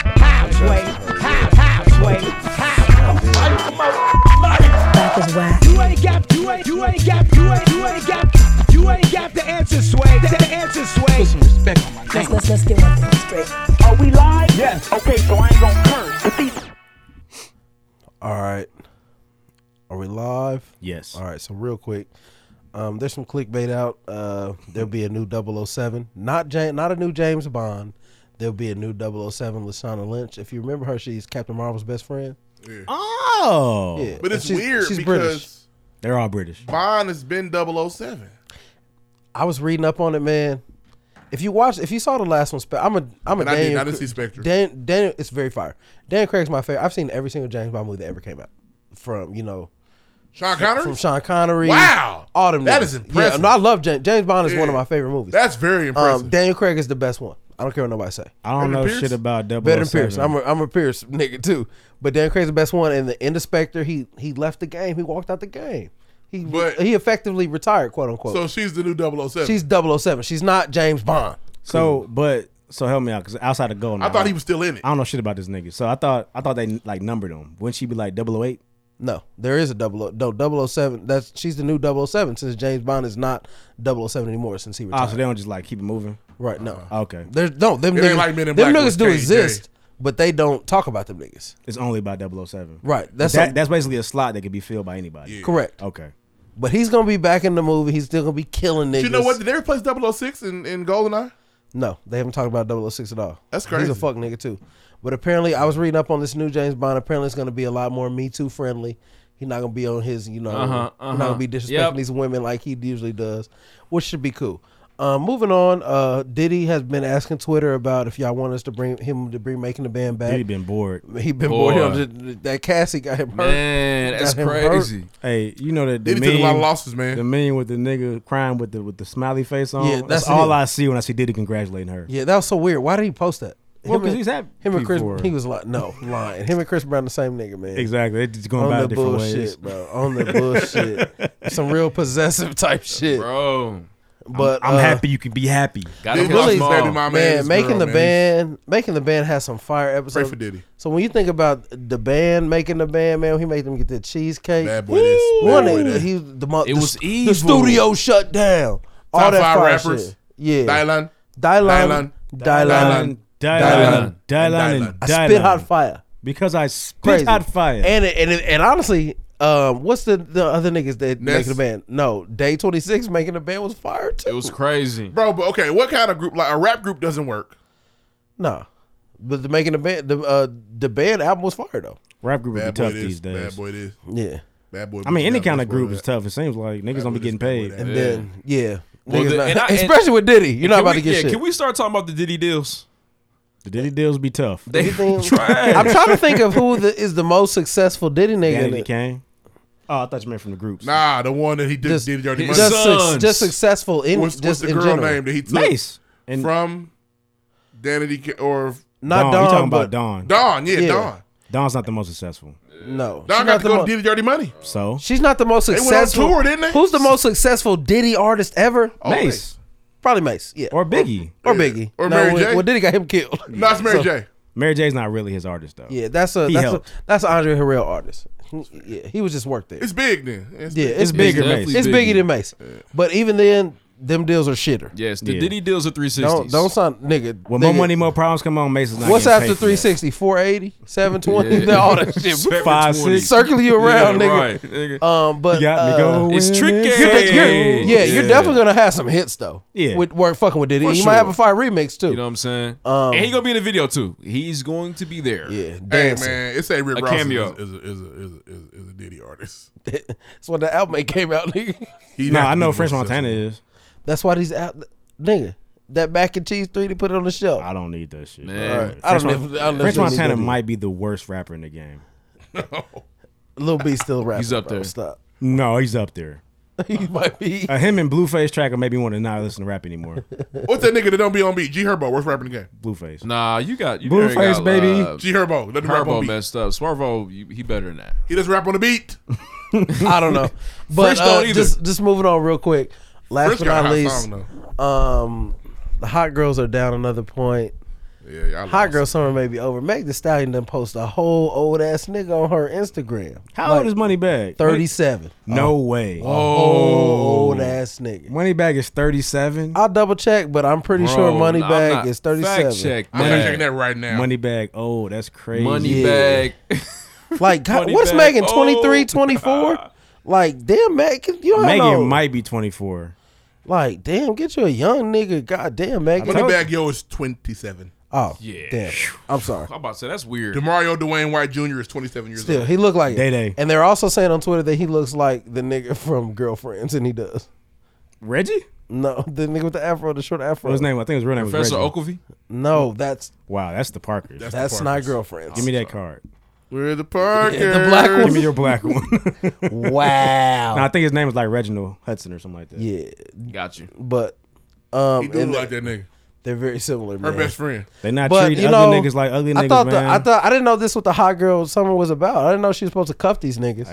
Halfway, half, halfway, halfway. Back is whack. You ain't got, you ain't, you ain't got, you ain't, you ain't got, you ain't got the answer, sway. The, the answer, sway. Put some respect on my name. Let's let's, let's get one thing straight. Are we live? Yes. Okay, so I ain't gonna curse. But these All right. Are we live? Yes. All right. So real quick, um, there's some clickbait out. Uh, there'll be a new 007. Not James, not a new James Bond. There'll be a new 007 Lashana Lynch. If you remember her, she's Captain Marvel's best friend. Oh, Yeah. But it's She's- weird she's because British. they're all British. Bond has been 007. I was reading up on it, man. If you watch, if you saw the last one, Spe- I'm a, I'm a And I did Daniel not Cra- see Spectre. Dan, Daniel, it's very fire. Daniel Craig's my favorite. I've seen every single James Bond movie that ever came out. From you know, Sean Connery. from Sean Connery. Wow. all them. That niggas. is impressive. Yeah, no, I love James. James Bond is one of Yeah. my favorite movies. That's very impressive. Um, Daniel Craig is the best one. I don't care what nobody say. I don't Better than know Pierce? shit about double. Better than Pierce. I'm a, I'm a Pierce nigga too. But Daniel Craig's the best one. And the end of Spectre, he he left the game. He walked out the game. He But- he effectively retired, quote unquote. so she's the new 007. She's 007. She's not James Bond. so, but so help me out because outside of gold, I now, thought he was still in it. I don't know shit about this nigga. So I thought I thought they like numbered him. Wouldn't she be like 008? No, there is a double no 007. That's she's the new 007 since James Bond is not 007 anymore since he Oh, retired. so they don't just like keep it moving. right? No, Ah, Okay, there's no them It ain't niggas. like Men in them Black niggas with do KJ. exist, but they don't talk about them niggas. it's only about 007. Right. That's that, a- that's basically a slot that could be filled by anybody. correct. Uh, Okay. But he's gonna be back in the movie. He's still gonna be killing niggas. you know what? Did they replace 006 in, in GoldenEye? No, they haven't talked about 006 at all. That's He's crazy. a fuck nigga too. But apparently, I was reading up on this new James Bond. Apparently, it's going to be a lot more Me Too friendly. He's not going to be on his, you know, Uh-huh, he's not uh-huh. going to be disrespecting Yep. these women like he usually does, which should be cool. Um, moving on, uh, Diddy has been asking Twitter about if y'all want us to bring him to bring making the band back. Dude, he been bored. he been bored. Boy. Him, that Cassie got him hurt. Man, Got that's him hurt. crazy. Hey, you know that the Diddy took a lot of meme- losses, man. The meme with the nigga crying with the with the smiley face on. Yeah, that's, that's all it. I see when I see Diddy congratulating her. Yeah, that was so weird. Why did he post that? Well, Him 'cause and- he's happy him and Chris. for her. He was like, no, lying. Him and Chris Brown the same nigga, man. Exactly. They're just going on about the it different bullshit, ways. bro. On the bullshit. Some real possessive type shit. Bro. But I'm uh, happy you can be happy. Got him Diddy lost really- his baby mama Man, and his making girl, the man. band, making the band has some fire episodes. Pray for Diddy. So when you think about the band making the band, man, he made them get the cheesecake. Bad boy this. Bad One, boy it, that. he the mo- It the, was the evil. studio shut down. All Top that five fire rappers. shit. Yeah, Dylan. Dylan, Dylan, Dylan, Dylan, Dylan, Dylan. Dylan, I I spit hot fire. Because I spit Crazy. hot fire. And it- and it- and honestly, um, what's the the other niggas that Ness. making the band? No, Day Twenty Six making the band was fired too. It was crazy. Bro, but okay, what kind of group? Like, a rap group doesn't work. no, but the making the band the uh, the band album was fired though. Rap group would be Bad boy tough this. these Bad days. boy this. Yeah, Bad boy I mean, any Bad kind boy of this, group boy is that. tough. It seems like niggas don't be with this getting bad boy paid. that. and Yeah. then yeah, Well, niggas the- not- and I- and- especially with Diddy, you're not Can about we- to get yeah, shit. Can we start talking about the Diddy deals? The Diddy deals be tough. They Anything- trash. I'm trying to think of who the, is the most successful Diddy nigga. Danny that- Kane. Oh, I thought you meant from the groups. Nah, the one that he did, Just- did dirty his money. Just, su- sons. just successful in what's, just what's the in girl general. name that he took Nice. And from Danity K- or Not Don, Dawn, you talking but about Dawn. Don? Yeah, Yeah. Don. Don's not the most successful. no, she's Don got not to the go mo- did dirty money. So She's not the most went on successful. tour, didn't they? Who's the most successful Diddy artist ever? Mace Probably Mace. Yeah. or Biggie. Or Biggie. Or Mary well, J. Well, Diddy got him killed. No, it's Mary So- J. Mary J's not really his artist though. Yeah, that's a He that's a, helped. that's an Andre Harrell artist. Yeah, he was just worked there. It's big then. It's yeah, big. it's, It's bigger. definitely Mace. It's bigger. bigger than Mace. But even then, them deals are shitter. Yes, the Yeah. Diddy deals are 360s. Don't don't sign, nigga. When nigga. more money, more problems. Come on, Mason's not. What's getting paid after for 360? 480, 720, Yeah. all that shit. Five, six. Circle you around, Yeah, nigga. right, nigga. Um, but You got me uh, going It's tricky. You're, you're- yeah, you're Yeah. definitely gonna have some hits though. Yeah. with work fucking with Diddy, For you might have sure. a fire remix too. You know what I'm saying? Um, and he gonna be in the video too. He's going to be there. Yeah, Hey man, it's a Rick a Ross is- cameo. Is, a, is, a, is, a, is, a, is a Diddy artist. That's when the album came out, nigga. He'd Nah, have to I know be French more Montana successful. is. That's why these out, nigga. That mac and cheese three to put it on the shelf. I don't need that shit. Man. All right. I French, Mon- don't know if- I don't know if French they need Montana that either. might be the worst rapper in the game. Lil B still rapping. He's up bro. there. Stop. No, he's up there. he might be. Uh, him and Blueface tracker made me want to not listen to rap anymore. What's that nigga that don't be on beat? G Herbo, worst rapper in the game. Blueface. Nah, you got you Blueface, already got, baby. Uh, G Herbo, let him rap on Herbo beat. messed up. Swervo, you, he better than that. He doesn't rap on the beat. I don't know. But French uh, don't either. just just moving on real quick. Last French but got a not hot least, song, um, the hot girls are down another point. Yeah, y'all hot girl summer may be over. Meg the Stallion done post a whole old ass nigga on her Instagram. How old is Moneybag? Thirty-seven. No way. A Oh, whole old ass nigga. Moneybag is thirty-seven. I'll double check, but I'm pretty sure Moneybag is thirty-seven. I'm not checking that right now. Moneybag. Oh, that's crazy. Moneybag. Like, God, Money what's back. Megan? Oh, 23, 24? Like, damn, Megan, you don't Megan know. might be twenty-four. Like, damn, get you a young nigga. God damn, Megan. Moneybag Yo is 27. Oh, Yeah. damn. I'm sorry. I'm about to say that's weird. Demario Dwayne White Jr. is 27 years Still, old. he looked like it. Day Day. And they're also saying on Twitter that he looks like the nigga from Girlfriends, and he does. Reggie? No, the nigga with the afro, the short afro. What his name? I think his real name was Professor Reggie. Ogilvy? No, that's Wow, that's the Parkers. That's the That's not Parkers. Girlfriends. Give me that card. We're the Parkers. the black one. Give me your black one. Wow. No, I think his name was like Reginald Hudson or something like that. Yeah. Got you. But um, He do and look like they- that nigga. They're very similar. Her man. best friend. They not treating other niggas like ugly I niggas, thought the- man. I thought I didn't know this what the hot girl summer was about. I didn't know she was supposed to cuff these niggas.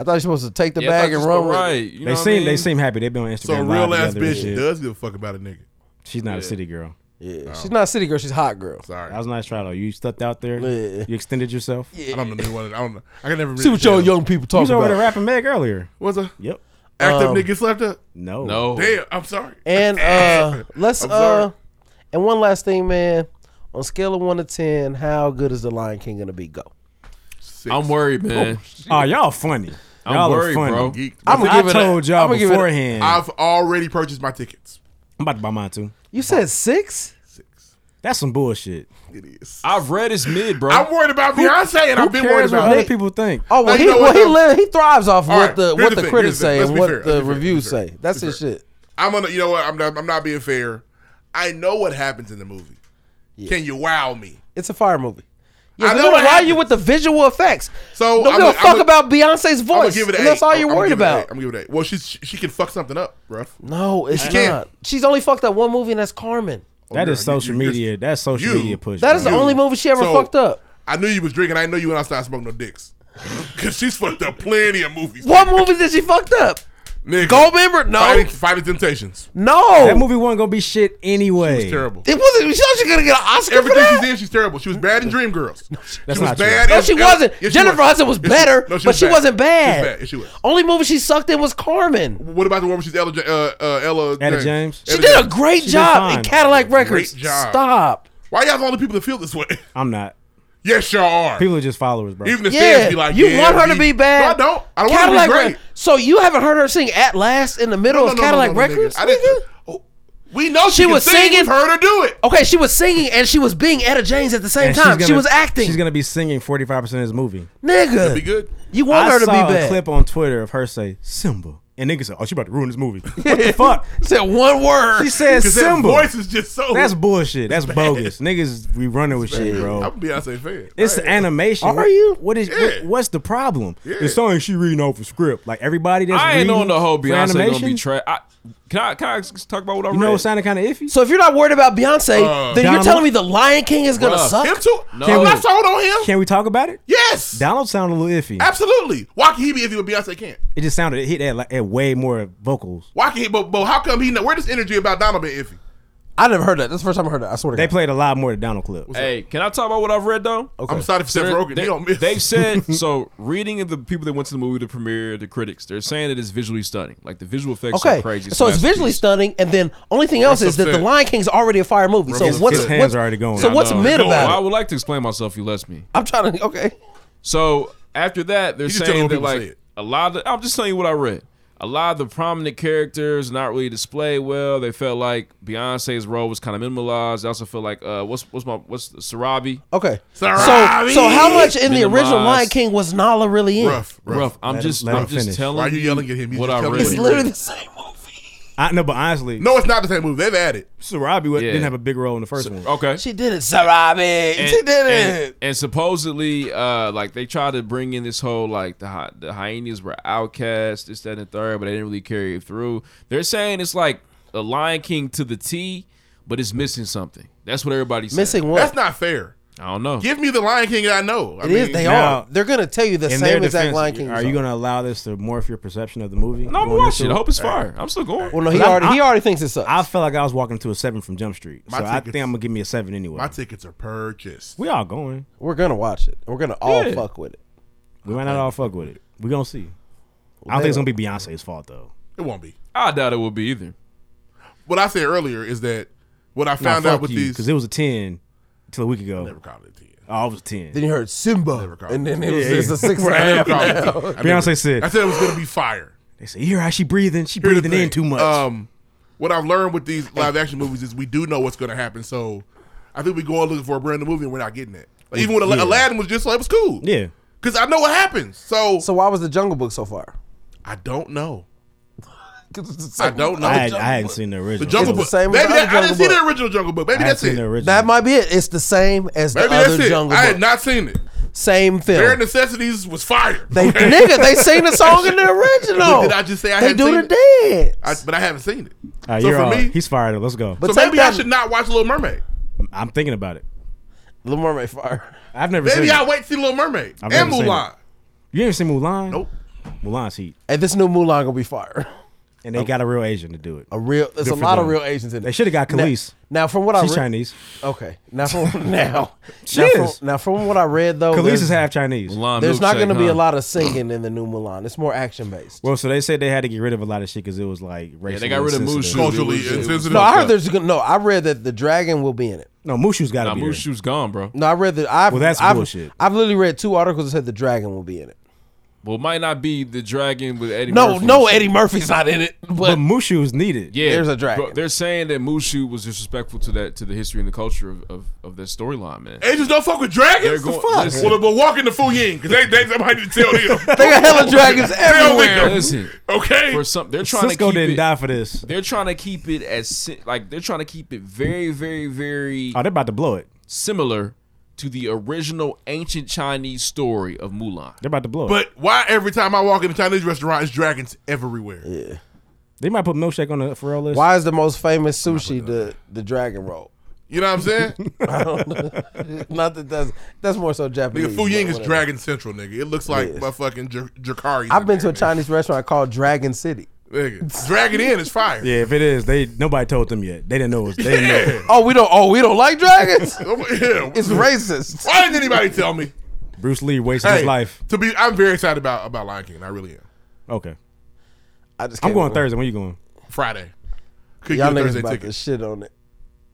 I thought she was supposed to take the Yeah, I bag thought and you run was with right. it. You they know what I seem they mean? seem happy. They've been on Instagram. So a real live ass together and bitch shit. does give a fuck about a nigga. She's not a Yeah. city girl. Yeah, she's not a city girl. She's a hot girl. Sorry, that was a nice try though. You stepped out there. You extended yourself. I don't know. what- I don't know. I can never See what y'all young people You was over there rapping Meg earlier. What's up? Yep. Active Um, nigga slept up. No. Damn. I'm sorry. And uh, let's I'm sorry. uh, and one last thing, man. On a scale of one to ten, how good is the Lion King gonna be? Go. I'm worried, man. Oh, y'all funny. I'm y'all worried, are funny. bro. I'm I'ma I give it a- told y'all I'ma give it a- beforehand. I'm I've already purchased my tickets. about to buy mine too. You said six? That's some bullshit. It is. I've read his mid, bro. I'm worried about Beyonce, and who I've been cares worried what about other Nick. people think. Oh well, Now, you he know well what, he, though? li- he thrives off All what right, the here's what the the thing, critics here's the thing. say Let's and be what fair, the let's be fair, reviews let's be say. That's his Let's be fair. shit. I'm gonna. You know what? I'm not. I'm not being fair. I know what happens in the movie. Can you wow me? It's a fire movie. Yeah, I I know know what why you with the visual effects. So don't I'm give a- a fuck I'm a- about Beyonce's I'm voice. gonna give it an and that's eight. all I'm- you're I'm gonna worried give it an about. eight. I'm gonna give it an eight. Well, she's she she can fuck something up, bruh. No, it's She can't. not. She's only fucked up one movie, and that's Carmen. That is social media. That's social you- media push. That is the bro. only movie she ever So, fucked up. Mm. I knew you was drinking. I didn't know you went outside smoking no dicks. Cause she's fucked up plenty of movies. What movie did she fucked up? Nigga. Goldmember? No. Fighting, Fighting Temptations. No. That movie wasn't gonna be shit anyway. It's terrible. It wasn't. She thought she was gonna get an Oscar for Everything that? she's in, she's terrible. She was bad in Dreamgirls. That's she was not true. bad. No, in- she in- wasn't. Yes, she Jennifer Hudson was Yes, better, no, but she wasn't She bad. was bad. Yes, she was. Only movie she sucked in was Carmen. What about the one where she's Ella, Ja- uh, uh, Ella Ella James. James? She did a great She did job fine. in Cadillac Records. Great job. Stop. Why y'all the only people that feel this way? I'm not. yes, y'all are. People are just followers, bro. Even the fans Yeah, be like, you yeah, want her to be we- bad. No, I don't. I don't want her Cadillac to be great. Rec- So you haven't heard her sing "At Last" in the middle No, of no, no, Cadillac no, no, nigga. Records? I didn't- Oh, nigga? We know She she, can was sing. singing- We've heard her do it. Okay, she was singing and she was being Etta James at the same And she's time. she gonna- was acting. She's gonna be singing 45 percent of this movie. Nigga, Be good. you want I her to saw be a bad. clip on Twitter of her say Simba, and niggas said, "Oh, she about to ruin this movie." What the fuck? Said one word. She said Because that Simba. voice is just so. That's bullshit. That's bogus. Niggas, we running with shit, bro. I'm a Beyonce fan. It's Right. animation. Are What- you? What is? what- Yeah. what's the problem? The song she reading off a script. Like everybody that's I ain't reading on the whole for Beyonce gonna be animation, trash. Can I, can I talk about what I You read? know, it sounded kind of iffy. So if you're not worried about Beyonce, Uh, then you're Donald- telling me the Lion King is gonna Bruh. suck. Him too. No. I'm not sold on him. Can we talk about it? Yes. Donald sounded a little iffy. Absolutely. Why can he be if he with Beyonce can't? It just sounded it hit at like at way more vocals. Why can he? But, but how come he? Know, where this energy about Donald been iffy? I never heard that. That's the first time I heard that. I swear to They God. played a lot more of the Donald clip. Hey, can I talk about what I've read though? Okay. I'm sorry for Seth Rogen. He don't miss. They've said so. Reading of the people that went to the movie, the premiere, the critics, they're saying that it's visually stunning. Like the visual effects Okay, are crazy. so it's masterpiece. visually stunning, and then only thing else is that The upset. Lion King's already a fire movie. So His- what's his hands what's- are already going. So I what's know. mid No, I about it? would like to explain myself. if You let me. I'm trying to. Okay, So after that, they're You just tell saying them that what people like a said. lot of the, I'm just telling you what I read. A lot of the prominent characters not really displayed well. They felt like Beyonce's role was kind of minimalized. They also feel like uh, what's what's my what's Sarabi? Oh, okay. Sarabi! So so how much in the original Minimized. Lion King was Nala really in? Rough, rough. Rough. I'm Let him- just let I'm him just finish. telling Why are you you yelling at him? You what just I tell him read. what It's he literally the same movie. I no, but honestly, No, it's not the same movie. They've added. Sarabi was Yeah. didn't have a big role in the first one. Okay. She did it, Sarabi. and, She did and- it. and supposedly, uh, like they tried to bring in this whole like the hy- the hyenas were outcast, this, that, and the third, but they didn't really carry it through. They're saying it's like a Lion King to the T, but it's missing something. That's what everybody's Missing Saying. what? That's not fair. I don't know. Give me the Lion King that I know. I It is. They now- are. They're gonna tell you the In their same exact defense, Lion King. are you gonna allow this to morph your perception of the movie? no, I'm Going watching. it. into I hope it's All right. fire. I'm still going. Well, no, he I- already he I- already thinks it sucks. I felt like I was walking to a seven from Jump Street, My so I tickets- think I'm gonna give me a seven anyway. My tickets are purchased. we all going. We're gonna watch it. We're gonna all Yeah. fuck with it. We might not all fuck with it. We gonna see. I don't think it's gonna be Beyonce's fault though. It won't be. I doubt it will be either. What I said earlier is that what I Nah, found out with these. because it was a ten till a week ago. never called it a 10. Oh, it was a ten. Then you heard Simba, called and then it it. was just a six. I never and a half. called it a 10. I Beyonce never- said- I said it was going to be fire. they say, "You hear how she breathing? She Here's the breathing in thing. too much." Um, what I've learned with these live action movies is we do know what's going to happen. So I think we go out looking for a brand new movie and we're not getting it. Like, even when Al- Yeah. Aladdin was just like, it was cool. yeah, Because I know what happens. So, So why was the Jungle Book so far? I don't know. 'Cause it's the I same don't know. I, had, I hadn't seen the original. the Jungle the Book. same as Maybe the other that, I didn't Jungle see the Book. original Jungle Book. Maybe I hadn't that's seen the it. original. That might be it. It's the same as Maybe the that's other it. Jungle I Book. had not seen it. same film. Oh. Bare Necessities was fire. they nigga, they sing the song in the original. But did I just say I they hadn't do seen the dance? I, but I haven't seen it. All right, so you're for all- me, he's fired up. Let's go. But so take maybe that- I should not watch Little Mermaid. I'm thinking about it. Little Mermaid fire. I've never Maybe seen. I'll it. wait to see Little Mermaid I've never and seen Mulan. You ain't seen Mulan? Nope. Mulan's heat, Hey, this new Mulan gonna be fire. and they got a real Asian to do it. A real, there's a Good for lot of them. real Asians in it. They shoulda got Now- Khalees. Now, from what She's I read, Chinese. Okay, now from now, She now, is. from, now from what I read though, Khalees there's, is half Chinese. Lime there's not milkshake, gonna be huh? a lot of singing in the new Mulan. It's more action based. Well, so they said they had to get rid of a lot of shit because it was like racial. Yeah, they got rid of Mushu. Culturally It was- it was- insensitive. no, I heard there's gonna, no. I read that the dragon will be in it. No, Mushu's got to Nah, be. there. Mushu's gone, bro. No, I read that. I've, Well, that's I've, bullshit. I've literally read two articles that said the dragon will be in it. Well, it might not be the dragon with Eddie. No, Murphy. no, Eddie Murphy's not in it. But, But Mushu's needed. Yeah, There's a dragon. bro, they're saying that Mushu was disrespectful to that to the history and the culture of of, of that storyline, man. Asians don't fuck with dragons. They're The going- fuck? listen. Well, but walk into Fu Ying because they, they somebody to tell them. they got hella dragons everywhere. Listen, Okay. for some, they're trying Cisco to keep didn't it, die for this. They're trying to keep it as si- like they're trying to keep it very, very, very Oh, they're about to blow it. similar to the original ancient Chinese story of Mulan. They're about to blow it. But why every time I walk in a Chinese restaurant, it's dragons everywhere? they might put milkshake on the Pharrell list. Why is the most famous uh, sushi the the dragon roll? You know what I'm saying? Not that that's that's more so Japanese. nigga, Fu Ying but is whatever. Dragon Central, nigga. It looks like motherfucking J- Jakari. I've been to a Chinese restaurant called Dragon City. Nigga. Dragon Inn is fire. Yeah, if it is, they nobody told them yet. They didn't know. It was, they didn't know. Yeah. Oh, we don't. Oh, we don't like dragons. Yeah. it's racist. Why didn't anybody tell me? Bruce Lee wasted his life. To be, I'm very excited about about Lion King. I really am. Okay, I just I'm going can't believe- Thursday. When you going? Friday. Could Y'all get a niggas Thursday about to ticket. shit on it.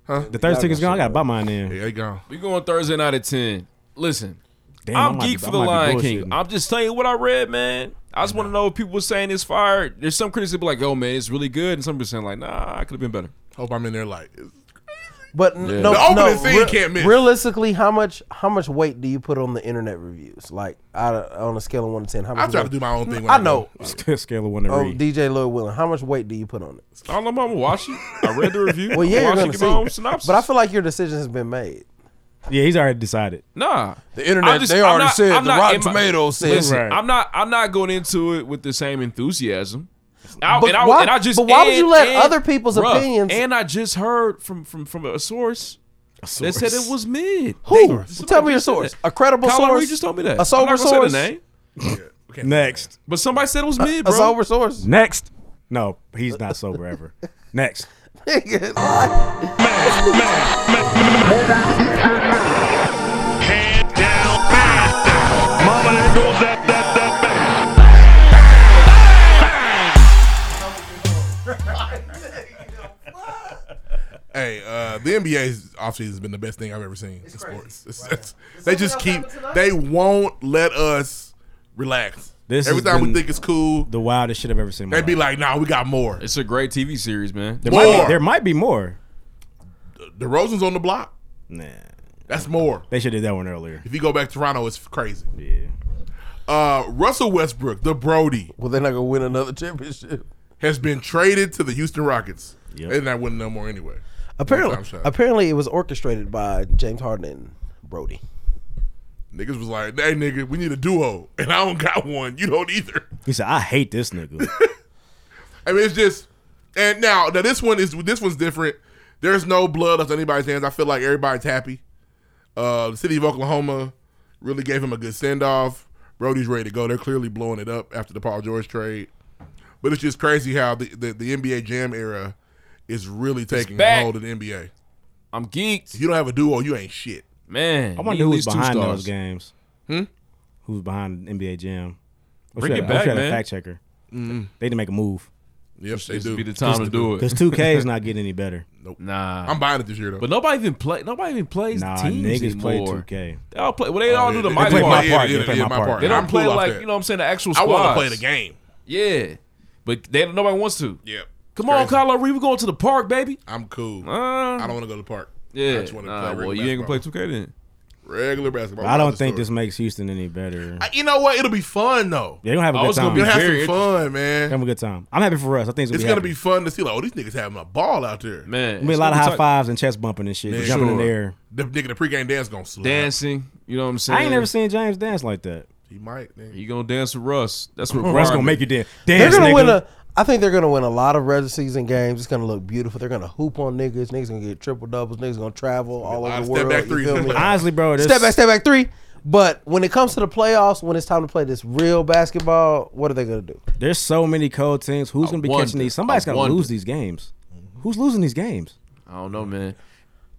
The Thursday ticket's gone. I gotta buy mine then. Yeah, they gone. We going Thursday night at ten. Listen, Damn, I I'm might geek be- for I the might be Lion King. bullshitting. I'm just telling you what I read, man. I just want to know if people were saying it's fire. There's some critics that be like, "Yo, man, it's really good," and some people saying like, "Nah, I could have been better." Hope I'm in there like But n- no, The opening no, scene can't miss. Realistically, how much how much weight do you put on the internet reviews? Like out of, on a scale of one to ten, how much? I try to weight- do my own thing. When I know. Scale of one to Oh, read. DJ Lil Willen, how much weight do you put on it? I don't know. if I'm gonna watch it. I read the review. Well, yeah, you're I'm gonna watching. Give my own see. synopsis. But I feel like your decision has been made. yeah, he's already decided. Nah, the internet, they already said the Rotten Tomatoes said- Listen, Right. I'm not. I'm not going into it with the same enthusiasm. I, But and I, why- and I just, but why would and- you let and- other people's bruh, opinions- And I just heard from from from a source. that said it was mid. Who? Somebody Tell me your just said source. that. A credible Kyle source. Reed just told me that. A sober I'm not gonna say source. the name, Next, but somebody said it was mid, A bro. sober source. next. No, he's not sober ever. Next. Nigga, like- Hey, uh, the NBA's offseason has been the best thing I've ever seen in sports. It's- it's- they just keep, they won't let us relax. This Every has time we been think it's cool, the wildest shit I've ever seen. in my they'd be life. like, nah, we got more. It's a great TV series, man. there, might more. be, there might be more. The Rosen's on the block. Nah, That's more. they should have did that one earlier. If you go back to Toronto, it's crazy. Yeah. Uh, Russell Westbrook, the Brody. Well, they're not gonna win another championship. Has been traded to the Houston Rockets. They're not winning no more anyway. apparently, Time shot. apparently, it was orchestrated by James Harden and Brody. Niggas was like, hey, nigga, we need a duo. And I don't got one. You don't either. He said, "I hate this nigga." I mean, it's just. And now, now this one is this one's different. There's no blood up to anybody's hands. I feel like everybody's happy. Uh, the city of Oklahoma really gave him a good send off. Brody's ready to go. They're clearly blowing it up after the Paul George trade. But it's just crazy how the, the, the NBA Jam era is really taking back. hold of the NBA. I'm geeked. If you don't have a duo, you ain't shit. Man, I need wonder at who's least two behind stars. those games. Hmm? Who's behind NBA Jam? I wish Bring we it had- I wish back, we had man. A fact checker. Mm. They need to make a move. Yep, they This do. be the time to do it. Because 2K is not getting any better. Nope. Nah, I'm buying it this year though. But nobody even play. Nobody even plays Nah, teams niggas play anymore. 2K. They all play. Well, Oh, they all do the they my Oh, play part. my part. They play my part. They don't I'm play cool off like that. you know what I'm saying the actual. I Squads. want to play the game. Yeah, but they nobody wants to. Yep. Come on, Kylo Reed, we going to the park, baby. I'm cool. Uh, I don't want to go to the park. Yeah, I just want to nah, play regular well, you ain't gonna play basketball. 2K then. regular basketball. I don't think this makes Houston any better. You know what? It'll be fun though. They're gonna have a Oh, good it's gonna time. be You're gonna have very some fun, man. They're gonna have a good time. I'm happy for us. I think It's gonna be fun to see. Like, oh, these niggas having a ball out there. Man, There'll be a it's lot of gonna high tight. fives and chest bumping and shit. Man, jumping in sure. the air. The nigga, the pregame dance gonna slap. dancing. You know what I'm saying? I ain't never seen James dance like that. He might. nigga. You gonna dance with Russ? That's what Russ gonna make you dance. They're Dance, gonna nigga. win a. I think they're gonna win a lot of regular season games. It's gonna look beautiful. They're gonna hoop on niggas. Niggas gonna get triple doubles. Niggas gonna travel all lot over of the step world. back you threes. feel me? Honestly, bro, this, Step back, step back three. But when it comes to the playoffs, when it's time to play this real basketball, what are they gonna do? there's so many cold teams. Who's I gonna be wonder. catching these? Somebody's I gotta wonder. lose these games. Who's losing these games? I don't know, man.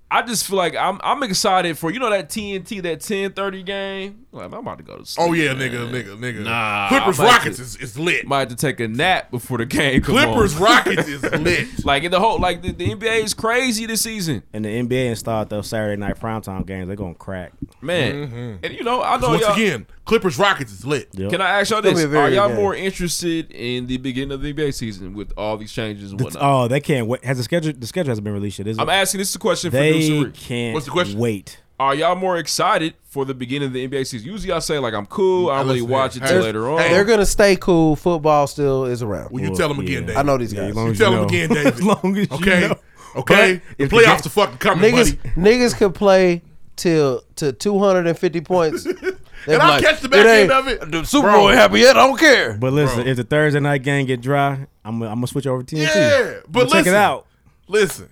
I just feel like I'm I'm excited for you know that TNT that 10:30 game. Like I'm about to go to sleep. Oh yeah, man. nigga, nigga, nigga. Nah, Clippers I'm about Rockets to- is, is lit. Might have to take a nap before the game. Come on. Clippers Rockets is lit. Like in the whole like the, the NBA is crazy this season, And the NBA installed those Saturday night primetime games. They're gonna crack. man. Mm-hmm. And you know I know Once y'all. again, Clippers Rockets is lit. Yep. Can I ask y'all It's gonna be this? a very Are good y'all game. more interested in the beginning of the NBA season with all these changes and whatnot? Oh, they can't wait. Has the schedule? The schedule hasn't been released yet. Is it? I'm asking this is a question for producer they Rick. can't What's the question? wait. Are y'all more excited for the beginning of the NBA season? Usually I say like I'm cool. I don't really listen, watch it hey, till there's- later on. hey, They're gonna stay cool. Football still is around. Will you tell them yeah. again, David? I know these guys. as long You as tell you them know. again, David. As long as you okay, know. okay. But The if the playoffs game- are fucking coming, Niggas, buddy. niggas could play till to 250 points. And I'll catch the back end of it. The Super Bro. Bowl ain't happened yet. I don't care. But listen, Bro. if the Thursday night game get dry, I'm gonna- I'm gonna switch over to TNT. Yeah, but I'ma check listen. it out. Listen,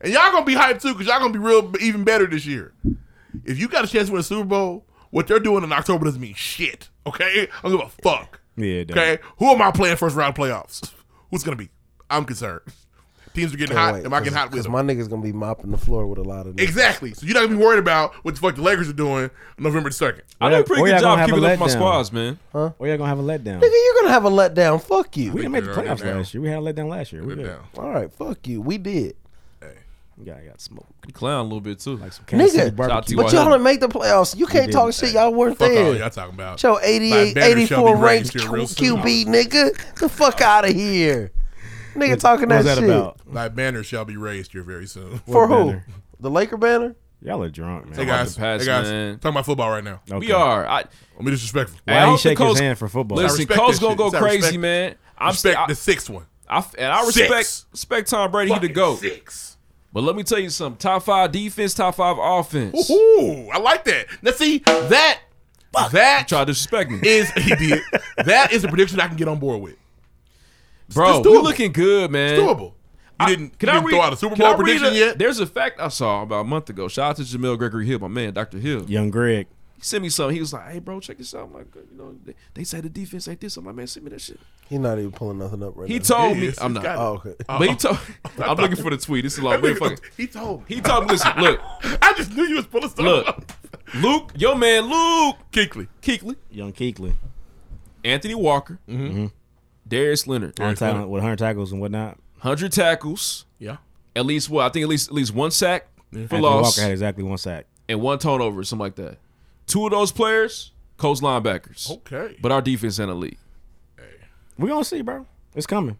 and y'all gonna be hyped too, cause y'all gonna be real even better this year. If you got a chance to win a Super Bowl, what they're doing in October doesn't mean shit. Okay, I don't give a fuck. Yeah, it does. Okay, who am I playing first round playoffs? Who's gonna be? I'm concerned. Teams are getting Can't hot. wait, am I getting hot with Because them? my niggas gonna be mopping the floor with a lot of niggas. exactly. So you're not gonna be worried about what the fuck the Lakers are doing November the second. I did a pretty Or y'all gonna good job have a keeping up with my letdown. squads, man. Or y'all gonna have a letdown. Nigga, you're gonna have a letdown. Fuck you. We didn't make the Let down, playoffs let down. last year. We had a letdown last year. We Put it good. down. All right, fuck you. We did. Yeah, I got smoked. Clown a little bit too. Like some Kansas Nigga, City Shout out barbecue. to But Why y'all not? didn't make the playoffs. You can't didn't. talk shit. Y'all weren't Fuck all there. y'all talking about. Show My 88, better shall be 84 ranked raised here Q- real soon. QB, nigga. The fuck out of here. Nigga talking What that, was that shit. about? Thy banner shall be raised here very soon. For who? banner? The Laker banner? Y'all are drunk, man. Hey about guys, the past, hey guys, man. talking about football right now. Okay. We are. I, Don't be disrespectful. Hey, I Why hope he the shake his Colts- hand for football? Listen, respect Cole's that gonna shit. go I respect crazy, it. man. I'm Respect st- I, the sixth one. I- and I respect Six. respect Tom Brady he the goat. Six. But let me tell you something: top five defense, top five offense. Ooh, I like that. Now see that that Try to disrespect me, is he did. that is a prediction I can get on board with. bro. it's doable. We looking good, man. It's doable. You I- didn't, can you I didn't read- throw out a Super can I read Bowl prediction a- yet. There's a fact I saw about a month ago. Shout out to Jamel Gregory Hill, my man, Dr. Hill. Young Greg. He sent me something. He was like, "Hey, bro, check this out." I'm like, you know, they, they say the defense ain't this. I'm like, man, send me that shit. He's not even pulling nothing up right He now. told me I'm not. Uh, Oh, okay. But Uh-uh. he told. I'm looking for the tweet. This is like we're fucking. He told me. He told me. Listen, look, I just knew you was pulling stuff look, up. Luke, your man Luke Keekley, Keekley, Young Keekly. Anthony Walker, Mm-hmm. Darius Leonard, On tackle, with 100 tackles and whatnot. hundred tackles. Yeah. At least well, I think at least at least one sack for Anthony loss Walker had exactly one sack. and one turnover, or something like that. Two of those players, coach linebackers. Okay. But our defense in the league. We're going to see, bro. It's coming.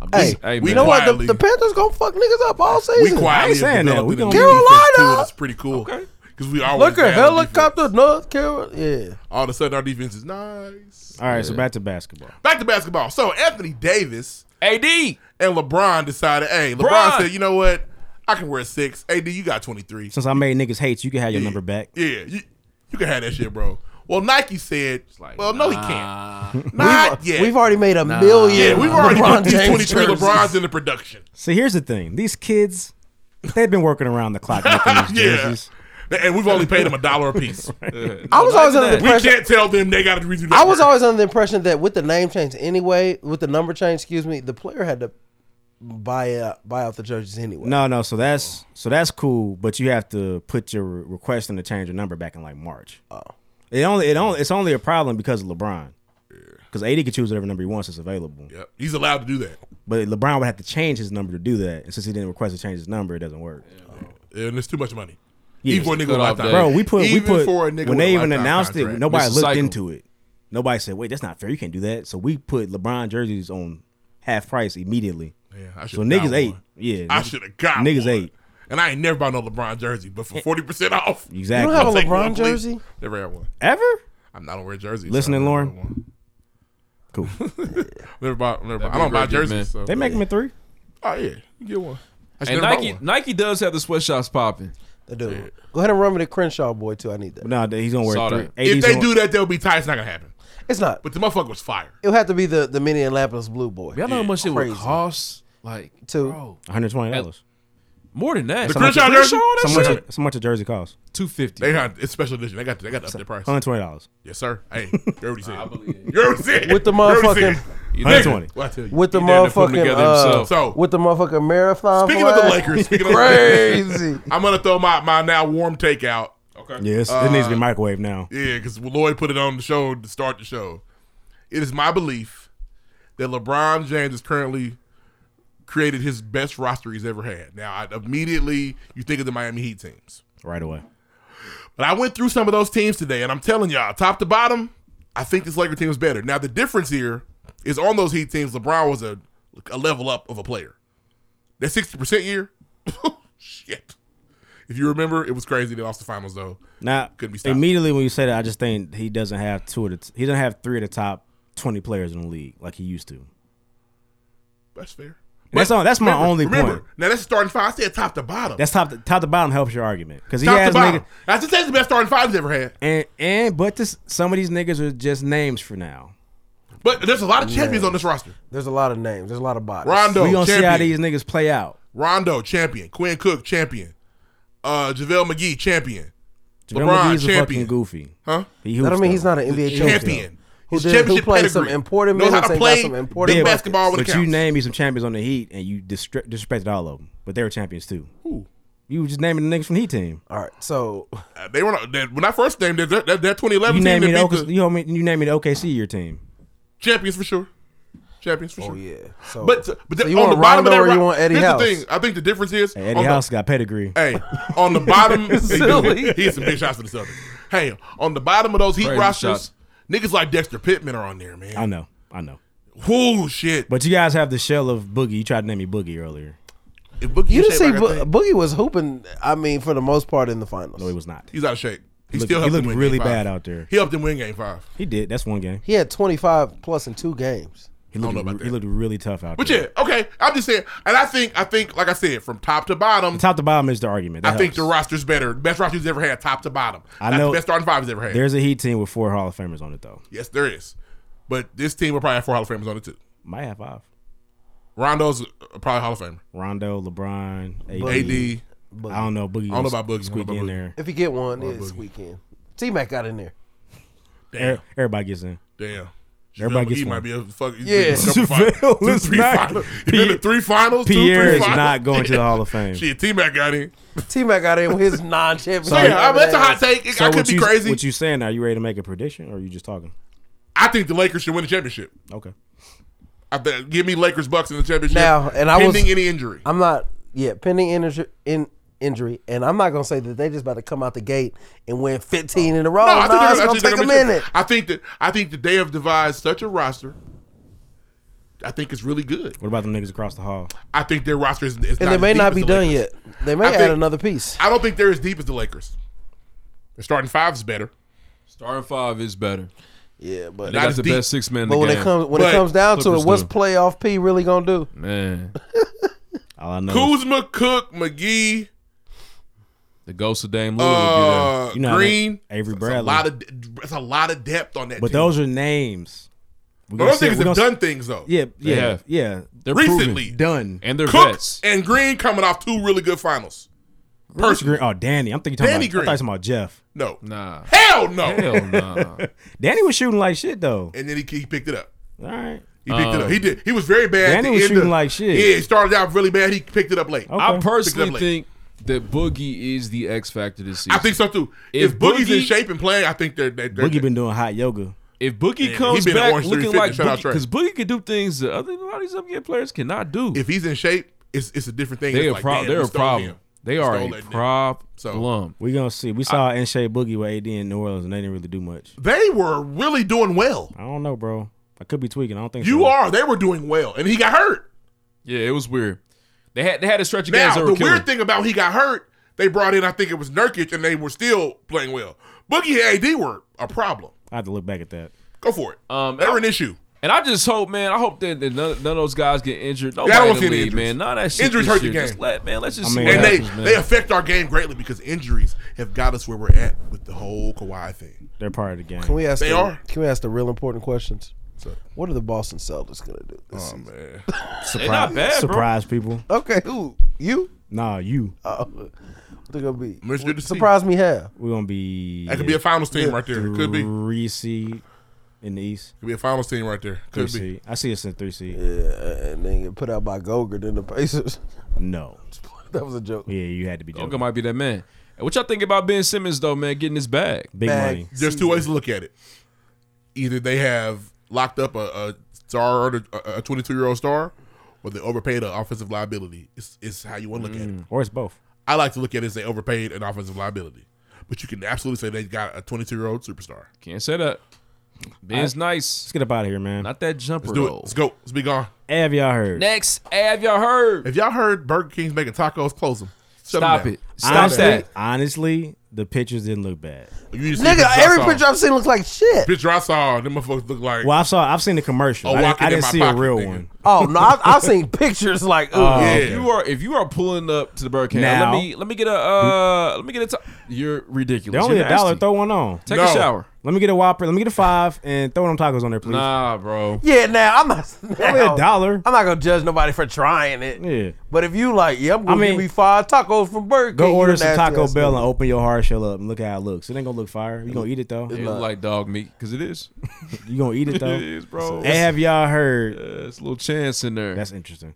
I'm Hey, just- hey, you man. know what? The, quietly- the Panthers gonna fuck niggas up all season. We quietly ain't saying that. developed We an gonna- elite defense, too, Carolina! That's pretty cool. Because we always Look at bad on defense. helicopter North Carolina. Yeah. All of a sudden, our defense is nice. All right, so back to basketball. Back to basketball. So Anthony Davis AD. and LeBron decided. Hey, LeBron Bron. said, you know what? I can wear six. AD, you got twenty three. Since I made niggas hate you, you can have your number back. Yeah, you, you can have that shit, bro. Well, Nike said, like, well, no, he can't. Not we've, yet. we've already made a million. yeah, we've already LeBron put these James 23 jerseys. LeBrons in the production. So here's the thing. These kids, they've been working around the clock making these Yeah. jerseys. And we've only paid them a dollar a piece. I was always under the We impression. can't tell them they got to redo that. I was work. always under the impression that with the name change anyway, with the number change, excuse me, the player had to buy out buy out the jerseys anyway. No, no. So that's so that's cool, but you have to put your re- request in to change your number back in like March. Oh, it only it only it's only a problem because of LeBron. Because AD can choose whatever number he wants that's available, Yep. He's allowed to do that. but LeBron would have to change his number to do that, and since he didn't request to change his number, it doesn't work. And it's too much money. Yeah. Even for a nigga with a Cut off lifetime. that. Bro, we put Even we put for a when nigga with a they even lifetime announced contract. it, nobody It's a looked cycle. into it. Nobody said, "Wait, that's not fair. You can't do that." So we put LeBron jerseys on half price immediately. Yeah, I So should've got niggas ate. one. Yeah, I niggas- should have got niggas one. ate. And I ain't never bought no LeBron jersey, but for forty percent off. Exactly. You don't I'll have a take one, LeBron please. jersey? Never had one. Ever? I'm not gonna wear jerseys. Listening, I never Lauren? bought one. Cool. Never bought. Never bought. That'd be I don't a buy great gift, jerseys. man. So. They make them in three. Oh yeah, you get one. I should And never bought Nike one. Nike does have the sweatshops popping. They do. Go ahead and run me the Crenshaw boy too. I need that. No, he's gonna wear Saw three. that. If 80s they gonna- do that, they'll be tight. It's not gonna happen. It's not. But the motherfucker was fire. It'll have to be the the Minneapolis Blue boy. Y'all know how much it would Crazy. cost? Like Too. bro, $120. more than that. The Crenshaw jersey? So That's much, it. so much a jersey costs. Two They fifty. got it's special edition. They got they got to up their price. $120. Yes sir. Hey, you already said. it. You already said. it. With the You already motherfucking- said it. $120. Well, I tell you. With the He down there putting motherfucking together uh, himself. so with the motherfucking marathon. Speaking of the flag. Lakers, speaking of the Lakers, crazy. I'm gonna throw my, my now warm take out. Okay. Yeah, it's, it needs to be microwave now. Yeah, because Lloyd put it on the show to start the show. It is my belief that LeBron James is currently created his best roster he's ever had. Now, I, immediately you think of the Miami Heat teams, Right away. but I went through some of those teams today, and I'm telling y'all, top to bottom, I think this Laker team is better. Now, the difference here is on those Heat teams, LeBron was a a level up of a player. That sixty percent year, shit. If you remember, it was crazy. They lost the finals though. Now, Couldn't be stopped. immediately when you say that, I just think he doesn't have two of the t- he doesn't have three of the top twenty players in the league like he used to. That's fair. That's all. That's my Remember- only remember, point. Now that's the starting five. I said top to bottom. That's top to, top to bottom helps your argument because he top has to bottom. niggas That's the that's the best starting five he's ever had. and and but this some of these niggas are just names for now. But there's a lot of champions on this roster. There's a lot of names. There's a lot of bodies. Rondo, we gonna champion. see how these niggas play out. Rondo, champion. Quinn Cook, champion. Uh, JaVale McGee, champion. Jamal LeBron, McGee's a champion. fucking goofy. Huh? He That hoops, don't mean he's though. not an NBA champion. Champion. Who His did- who championship played some pedigree. important Knows how minutes to and got play some important big buckets. basketball when But it you counts. name me some champions on the Heat, and you dis- disrespected all of them. But they were champions too. Who? You were just naming the niggas from the Heat team. All right. So Uh, they were not, that when I first named that that, that 2011 You team name that me the, beat OK- the you, know, you name me the OKC your team. champions for sure. Champions for oh sure. yeah. So But but you on want the bottom Rondo of or that you ro- want Eddie here's House? The thing. I think the difference is Hey, Eddie on the- House got pedigree. Hey, on the bottom, Silly. he hit some big shots for the Celtics. Hey, on the bottom of those Heat Crazy rosters, shots. niggas like Dexter Pittman are on there, man. I know, I know. Whoo, shit. But you guys have the shell of Boogie. You tried to name me Boogie earlier. If Boogie you in didn't shape see like I Bo- Boogie think, was hooping. I mean, for the most part in the finals, No, he was not. he's out of shape. He looked- still he helped them looked win really game five. bad out there. He helped them win game five. He did. That's one game. he had 25 plus in two games. He looked. know about he that. looked really tough out But there. yeah, okay. I'm just saying, and I think, I think, like I said, from top to bottom, Top to bottom is the argument. I That think the helps. roster's better. Best roster he's ever had, top to bottom. I That's know- the best starting five he's ever had. There's a Heat team with four Hall of Famers on it though. yes, there is. But this team will probably have four Hall of Famers on it too. Might have five. Rondo's probably Hall of Famer. Rondo, LeBron, AD. AD. I don't know. Boogie. I don't know gonna about Boogie. I don't Squeak know in about Boogie. there. If you get one, it's weekend. T Mac got in there. Er- Everybody gets in. Damn. Everybody gets he one. might be a fucking Yeah. Javale JaVale is not- the three finals. two, Pierre three is finals. not going to the Hall of Fame. Shit, T Mac got in. T Mac got in with his non championship. So, yeah, I mean, uh, that's a hot take. I could what be you, crazy. What you saying? Are you ready to make a prediction, or are you just talking? I think the Lakers should win the championship. Okay. I think give me Lakers Bucks in the championship now, and I was pending any injury. I'm not. Yeah, pending injury. In, injury, and I'm not gonna say that they just about to come out the gate and win 15 in a row. Oh, No, they're it's actually gonna take a gonna make sure. minute. I think that I think that they have devised such a roster. I think it's really good. What about the niggas across the hall? I think their roster is, is And not they as may deep not as be the done Lakers. yet. They may I add think- another piece. I don't think they're as deep as the Lakers. Their starting five is better. Starting five is better. Yeah, but they Not got as the deep. best six man. But when it comes when it comes down to it, what's playoff P really gonna do? man? All I know. Kuzma, Cook, McGee, The ghost of Dame Lillard uh, would be there. Green, Avery It's Bradley. A lot of it's a lot of depth on that. But team. those are names. We're But gonna those see- niggas we're have gonna- done things, though. Yeah, They yeah, have. yeah. They're Recently. proven. Done. and they're Cook vets. and Green coming off two really good finals. Who's Green- Oh, Danny. I'm thinking. Talking Danny about, I thought you was talking about Jeff. No, Nah, hell no. hell nah. Danny was shooting like shit though. And then he, he picked it up. All right. He picked it Um, up. He did. He was very bad. at Danny the was end shooting of- like shit. Yeah, he started out really bad. He picked it up late. I Okay. Picked it personally up late. think that Boogie is the X factor this season. I think so too. If If, Boogie's in Boogie- shape and playing, I think they're they're, they're Boogie been doing hot yoga. If Boogie Yeah, he comes been at back Orange looking 350, like shout out Trey. because Boogie can do things that other a lot of these NBA players cannot do. if he's in shape, it's it's a different thing. they It's a like, pro- damn, they're we a stole problem. him. They We are stole a that nigga. problem. So- We gonna see. We saw N-Shea Boogie with AD in New Orleans, and they didn't really do much. They were really doing well. I don't know, bro. I could be tweaking. I don't think You so. are. They were doing well, and he got hurt. Yeah, it was weird. They had they had a stretch of Now games that the were weird killing. thing about he got hurt, they brought in I think it was Nurkic, and they were still playing well. Boogie and AD were a problem. I have to look back at that. Go for it. Um, They're an issue. and I just hope, man. I hope that, that none, none of those guys get injured. Nobody Yeah, I don't in want to the see any league, injuries. man. None of that shit Injuries this hurt the year. game. Just let, man, let's just I see mean, what and they happens, man. they affect our game greatly because injuries have got us where we're at with the whole Kawhi thing. They're part of the game. Can we ask? They the, are. Can we ask the real important questions? So- What are the Boston Celtics gonna do? This Oh season? man, They not bad, bro. Surprise people. Okay, who you? Nah, you. Uh, what they gonna be? Mr. Deceit. Surprise me, how? We're gonna be. that could be a finals team right there. Could be could three seed in the East. be a finals team right there. Three Could be. seed. I see us in three seed. Yeah, and then get put out by Goger then the Pacers. No. that was a joke. Yeah, you had to be joking. Joker might be that man. And What y'all think about Ben Simmons though, man? Getting his bag. Big Bag. money. There's two ways to look at it. Either they have locked up a, a star or a 22 year old star, or they overpaid an offensive liability. It's, it's how you want to look at it. Or it's both. I like to look at it as they overpaid an offensive liability, but you can absolutely say they got a 22 year old superstar. Can't say that. Ben's nice. Let's get up out of here, man. Not that jumper Let's do it. though. Let's go. Let's be gone. Have y'all heard? Next, have y'all heard? If y'all heard Burger King's making tacos, close them. Shut 'em Stop down. it. Stop honestly, that. Honestly, the pictures didn't look bad. You need to see Nigga, pictures I every saw. picture I've seen looks like shit. picture I saw, them motherfuckers look like. Well, I saw. I've seen the commercial. Oh, I, walking didn't- I in didn't my see pocket, a real nigga. one. Oh no, I've, I've seen pictures like, Oh, ooh, yeah. If you are if you are pulling up to the Burger King, Now- let me let me get a uh let me get a t- you're They're ridiculous. only You're a dollar. nasty. Throw one on. Take a No. shower. Let me get a Whopper. Let me get a five and throw them tacos on there, please. Nah, bro. yeah. Now I'm not. Only now- a dollar. I'm not gonna judge nobody for trying it. Yeah. But if you like, yeah, I'm gonna I mean, give me five tacos from Burger King. Go you order a some nasty Taco ass Bell nigga. and open your hard shell up and look how it looks. It ain't gonna look fire. You gonna eat it though. It look like dog meat because it is. You gonna eat it though. It is, bro. Hey, have y'all heard? There's a little chance in there. That's interesting.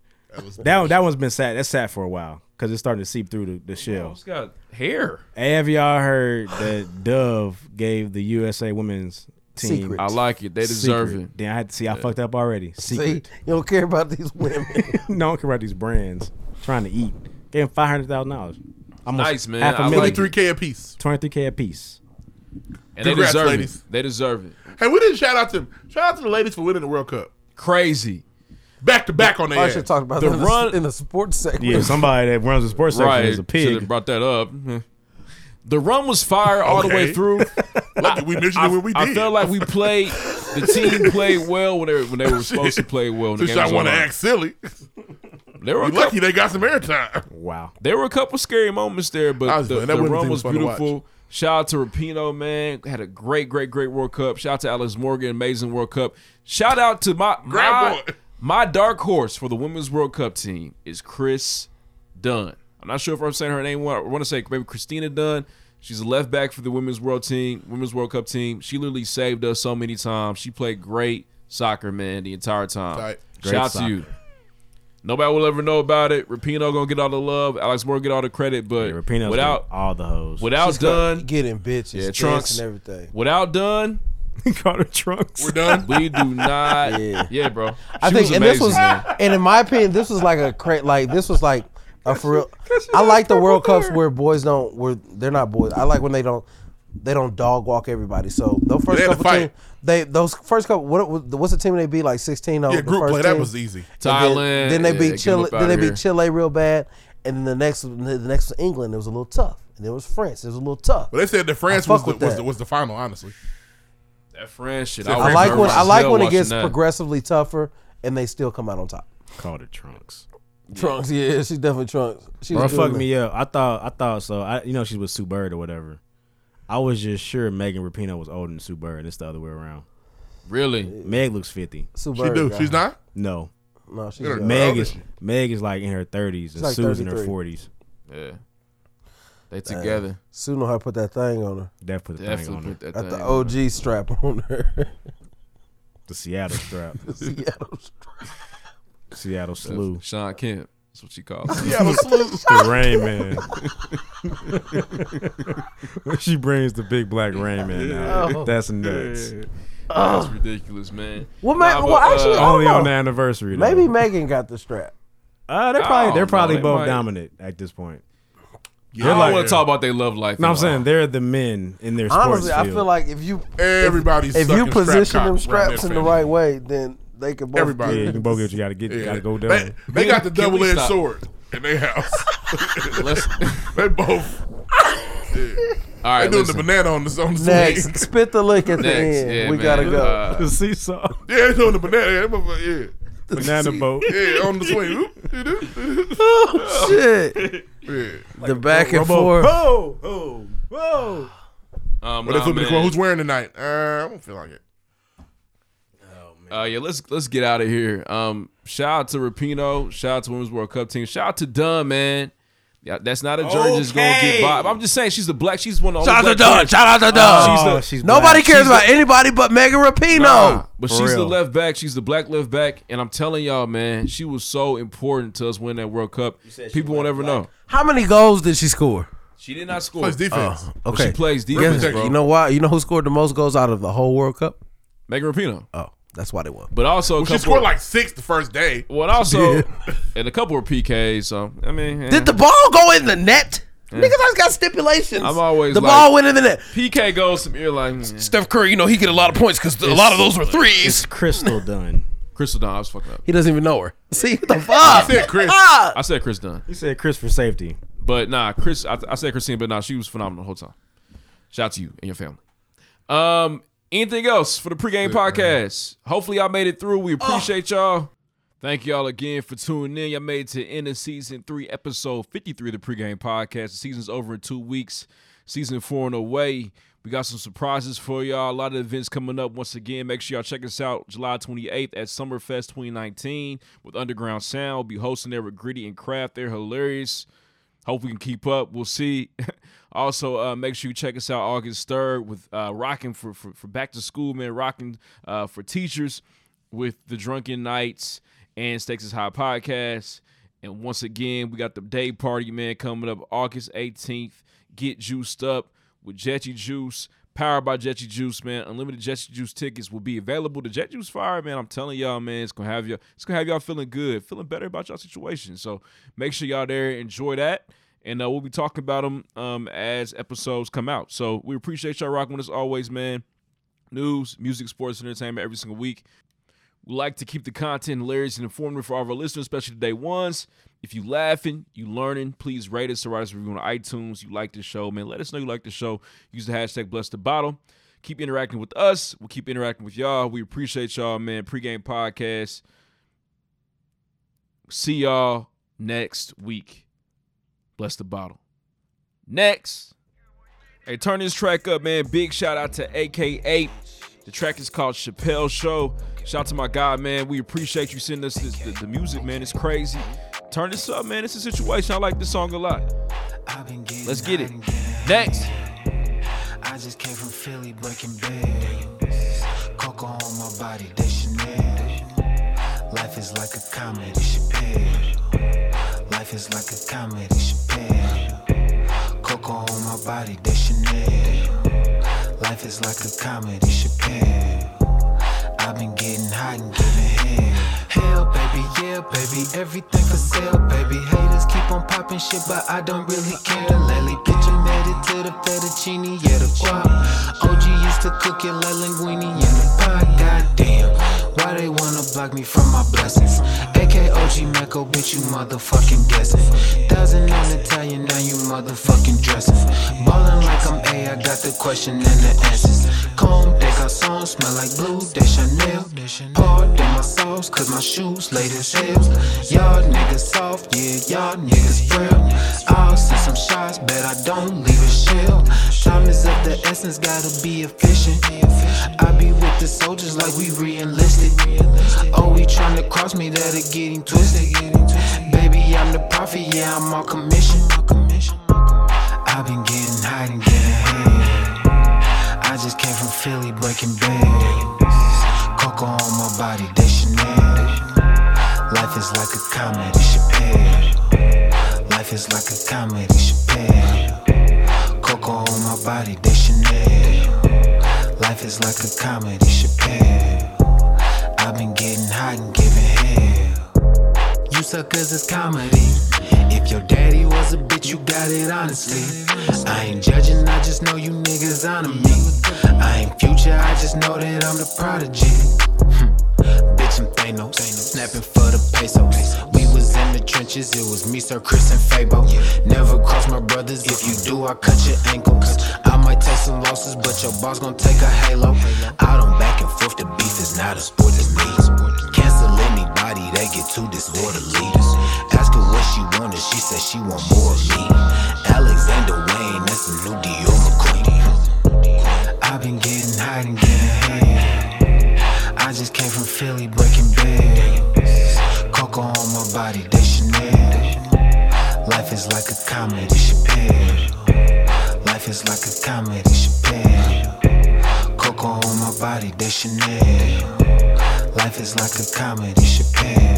That one, that one's been sat. That's sat for a while because it's starting to seep through the, the shell. It's got hair. Hey, have y'all heard that Dove gave the USA women's team Secret. I like it. They deserve secret? it. Damn, I had to see. I fucked up already. See, you Secret. don't care about these women. no one can write these brands trying to eat. Gave him five hundred thousand dollars. Nice, man. Half a I million. like it. 23K a piece. Twenty-three k a piece. And they Congrats, deserve ladies. it. They deserve it. Hey, we didn't shout out to them. Shout out to the ladies for winning the World Cup. Crazy. Back to back on their I ass. should talk about The that in the- run- in the sports segment. Yeah, somebody that runs the sports section Right. is a pig. Should've brought that up. The run was fire all the way Okay. through. Lucky we mentioned I, it when we did. I felt like we played. The team played well when they, when they were supposed to play well. When the Since game was y'all want to on. act silly, There were a we couple, lucky they got some airtime. Wow. there were a couple scary moments there, I but was- the, man, that the women's run team was was fun to beautiful. Shout out to Rapino, man. Had a great, great, great World Cup. Shout out to Alex Morgan, amazing World Cup. Shout out to my Grab my, one. my dark horse for the Women's World Cup team is Chris Dunn. I'm not sure if I'm saying her name. I want to say maybe Christina Dunn. She's a left back for the women's world team, women's World Cup team. She literally saved us so many times. She played great soccer, man, the entire time. Tight. Shout Great out to soccer. you. Nobody will ever know about it. Rapino gonna get all the love. Alex Moore get all the credit, but without all the hoes. without She's gonna done get in bitches, yeah, dance trunks and everything. Without done, Carter trunks. We're done. We do not. yeah. bro. She I think, was and this amazing, was, man. and in my opinion, this was like a cra- like this was like a for real. I like the World Cups where boys don't where they're not boys. I like when they don't they don't dog walk everybody. So those first They had to couple fight. team, they those first couple what what's the team they beat like sixteen? oh Yeah, the group first play, that team? was easy. And Thailand, Then, then they yeah, get beat 'em Chile. up Then outta they here. beat Chile real bad, and then the next the next was England. It was a little tough, and then it was France. It was a little tough. But they said that France I was fuck the, with was that. the was the final. Honestly, that France shit. I I like when I like when it watching gets that. progressively tougher, and they still come out on top. Carter trunks. Trunks, yeah, she's definitely trunks. She Bro, was doing fuck it. me up. I thought I thought so. I you know she's with Sue Bird or whatever. I was just sure Megan Rapinoe was older than Sue Bird, and it's the other way around. Really? Meg looks fifty. Sue She Bird, do. yeah. She's not? No. No, she's young. Meg How old is is Meg is like in her thirties, She's and like Sue's in her 33. forties. Yeah. They Damn. together. Sue know how to put that thing on her. Def put the thing Definitely on her. put that Got thing the on OG strap on her. The Seattle strap. The Seattle strap. Seattle slew. Sean Kemp. That's what she calls it. Seattle Slew. the Rain Man. when she brings the big black Rain Man out, Oh. that's nuts. That's ridiculous, man. Well, ma- Nah, well, but, uh, actually, I Only don't on know. the anniversary. though. Oh. Maybe Megan got the strap. Uh, they're I probably don't they're probably know. They both might- dominant at this point. I don't want to talk about their love life. No, I'm at all. saying they're the men in their sports Honestly, I field. feel like if you Everybody's if, if you sucking strap position cock them around straps that in the family. right way, then they can both. Everybody. yeah, you get- can both get what you got to get. You got to go down. They, they got the Can we double edged stop? sword in their house. Listen. they both. Yeah. All they right, doing listen. the banana on the on the swing. Next, spit the lick at the Next, end. yeah, we man. gotta go. Uh, the seesaw, Yeah, they doing the banana. Yeah, that motherfucker, banana boat. yeah, yeah, on the swing. Oop, doo, doo, doo, doo. oh shit! yeah. the back and Robo- forth. Whoa, whoa, whoa. Um, Well, that's nah, what be the man. quote. Who's wearing tonight? Uh, I don't feel like it. Uh, yeah, let's let's get out of here. Um, shout out to Rapino. Shout out to Women's World Cup team. Shout out to Dunn, man. Yeah, that's not a jersey that's gonna get Okay. by. I'm just saying she's the black. She's one of the Shout out only to black Dunn. players. Shout out to Dunn. She's the- she's Nobody black. cares about anybody but Megan Rapinoe. Nah, but For she's the real. left back. She's the black left back. And I'm telling y'all, man, she was so important to us winning that World Cup. People won't ever know. How many goals did she score? She did not score. Plus defense. But She plays defense, Guess- bro. You know why? You know who scored the most goals out of the whole World Cup? Megan Rapino. Oh, that's why they won. But also, a well, she couple- scored like six the first day. Well, also, did. and a couple of PKs. So I mean, eh. Did the ball go in the net? Niggas always got stipulations. I'm always the like- ball went in the net. PK goes some ear like mm. Steph Curry, you know he get a lot of points because a lot of those were threes. Crystal Dunn. Crystal Dunn. I was fucking up. He doesn't even know her. See what the I fuck? said Chris. Ah! I said Chris Dunn, He said Chris for safety. but nah, Chris. I, I said Christine, but nah, she was phenomenal the whole time. Shout out to you and your family. Um, anything else for the pregame podcast? Hopefully, y'all made it through. We appreciate y'all. Thank y'all again for tuning in. Y'all made it to the end of season three, episode 53 of the pregame podcast. The season's over in two weeks. Season four and away. We got some surprises for y'all. A lot of events coming up once again. Make sure y'all check us out July 28th at Summerfest 2019 with Underground Sound. We'll be hosting there with Gritty and Craft. They're hilarious. Hope we can keep up. We'll see. also, uh, make sure you check us out August 3rd with uh, Rocking for, for, for Back to School, man. Rocking uh, for Teachers with The Drunken Knights and Stakes is High Podcast. And once again, we got the day party, man, coming up August 18th. Get juiced up with Jetty Juice, powered by Jetty Juice, man. Unlimited Jetty Juice tickets will be available. The Jet Juice Fire, man. I'm telling y'all, man, it's gonna have you, it's gonna have y'all feeling good, feeling better about y'all situation. So make sure y'all there, enjoy that, and uh, we'll be talking about them um, as episodes come out. So we appreciate y'all rocking with us always, man. News, music, sports, and entertainment every single week. We like to keep the content hilarious and informative for all of our listeners, especially the day ones. If you laughing, you learning, please rate us or write us a review on iTunes. You like the show, man. Let us know you like the show. Use the hashtag bless the bottle. Keep interacting with us. We'll keep interacting with y'all. We appreciate y'all, man. Pregame podcast. See y'all next week. Bless the bottle. Next. Hey, turn this track up, man. Big shout out to AKA. The track is called Chappelle Show. Shout out to my guy, man. We appreciate you sending us this, the, the music, man. It's crazy. Turn this up, man. It's a situation. I like this song a lot. Let's get it. Next. I just came from Philly breaking big. Coco on my body, they Chanel. Life is like a comedy, Chappelle. Life is like a comedy, Chappelle. Coco on my body, they Chanel. Life is like a comedy, Chappelle. I've been getting hot and giving head. Hell, baby, yeah, baby, everything for sale, baby. Haters keep on popping shit, but I don't really care. Lately, picture made it to the fettuccine, yeah, the guap. OG used to cook your la linguine in the pot, goddamn. Why they wanna block me from my blessings? AK OG Mecco, bitch, you motherfucking guessing. Thousand on Italian, now you motherfucking dressing. Ballin' like I'm A, I got the question and the answers. Comb, they got songs, smell like blue, they Chanel. Poured in my sauce, cause my shoes laid as hell. Y'all niggas soft, yeah, y'all niggas frail. I'll send some shots, bet I don't leave a shell. Time is of the essence, gotta be efficient. I be with the soldiers like we re enlisted. Oh, he tryna cross me, that'll get him twisted. Baby, I'm the prophet, yeah, I'm on commission. I've been getting hot and getting head. I just came from Philly breaking bad. Coco on my body, they Chanel. Life is like a comedy, Chappelle. Life is like a comedy, Chappelle. Coco on my body, they Chanel. Life is like a comedy, Chappelle. I've been getting hot and giving hell. You suckers is comedy. If your daddy was a bitch, you got it honestly. I ain't judging, I just know you niggas on me. I ain't future, I just know that I'm the prodigy. Hmm. Bitch, I'm Thanos, snapping for the pesos. We was in the trenches, it was me, Sir Chris, and Fabo. Never cross my brothers, if you do, I cut your ankles. I might take some losses, but your boss gon' take a halo. I don't back and forth, the beef is not a sport to me. Cancel anybody, they get too disorderly. Ask her what she wanted, she said she want more of me. Alexander Wayne, that's a new Dior McQueen. I've been getting hot and getting head. I just came from Philly breaking bed. Coco on my body, they Chanel. Life is like a comedy, Chappelle. Life is like a comedy, Chappelle. Coco on my body, they Chanel. Life is like a comedy, Chappelle.